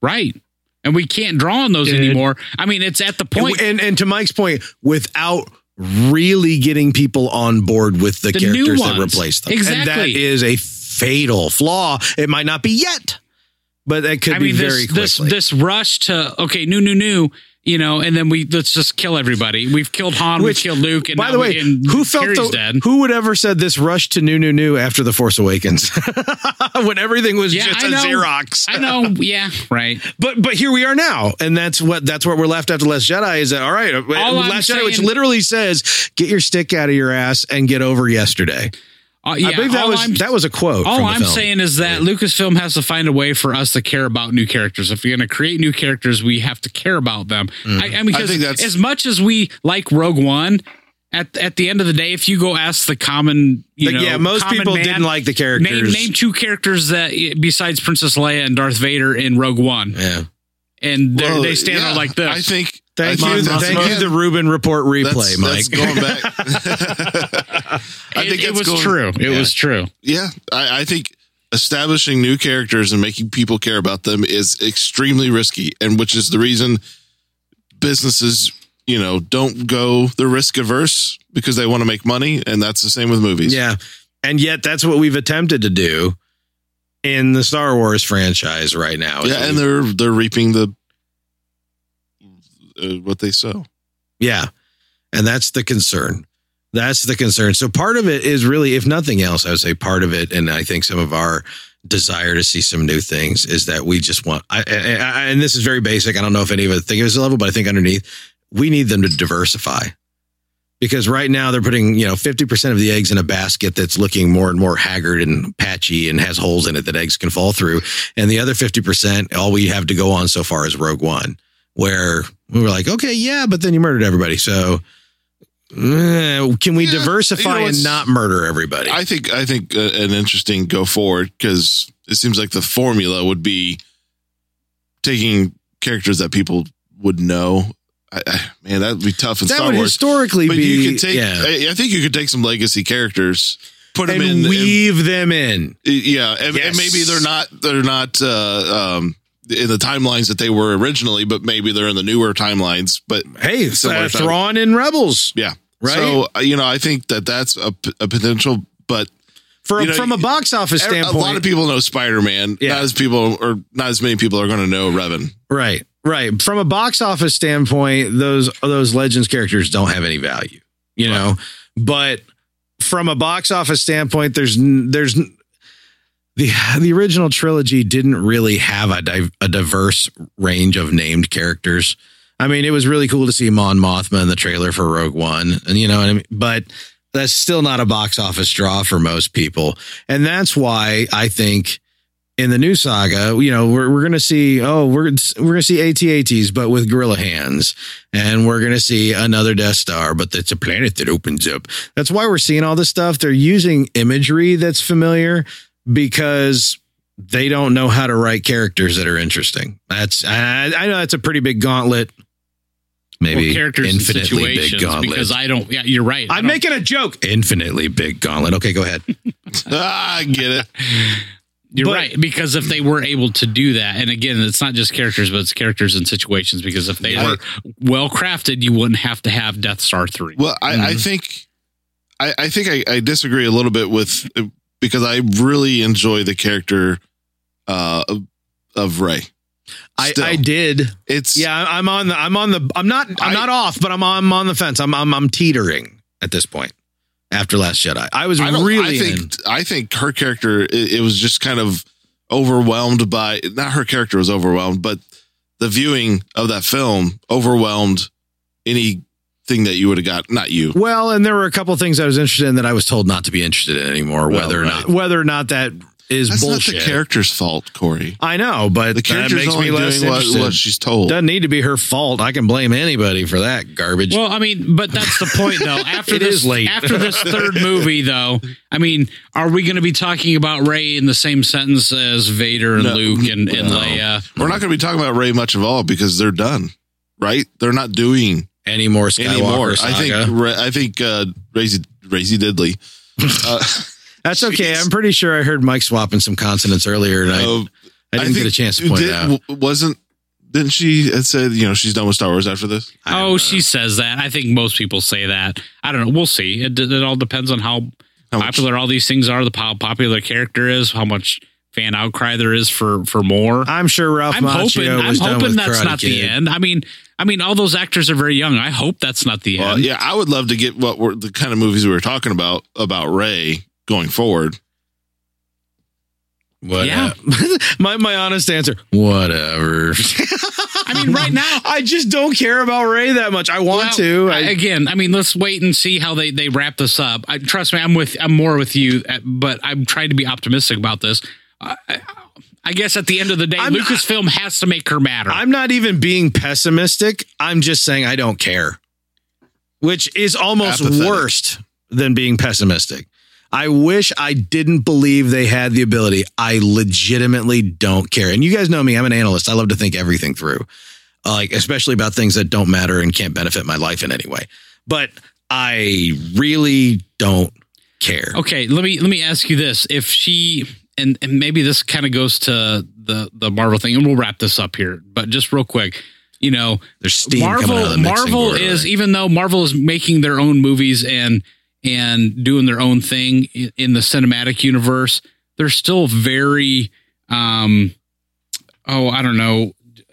Right. And we can't draw on those
Dude.
anymore. I mean, it's at the point
And, and and to Mike's point, without really getting people on board with the,
The new
characters that
ones.
replace them, and that
Exactly.
is a fatal flaw. It might not be yet, but that could
I
be
mean,
very
this, this
quickly.
this rush to okay, new, new, new, you know, and then we let's just kill everybody. We've killed Han,
Which,
we've killed Luke, and
By
now
the
we-
way,
and
who felt
Carrie's
the,
dead.
who would ever said this rush to new, new, new after the Force Awakens (laughs) when everything was
Yeah,
just
I
a
know.
Xerox?
I know, yeah, right.
But but here we are now, and that's what that's what we're left after Last Jedi is that all right?
I'm
Last Jedi, which
saying-
literally says, "Get your stick out of your ass and get over yesterday."
Uh, yeah,
I believe that
all
was
I'm-
that was a quote.
all
from the
I'm
film.
saying is that Lucasfilm has to find a way for us to care about new characters. If you're going to create new characters, we have to care about them. I, I mean,
I
'cause
think that's-
as much as we like Rogue One, at at the end of the day, if you go ask the common, you
But
know,
yeah, most
common
people
man,
didn't like the characters.
Name name two characters that besides Princess Leia and Darth Vader in Rogue One,
Yeah.
and they're-
Well,
they stand
yeah,
out like this.
I think.
Thank
I
you,
think that's-
thank you. The Ruben report replay,
that's, that's
Mike.
(laughs)
going back. (laughs) I
it,
think
it
that's
was
going-
true. It
Yeah.
was true.
Yeah, I, I think establishing new characters and making people care about them is extremely risky, and which is the reason businesses, you know, don't go the risk averse because they want to make money, and that's the same with movies.
yeah,
And yet that's what we've attempted to do in the Star Wars franchise right now. is
yeah, and
we-
they're they're reaping the uh, what they sow.
yeah. And that's the concern. That's the concern. So part of it is really, if nothing else, I would say part of it, and I think some of our desire to see some new things is that we just want. I, I, I and this is very basic. I don't know if any of it think it was a level, but I think underneath, we need them to diversify because right now they're putting you know fifty percent of the eggs in a basket that's looking more and more haggard and patchy and has holes in it that eggs can fall through, and the other fifty percent, all we have to go on so far is Rogue One, where we were like, okay, yeah, but then you murdered everybody, so. eh, Can we
Yeah,
diversify
you know,
and
it's-
not murder everybody?
I think I think uh, an interesting go forward because it seems like the formula would be taking characters that people would know. I, I, man, that would be tough in
that
Star
would
Wars.
historically
but
be
you could take.
yeah,
I, I think you could take some legacy characters, put them
and
in.
weave them in.
and- yeah, and,
Yes.
and maybe they're not. They're not. Uh, um, in the timelines that they were originally, but maybe they're in the newer timelines. But
hey,
Similar
uh,
time.
Thrawn in Rebels
yeah,
Right.
So uh, you know, I think that that's a, p- a potential. But
for,
You know,
from a box office
Every-
standpoint.
A lot of people know Spider Man.
Yeah.
Not as people or not as many people are going to know Revan. (laughs)
right?
Right. From a box office standpoint, those those legends characters don't have any value, you know. But from a box office standpoint, there's n- there's n- the the original trilogy didn't really have a div- a diverse range of named characters. I mean, it was really cool to see Mon Mothma in the trailer for Rogue One, and you know what I mean. But that's still not a box office draw for most people, and that's why I think in the new saga, you know, we're, we're going to see, oh, we're, we're going to see AT-ATs, but with gorilla hands. And we're going to see another Death Star, but it's a planet that opens up. That's why we're seeing all this stuff. They're using imagery that's familiar because they don't know how to write characters that are interesting. That's, I, I know that's a pretty big gauntlet. Maybe
Well, characters and
infinitely big
situations
gauntlet.
because I don't. Yeah, you're right. I
I'm
don't-
making a joke.
infinitely big gauntlet. Okay, go ahead.
ah, I get it.
You're
But-
right because if they were able to do that, and again, it's not just characters, but it's characters and situations. Because if they
Yeah.
were well crafted, you wouldn't have to have Death Star three.
Well, I,
Mm-hmm.
I think I, I think I, I disagree a little bit with because I really enjoy the character uh, of- of Ray.
I,
Still.
I did.
It's
Yeah, I- I'm on the I'm on the I'm not I'm
I-
not off, but I'm I'm on the fence. I'm I'm I'm teetering at this point after Last Jedi. I was
I don't,
really
I think
in.
I think her character it, it was just kind of overwhelmed by not her character was overwhelmed, but the viewing of that film overwhelmed anything that you would have got. Not you.
Well, and there were a couple things I was interested in that I was told not to be interested in anymore,
Well,
whether or
right.
not whether or not that is
That's
bullshit.
not the character's fault, Corey.
I know, but
The
that
character's
makes
only
me less
doing what,
interested.
what she's told.
Doesn't need to be her fault. I can blame anybody for that garbage.
Well, I mean, but that's the point, (laughs) though. After
It
this,
is late.
after this third movie, though, I mean, are we going to be talking about Ray in the same sentence as Vader and
No.
Luke and, and
No.
Leia?
We're not going to be talking about Ray much of all because they're done, right? They're not doing
Any more Skywalker
anymore.
saga?
I think Ra- I think uh, Razy Razy Diddley.
(laughs)
Uh,
That's okay.
Jeez.
I'm pretty sure I heard Mike swapping some consonants earlier, and I,
uh,
I didn't get a
think-
chance to point
did-
it out.
w- Wasn't didn't she had said you know she's done with Star Wars after this?
I don't
oh,
know.
she says that. I think most people say that. I don't know. We'll see. It, it all depends on how,
How much-
popular all these things are, the how popular the character is, how much fan outcry there is for for more.
I'm sure Ralph
I'm hoping.
Macchio
I'm
was done
hoping
with
that's
Karate
not the
Kid.
end. I mean, I mean, all those actors are very young. I hope that's not the
Well,
end.
yeah, I would love to get what were the kind of movies we were talking about about Ray going forward.
What
Yeah.
(laughs) my my honest answer. Whatever.
I mean,
(laughs)
right now,
I just don't care about Ray that much. I want
Well,
to.
I-
I,
again, I mean, let's wait and see how they they wrap this up. I, trust me, I'm with I'm more with you, uh, but I'm trying to be optimistic about this. I, I- I guess at the end of the day,
I'm-
Lucasfilm has to make her matter.
I'm not even being pessimistic. I'm just saying I don't care, which is almost
Apathetic.
worse than being pessimistic. I wish I didn't believe they had the ability. I legitimately don't care. And you guys know me, I'm an analyst. I love to think everything through, like, especially about things that don't matter and can't benefit my life in any way. But I really don't care.
okay, let me let me ask you this: If she and and maybe this kind of goes to the the Marvel thing, and we'll wrap this up here, but just real quick, you know,
There's steam coming out of
Marvel
the mixing
Marvel
boiler.
is even though Marvel is making their own movies and and doing their own thing i- in the cinematic universe, they're still very um oh, I don't know,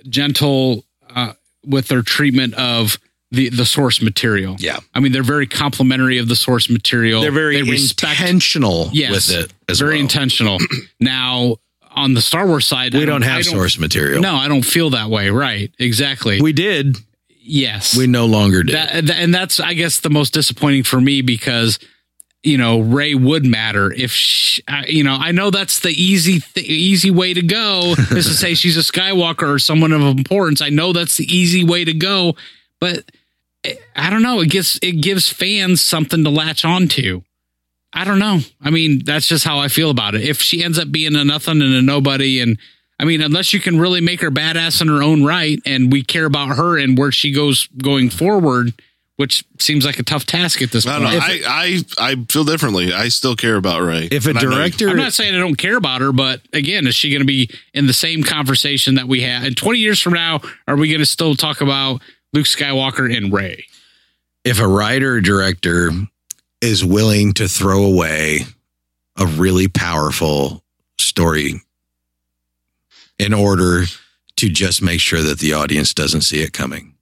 gentle uh, with their treatment of the the source material.
Yeah.
I mean, they're very complimentary of the source material.
they're very
they
intentional
Yes.
with it as
very
well. (clears throat)
intentional. now, on the Star Wars side,
we
I
don't
I
have source material.
No, I don't feel that way. Right. Exactly.
We did.
yes.
We no longer did.
That, th- and that's, I guess, the most disappointing for me because, you know, Ray would matter if, she, I, you know, I know that's the easy, th- easy way to go is to say she's a Skywalker or someone of importance. I know that's the easy way to go, but I- I don't know. It gives it gives fans something to latch on to. I don't know. I mean, that's just how I feel about it. If she ends up being a nothing and a nobody, and I mean, unless you can really make her badass in her own right, and we care about her and where she goes going forward, which seems like a tough task at this
I
point.
don't know.
If-
I, I I feel differently. I still care about Ray.
if a
And I know you-
director,
I'm not saying I don't care about her, but again, is she going to be in the same conversation that we had? And 20 years from now, are we going to still talk about Luke Skywalker and Ray?
if a writer or director is willing to throw away a really powerful story in order to just make sure that the audience doesn't see it coming,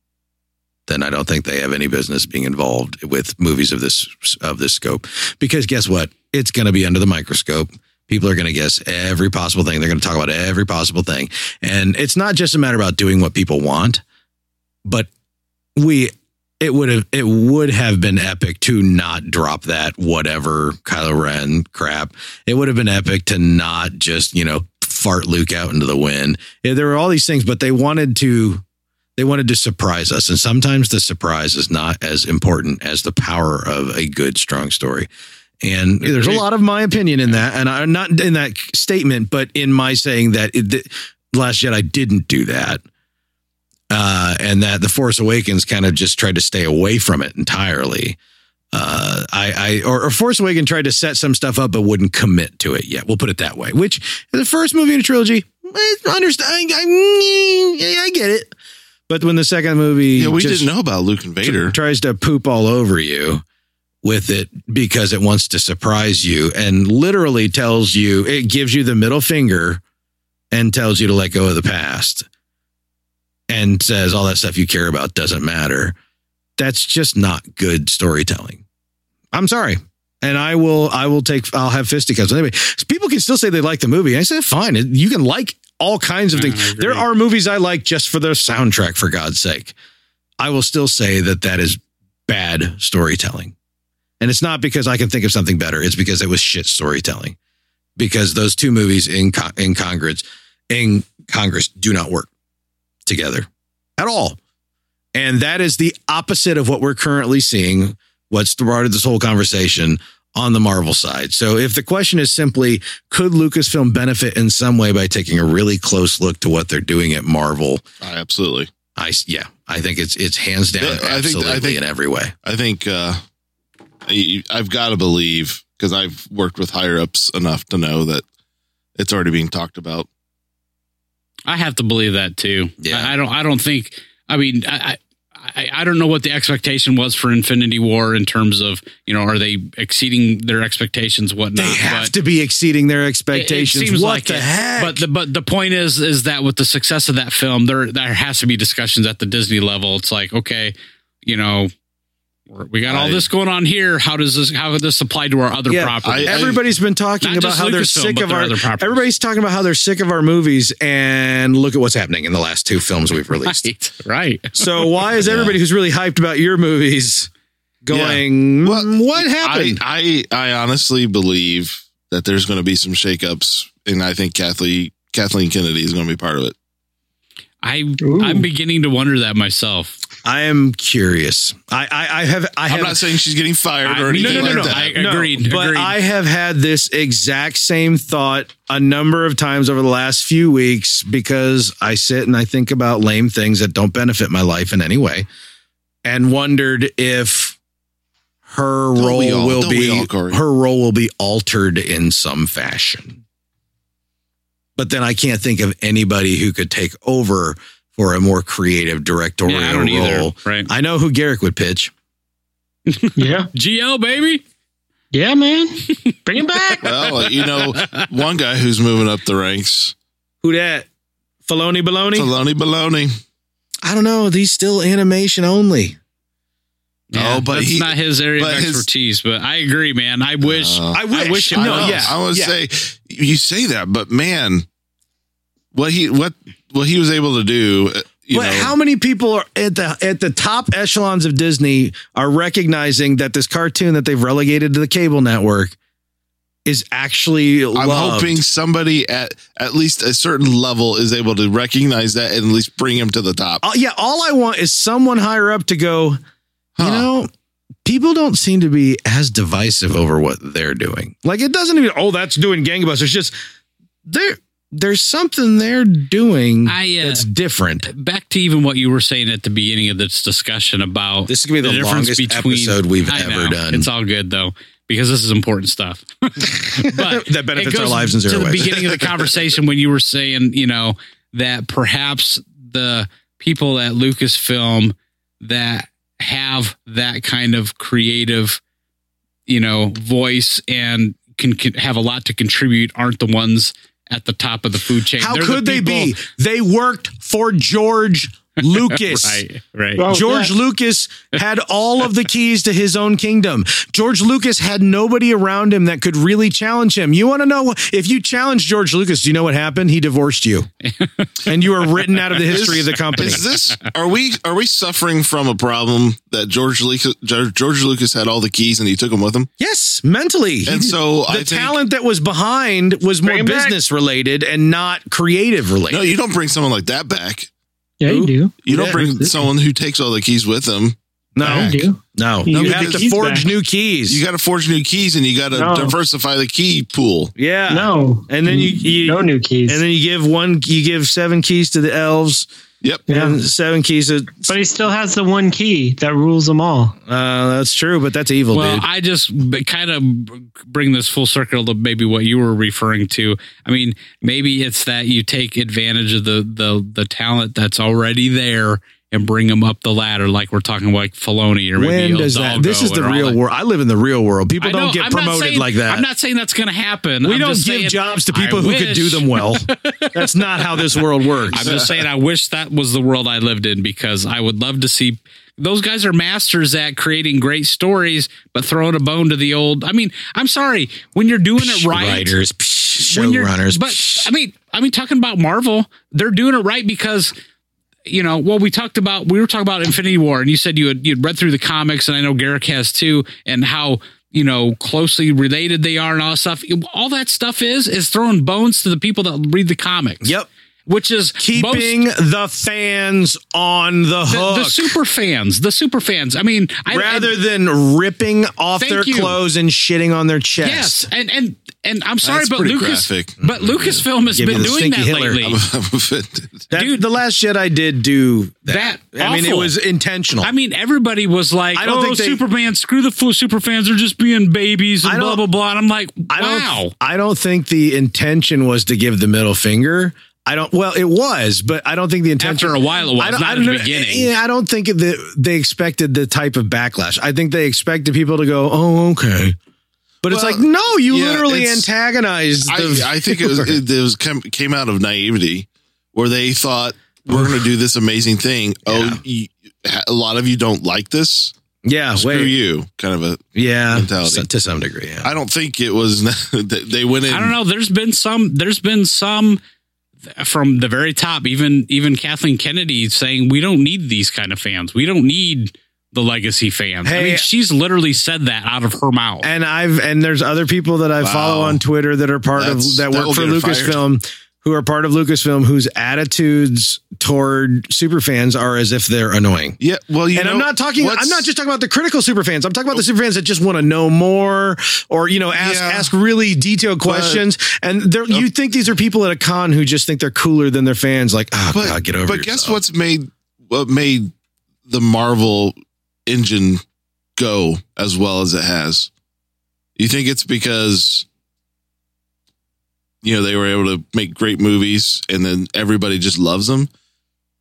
then I don't think they have any business being involved with movies of this of this scope. Because guess what? It's going to be under the microscope. People are going to guess every possible thing. They're going to talk about every possible thing. And it's not just a matter about doing what people want, but we it would have it would have been epic to not drop that whatever Kylo Ren crap. It would have been epic to not just you know fart Luke out into the wind. Yeah, there were all these things, but they wanted to they wanted to surprise us, and sometimes the surprise is not as important as the power of a good strong story. And there's a lot of my opinion in that, and I'm not in that statement, but in my saying that it, the Last Jedi didn't do that uh, and that the Force Awakens kind of just tried to stay away from it entirely. Uh, I, I or, or Force Awakens tried to set some stuff up but wouldn't commit to it yet. We'll put it that way. Which the first movie in a trilogy, I understand. I, I, I get it. But when the second movie,
yeah, we
just-
didn't know about Luke and Vader.
tr- tries to poop all over you with it because it wants to surprise you and literally tells you it gives you the middle finger and tells you to let go of the past and says all that stuff you care about doesn't matter that's just not good storytelling i'm sorry and i will i will take i'll have fisticuffs anyway people can still say they like the movie i said fine you can like all kinds of
Yeah, I
things
agree.
there are movies i like just for their soundtrack for god's sake I will still say that that is bad storytelling. And it's not because I can think of something better. It's because it was shit storytelling. Because those two movies in co- in Congress in Congress do not work together at all. And that is the opposite of what we're currently seeing. What's the part of this whole conversation on the Marvel side? So if the question is simply, could Lucasfilm benefit in some way by taking a really close look to what they're doing at Marvel?
I absolutely.
I yeah, I think it's it's hands down
Yeah, I think- I
absolutely
think-
in every way.
I think uh, I, I've got to believe because I've worked with higher ups enough to know that it's already being talked about.
I have to believe that too.
Yeah.
I, I don't. I don't think. I mean, I, I I don't know what the expectation was for Infinity War in terms of you know are they exceeding their expectations whatnot.
They have
but
to be exceeding their
it- it
expectations.
seems
what
like
the
it.
heck?
But the but the point is is that with the success of that film, there there has to be discussions at the Disney level. It's like okay, you know, We got all
I-
this going on here. How does this? How does this apply to our other
Yeah,
property?
I-
Everybody's been talking
Not
about
just
how they're
Lucasfilm,
sick
but
of
their
our.
other properties.
Everybody's talking about how they're sick of our movies, and look at what's happening in the last two films
(laughs)
we've released.
(laughs) right, right.
so why is
Yeah.
everybody who's really hyped about your movies going?
Well,
"Mm, what happened?
I, I I honestly believe that there's going to be some shakeups, and I think Kathleen Kathleen Kennedy is going to be part of it.
I
Ooh.
I'm beginning to wonder that myself.
I, am curious. I, I, I have. I
I'm
have
not saying she's getting fired
I-
or
no,
anything
no, no,
like
no.
that.
I- Agreed,
But
agreed.
I have had this exact same thought a number of times over the last few weeks because I sit and I think about lame things that don't benefit my life in any way and wondered if her
Don't
role
we all-
will
don't we
be
all, Corey?
her role will be altered in some fashion. But then I can't think of anybody who could take over for a more creative directorial
Yeah, I don't either.
role.
Right.
I know who Garrick would pitch.
(laughs) Yeah.
GL baby.
Yeah, man. Bring it
(laughs)
back. Oh,
well, you
(laughs)
know, one guy who's moving up the ranks,
Who that? Filoni Baloney?
Filoni Baloney.
I don't know. These still animation only.
Oh, but
that's
he-
not his area of
but his-
expertise. but I agree, man. I wish.
Uh,
I wish.
wish it
I
No,
know.
yeah,
I would say you say that, but man, what he what what he was able to do, uh, you
but
know,
how many people are at the at the top echelons of Disney are recognizing that this cartoon that they've relegated to the cable network is actually
I'm
loved?
hoping somebody at at least a certain level is able to recognize that and at least bring him to the top.
Uh, yeah, all I want is someone higher up to go.
Huh.
You know, people don't seem to be as divisive over what they're doing. Like it doesn't even. Oh, that's doing gangbusters. Just there. There's something they're doing
I, uh,
that's different.
Back to even what you were saying at the beginning of this discussion about
This is gonna be the, longest episode we've
I
ever
know.
done.
It's all good though because this is important stuff. (laughs) but
(laughs) that benefits
it
our
goes
lives in
to
zero
the
ways.
beginning of
(laughs)
the conversation when you were saying, you know, that perhaps the people at Lucasfilm that have that kind of creative, you know, voice and can, can have a lot to contribute aren't the ones at the top of the food chain.
How
They're the
could they be?
people-
They worked for George Lucas.
Right, right.
Well,
George
Oh, yeah.
Lucas had all of the keys to his own kingdom. George Lucas had nobody around him that could really challenge him. You want to know what- if you challenge George Lucas, do you know what happened? He divorced you. and you are written out of the history of the company.
Is this are we are we suffering from a problem that George Lucas George George Lucas had all the keys and he took them with him?
Yes, mentally.
And
He-
so I
the
think-
talent that was behind was more
Bring him back.
business related and not creative related.
No, you don't bring someone like that back.
Yeah, you do.
You
Yeah.
don't bring someone who takes all the keys with them.
no,
Back.
You do.
no.
You
You,
gotta
have
get
to
keys
forge
back.
new keys.
You got to forge new keys and you got to
No.
diversify the key pool.
yeah.
No.
And then you- you-
no new keys.
And then you give one, you give seven keys to the elves
Yep.
yeah.
and seven keys to.
But he still has the one key that rules them all.
Uh, that's true, but that's evil,
Well,
dude.
I just b- kind of bring this full circle to maybe what you were referring to. I mean, maybe it's that you take advantage of the the the talent that's already there and bring them up the ladder, like we're talking like Filoni or maybe
when does that?
Hidalgo
This is the
and all
real
that.
world. I live in the real world. People
I
don't
know,
get
I'm not
promoted
saying-
like that.
I'm not saying that's going to happen.
we
I'm
don't give
just saying-
jobs to
I
people who could
wish-
do them well.
(laughs)
that's not how this world works.
I'm just saying, I wish that was the world I lived in because I would love to see those guys are masters at creating great stories, but throwing a bone to the old. I mean, I'm sorry when you're doing it right.
Writers,
when you're-
showrunners,
But I mean, I mean, talking about Marvel, they're doing it right because you know. Well, we talked about we were talking about Infinity War, and you said you had you'd read through the comics, and I know Garrick has too, and how you know closely related they are and all that stuff. All that stuff is is throwing bones to the people that read the comics.
yep,
which is most-
keeping the fans on the
the,
hook
the super fans, the super fans. I mean, I,
rather
I,
than ripping off
Thank
their
you.
clothes and shitting on their chest.
yes, and and and I'm sorry,
That's
but
pretty
Lucas,
graphic.
but Lucasfilm has
Mm-hmm. Give me
been
the
doing that
stinky Hitler.
lately.
I'm, (laughs) I'm offended.
That,
Dude.
the last Jedi did do that.
That
I mean, it
awful.
was intentional.
I mean, everybody was like,
I don't
"Oh,
think they-
Superman! Screw the fool super fans; they're just being babies and
I
blah
don't-
blah blah." And I'm like,
I don't.
"Wow,
I don't think the intention was to give the middle finger. I don't. Well, it was, but I don't think the intention.
After a while it was,
I don't-
not
I
in the
don't-
beginning.
Yeah, I don't think that they expected the type of backlash. I think they expected people to go, "Oh, okay," but it's
Well,
like, no, you
yeah,
literally
it's-
antagonized. the (laughs)
I, I think it was,
viewer.
it, it was come, came out of naivety where
(laughs)
they thought we're going to do this amazing thing. Oh, you, a lot of you don't like this.
Yeah,
screw
wait.
you kind of a.
Yeah,
mentality.
so- to some degree. Yeah,
I don't think it was. (laughs) they they went in.
I don't know. There's been some. There's been some from the very top. Even even Kathleen Kennedy saying we don't need these kind of fans. We don't need the legacy fans. I
Hey.
mean, she's literally said that out of her mouth.
and I've and there's other people that I
Wow.
follow on Twitter that are part
That's-
of that
that'll
work for
get her fired.
Lucasfilm, who are part of Lucasfilm, whose attitudes toward superfans are as if they're annoying.
Yeah, well, you
and
know,
I'm not talking. I'm
what's-
not just talking about the critical superfans. I'm talking about the superfans that just want to know more, or you know, ask
Yeah.
ask really detailed questions. and they're, you think these are people at a con who just think they're cooler than their fans? Like, oh
But-
god, get over.
But
yourself.
guess what's made what made the Marvel engine go as well as it has? You think it's because you know they were able to make great movies and then everybody just loves them?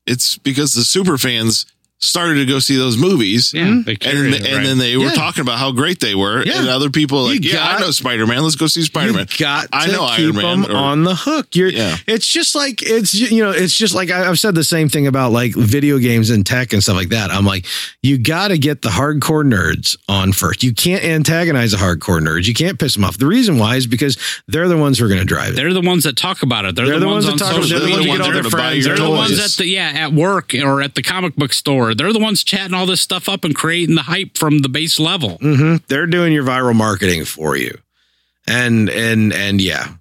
It's because the super fans started to go see those movies.
yeah, they
And,
carried it,
and
right?
then they were
Yeah.
talking about how great they were,
Yeah.
and other people like,
You
yeah, I
got-
know Spider Man. Let's go see Spider Man.
You got to
I know
keep
Iron Man,
them
or-
on the hook. You're,
Yeah.
It's just like it's you know it's just like I- I've said the same thing about like video games and tech and stuff like that. I'm like you got to get the hardcore nerds on first. You can't antagonize the hardcore nerds. You can't piss them off. The reason why is because they're the ones who are going to drive it.
they're the ones that talk about it. They're, the, ones, on
that talk.
social.
They're the
media.
ones who get all
They're
their
the
friends.
ones
They're the ones
Toys.
at the yeah at work or at the comic book store. They're the ones chatting all this stuff up and creating the hype from the base level.
hmm They're doing your viral marketing for you. And and and yeah.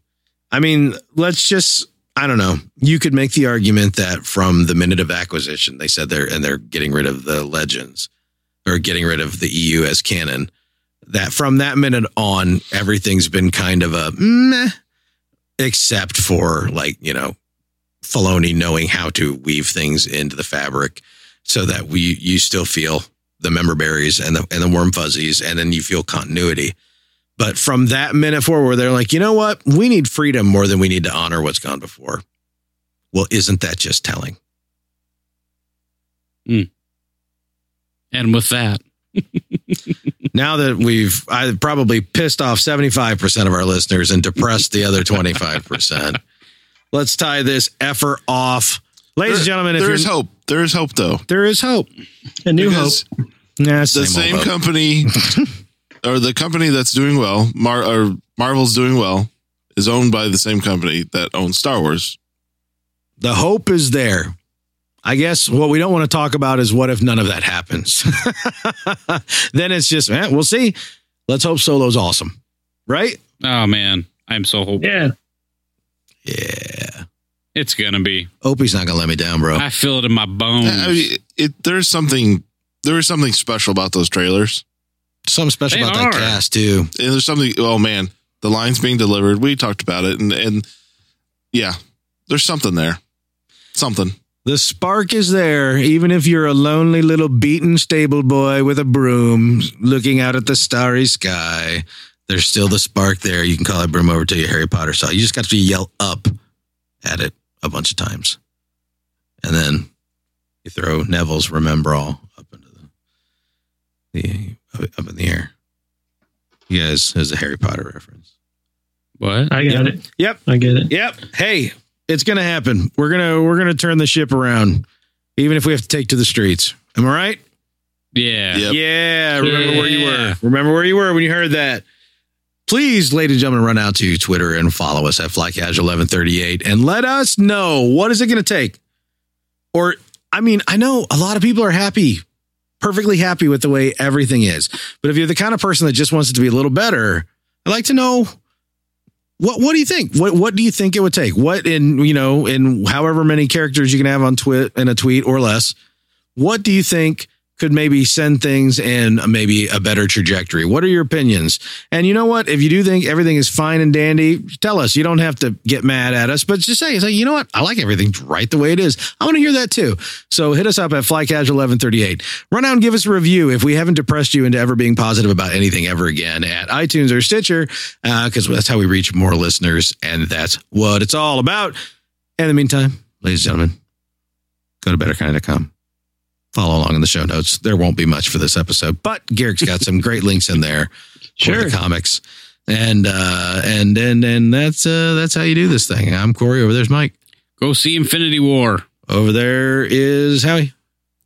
I mean, let's just I don't know. You could make the argument that from the minute of acquisition, they said they're and they're getting rid of the legends or getting rid of the EU as canon. That from that minute on, everything's been kind of a meh, except for like, you know, Filoni knowing how to weave things into the fabric so that we you still feel the member berries and the and the warm fuzzies, and then you feel continuity. But from that minute forward, they're like, you know what? We need freedom more than we need to honor what's gone before. Well, isn't that just telling?
And with that,
Now that we've I probably pissed off 75% of our listeners and depressed the other 25%. Let's tie this effer off. Ladies and gentlemen, if
there
you're-
is hope. There is hope, though.
there is hope.
A new hope.
Because
Yeah,
the same
old hope.
company or the company that's doing well, Mar- or Marvel's doing well, is owned by the same company that owns Star Wars.
the hope is there. I guess what we don't want to talk about is what if none of that happens? (laughs) then it's just, man, we'll see. Let's hope Solo's awesome, right?
oh man, I'm so hopeful.
Yeah.
Yeah.
It's gonna be.
Opie's not going to let me down, bro.
I feel it in my bones.
Uh, I mean, it, there's something there is something special about those trailers,
Something special
They
about
are.
that cast, too.
and there's something. Oh man, the lines being delivered. We talked about it, and and yeah, there's something there. Something.
The spark is there, even if you're a lonely little beaten stable boy with a broom looking out at the starry sky. There's still the spark there. You can call that broom over to your Harry Potter style. You just got to yell up at it a bunch of times. And then you throw Neville's Remember All up into the, the up in the air. You guys, there's a Harry Potter reference.
what?
I got it.
Yep.
I get it.
Yep. Hey, it's gonna happen. We're gonna we're gonna turn the ship around, even if we have to take to the streets. Am I right?
Yeah.
Yep.
Yeah. Remember where you
Yeah.
were. Remember where you were when you heard that. Please, ladies and gentlemen, run out to Twitter and follow us at FlyCasual1138 and let us know what is it going to take. Or, I mean, I know a lot of people are happy, perfectly happy with the way everything is. But if you're the kind of person that just wants it to be a little better, I'd like to know what what do you think? What what do you think it would take? What in you know in however many characters you can have on twit in a tweet or less? What do you think could maybe send things in maybe a better trajectory? What are your opinions? And you know what? If you do think everything is fine and dandy, tell us. You don't have to get mad at us, but just say, say, you know what? I like everything right the way it is. I want to hear that too. So hit us up at FlyCasual1138. Run out and give us a review if we haven't depressed you into ever being positive about anything ever again at iTunes or Stitcher, because that's how we reach more listeners, and that's what it's all about. In the meantime, ladies and gentlemen, go to betterkind.com follow along in the show notes. There won't be much for this episode, but Garrick's got some great links in there for
Sure.
the comics. And uh and and and that's uh that's how you do this thing. I'm Corey, over there's Mike.
Go see Infinity War.
Over there is Howie.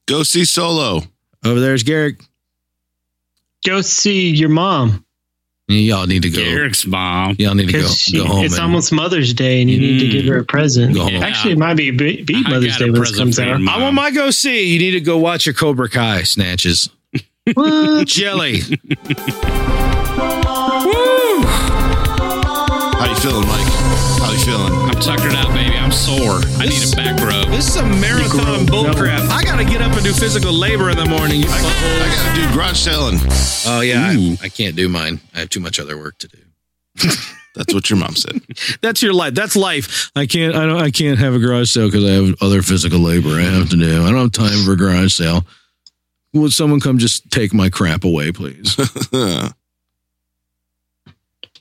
Go see Solo.
Over there's Garrick.
Go see your mom
Y'all need to go.
Eric's mom.
Y'all need to go,
because she-
go home.
it's
and-
almost Mother's Day, and you need to
Mm.
give her a present.
Go home.
Actually, it might be be, be
I
Mother's
got
Day
a
when this
present
comes
for your
out.
mom.
I want my go see. You need to go watch your Cobra Kai snatches.
What?
Jelly.
How you feeling, Mike? How you feeling?
I'm tuckered out, baby. I'm sore. I need a back rub.
This is a marathon bullcrap. I gotta get up and do physical labor in the morning. You
I gotta do garage selling.
Oh yeah, I,
Ooh.
I can't do mine. I have too much other work to do.
That's what your mom said.
That's your life. That's life. I can't. I don't. I can't have a garage sale because I have other physical labor I have to do. I don't have time for a garage sale. Would someone come just take my crap away, please?
(laughs) Huh.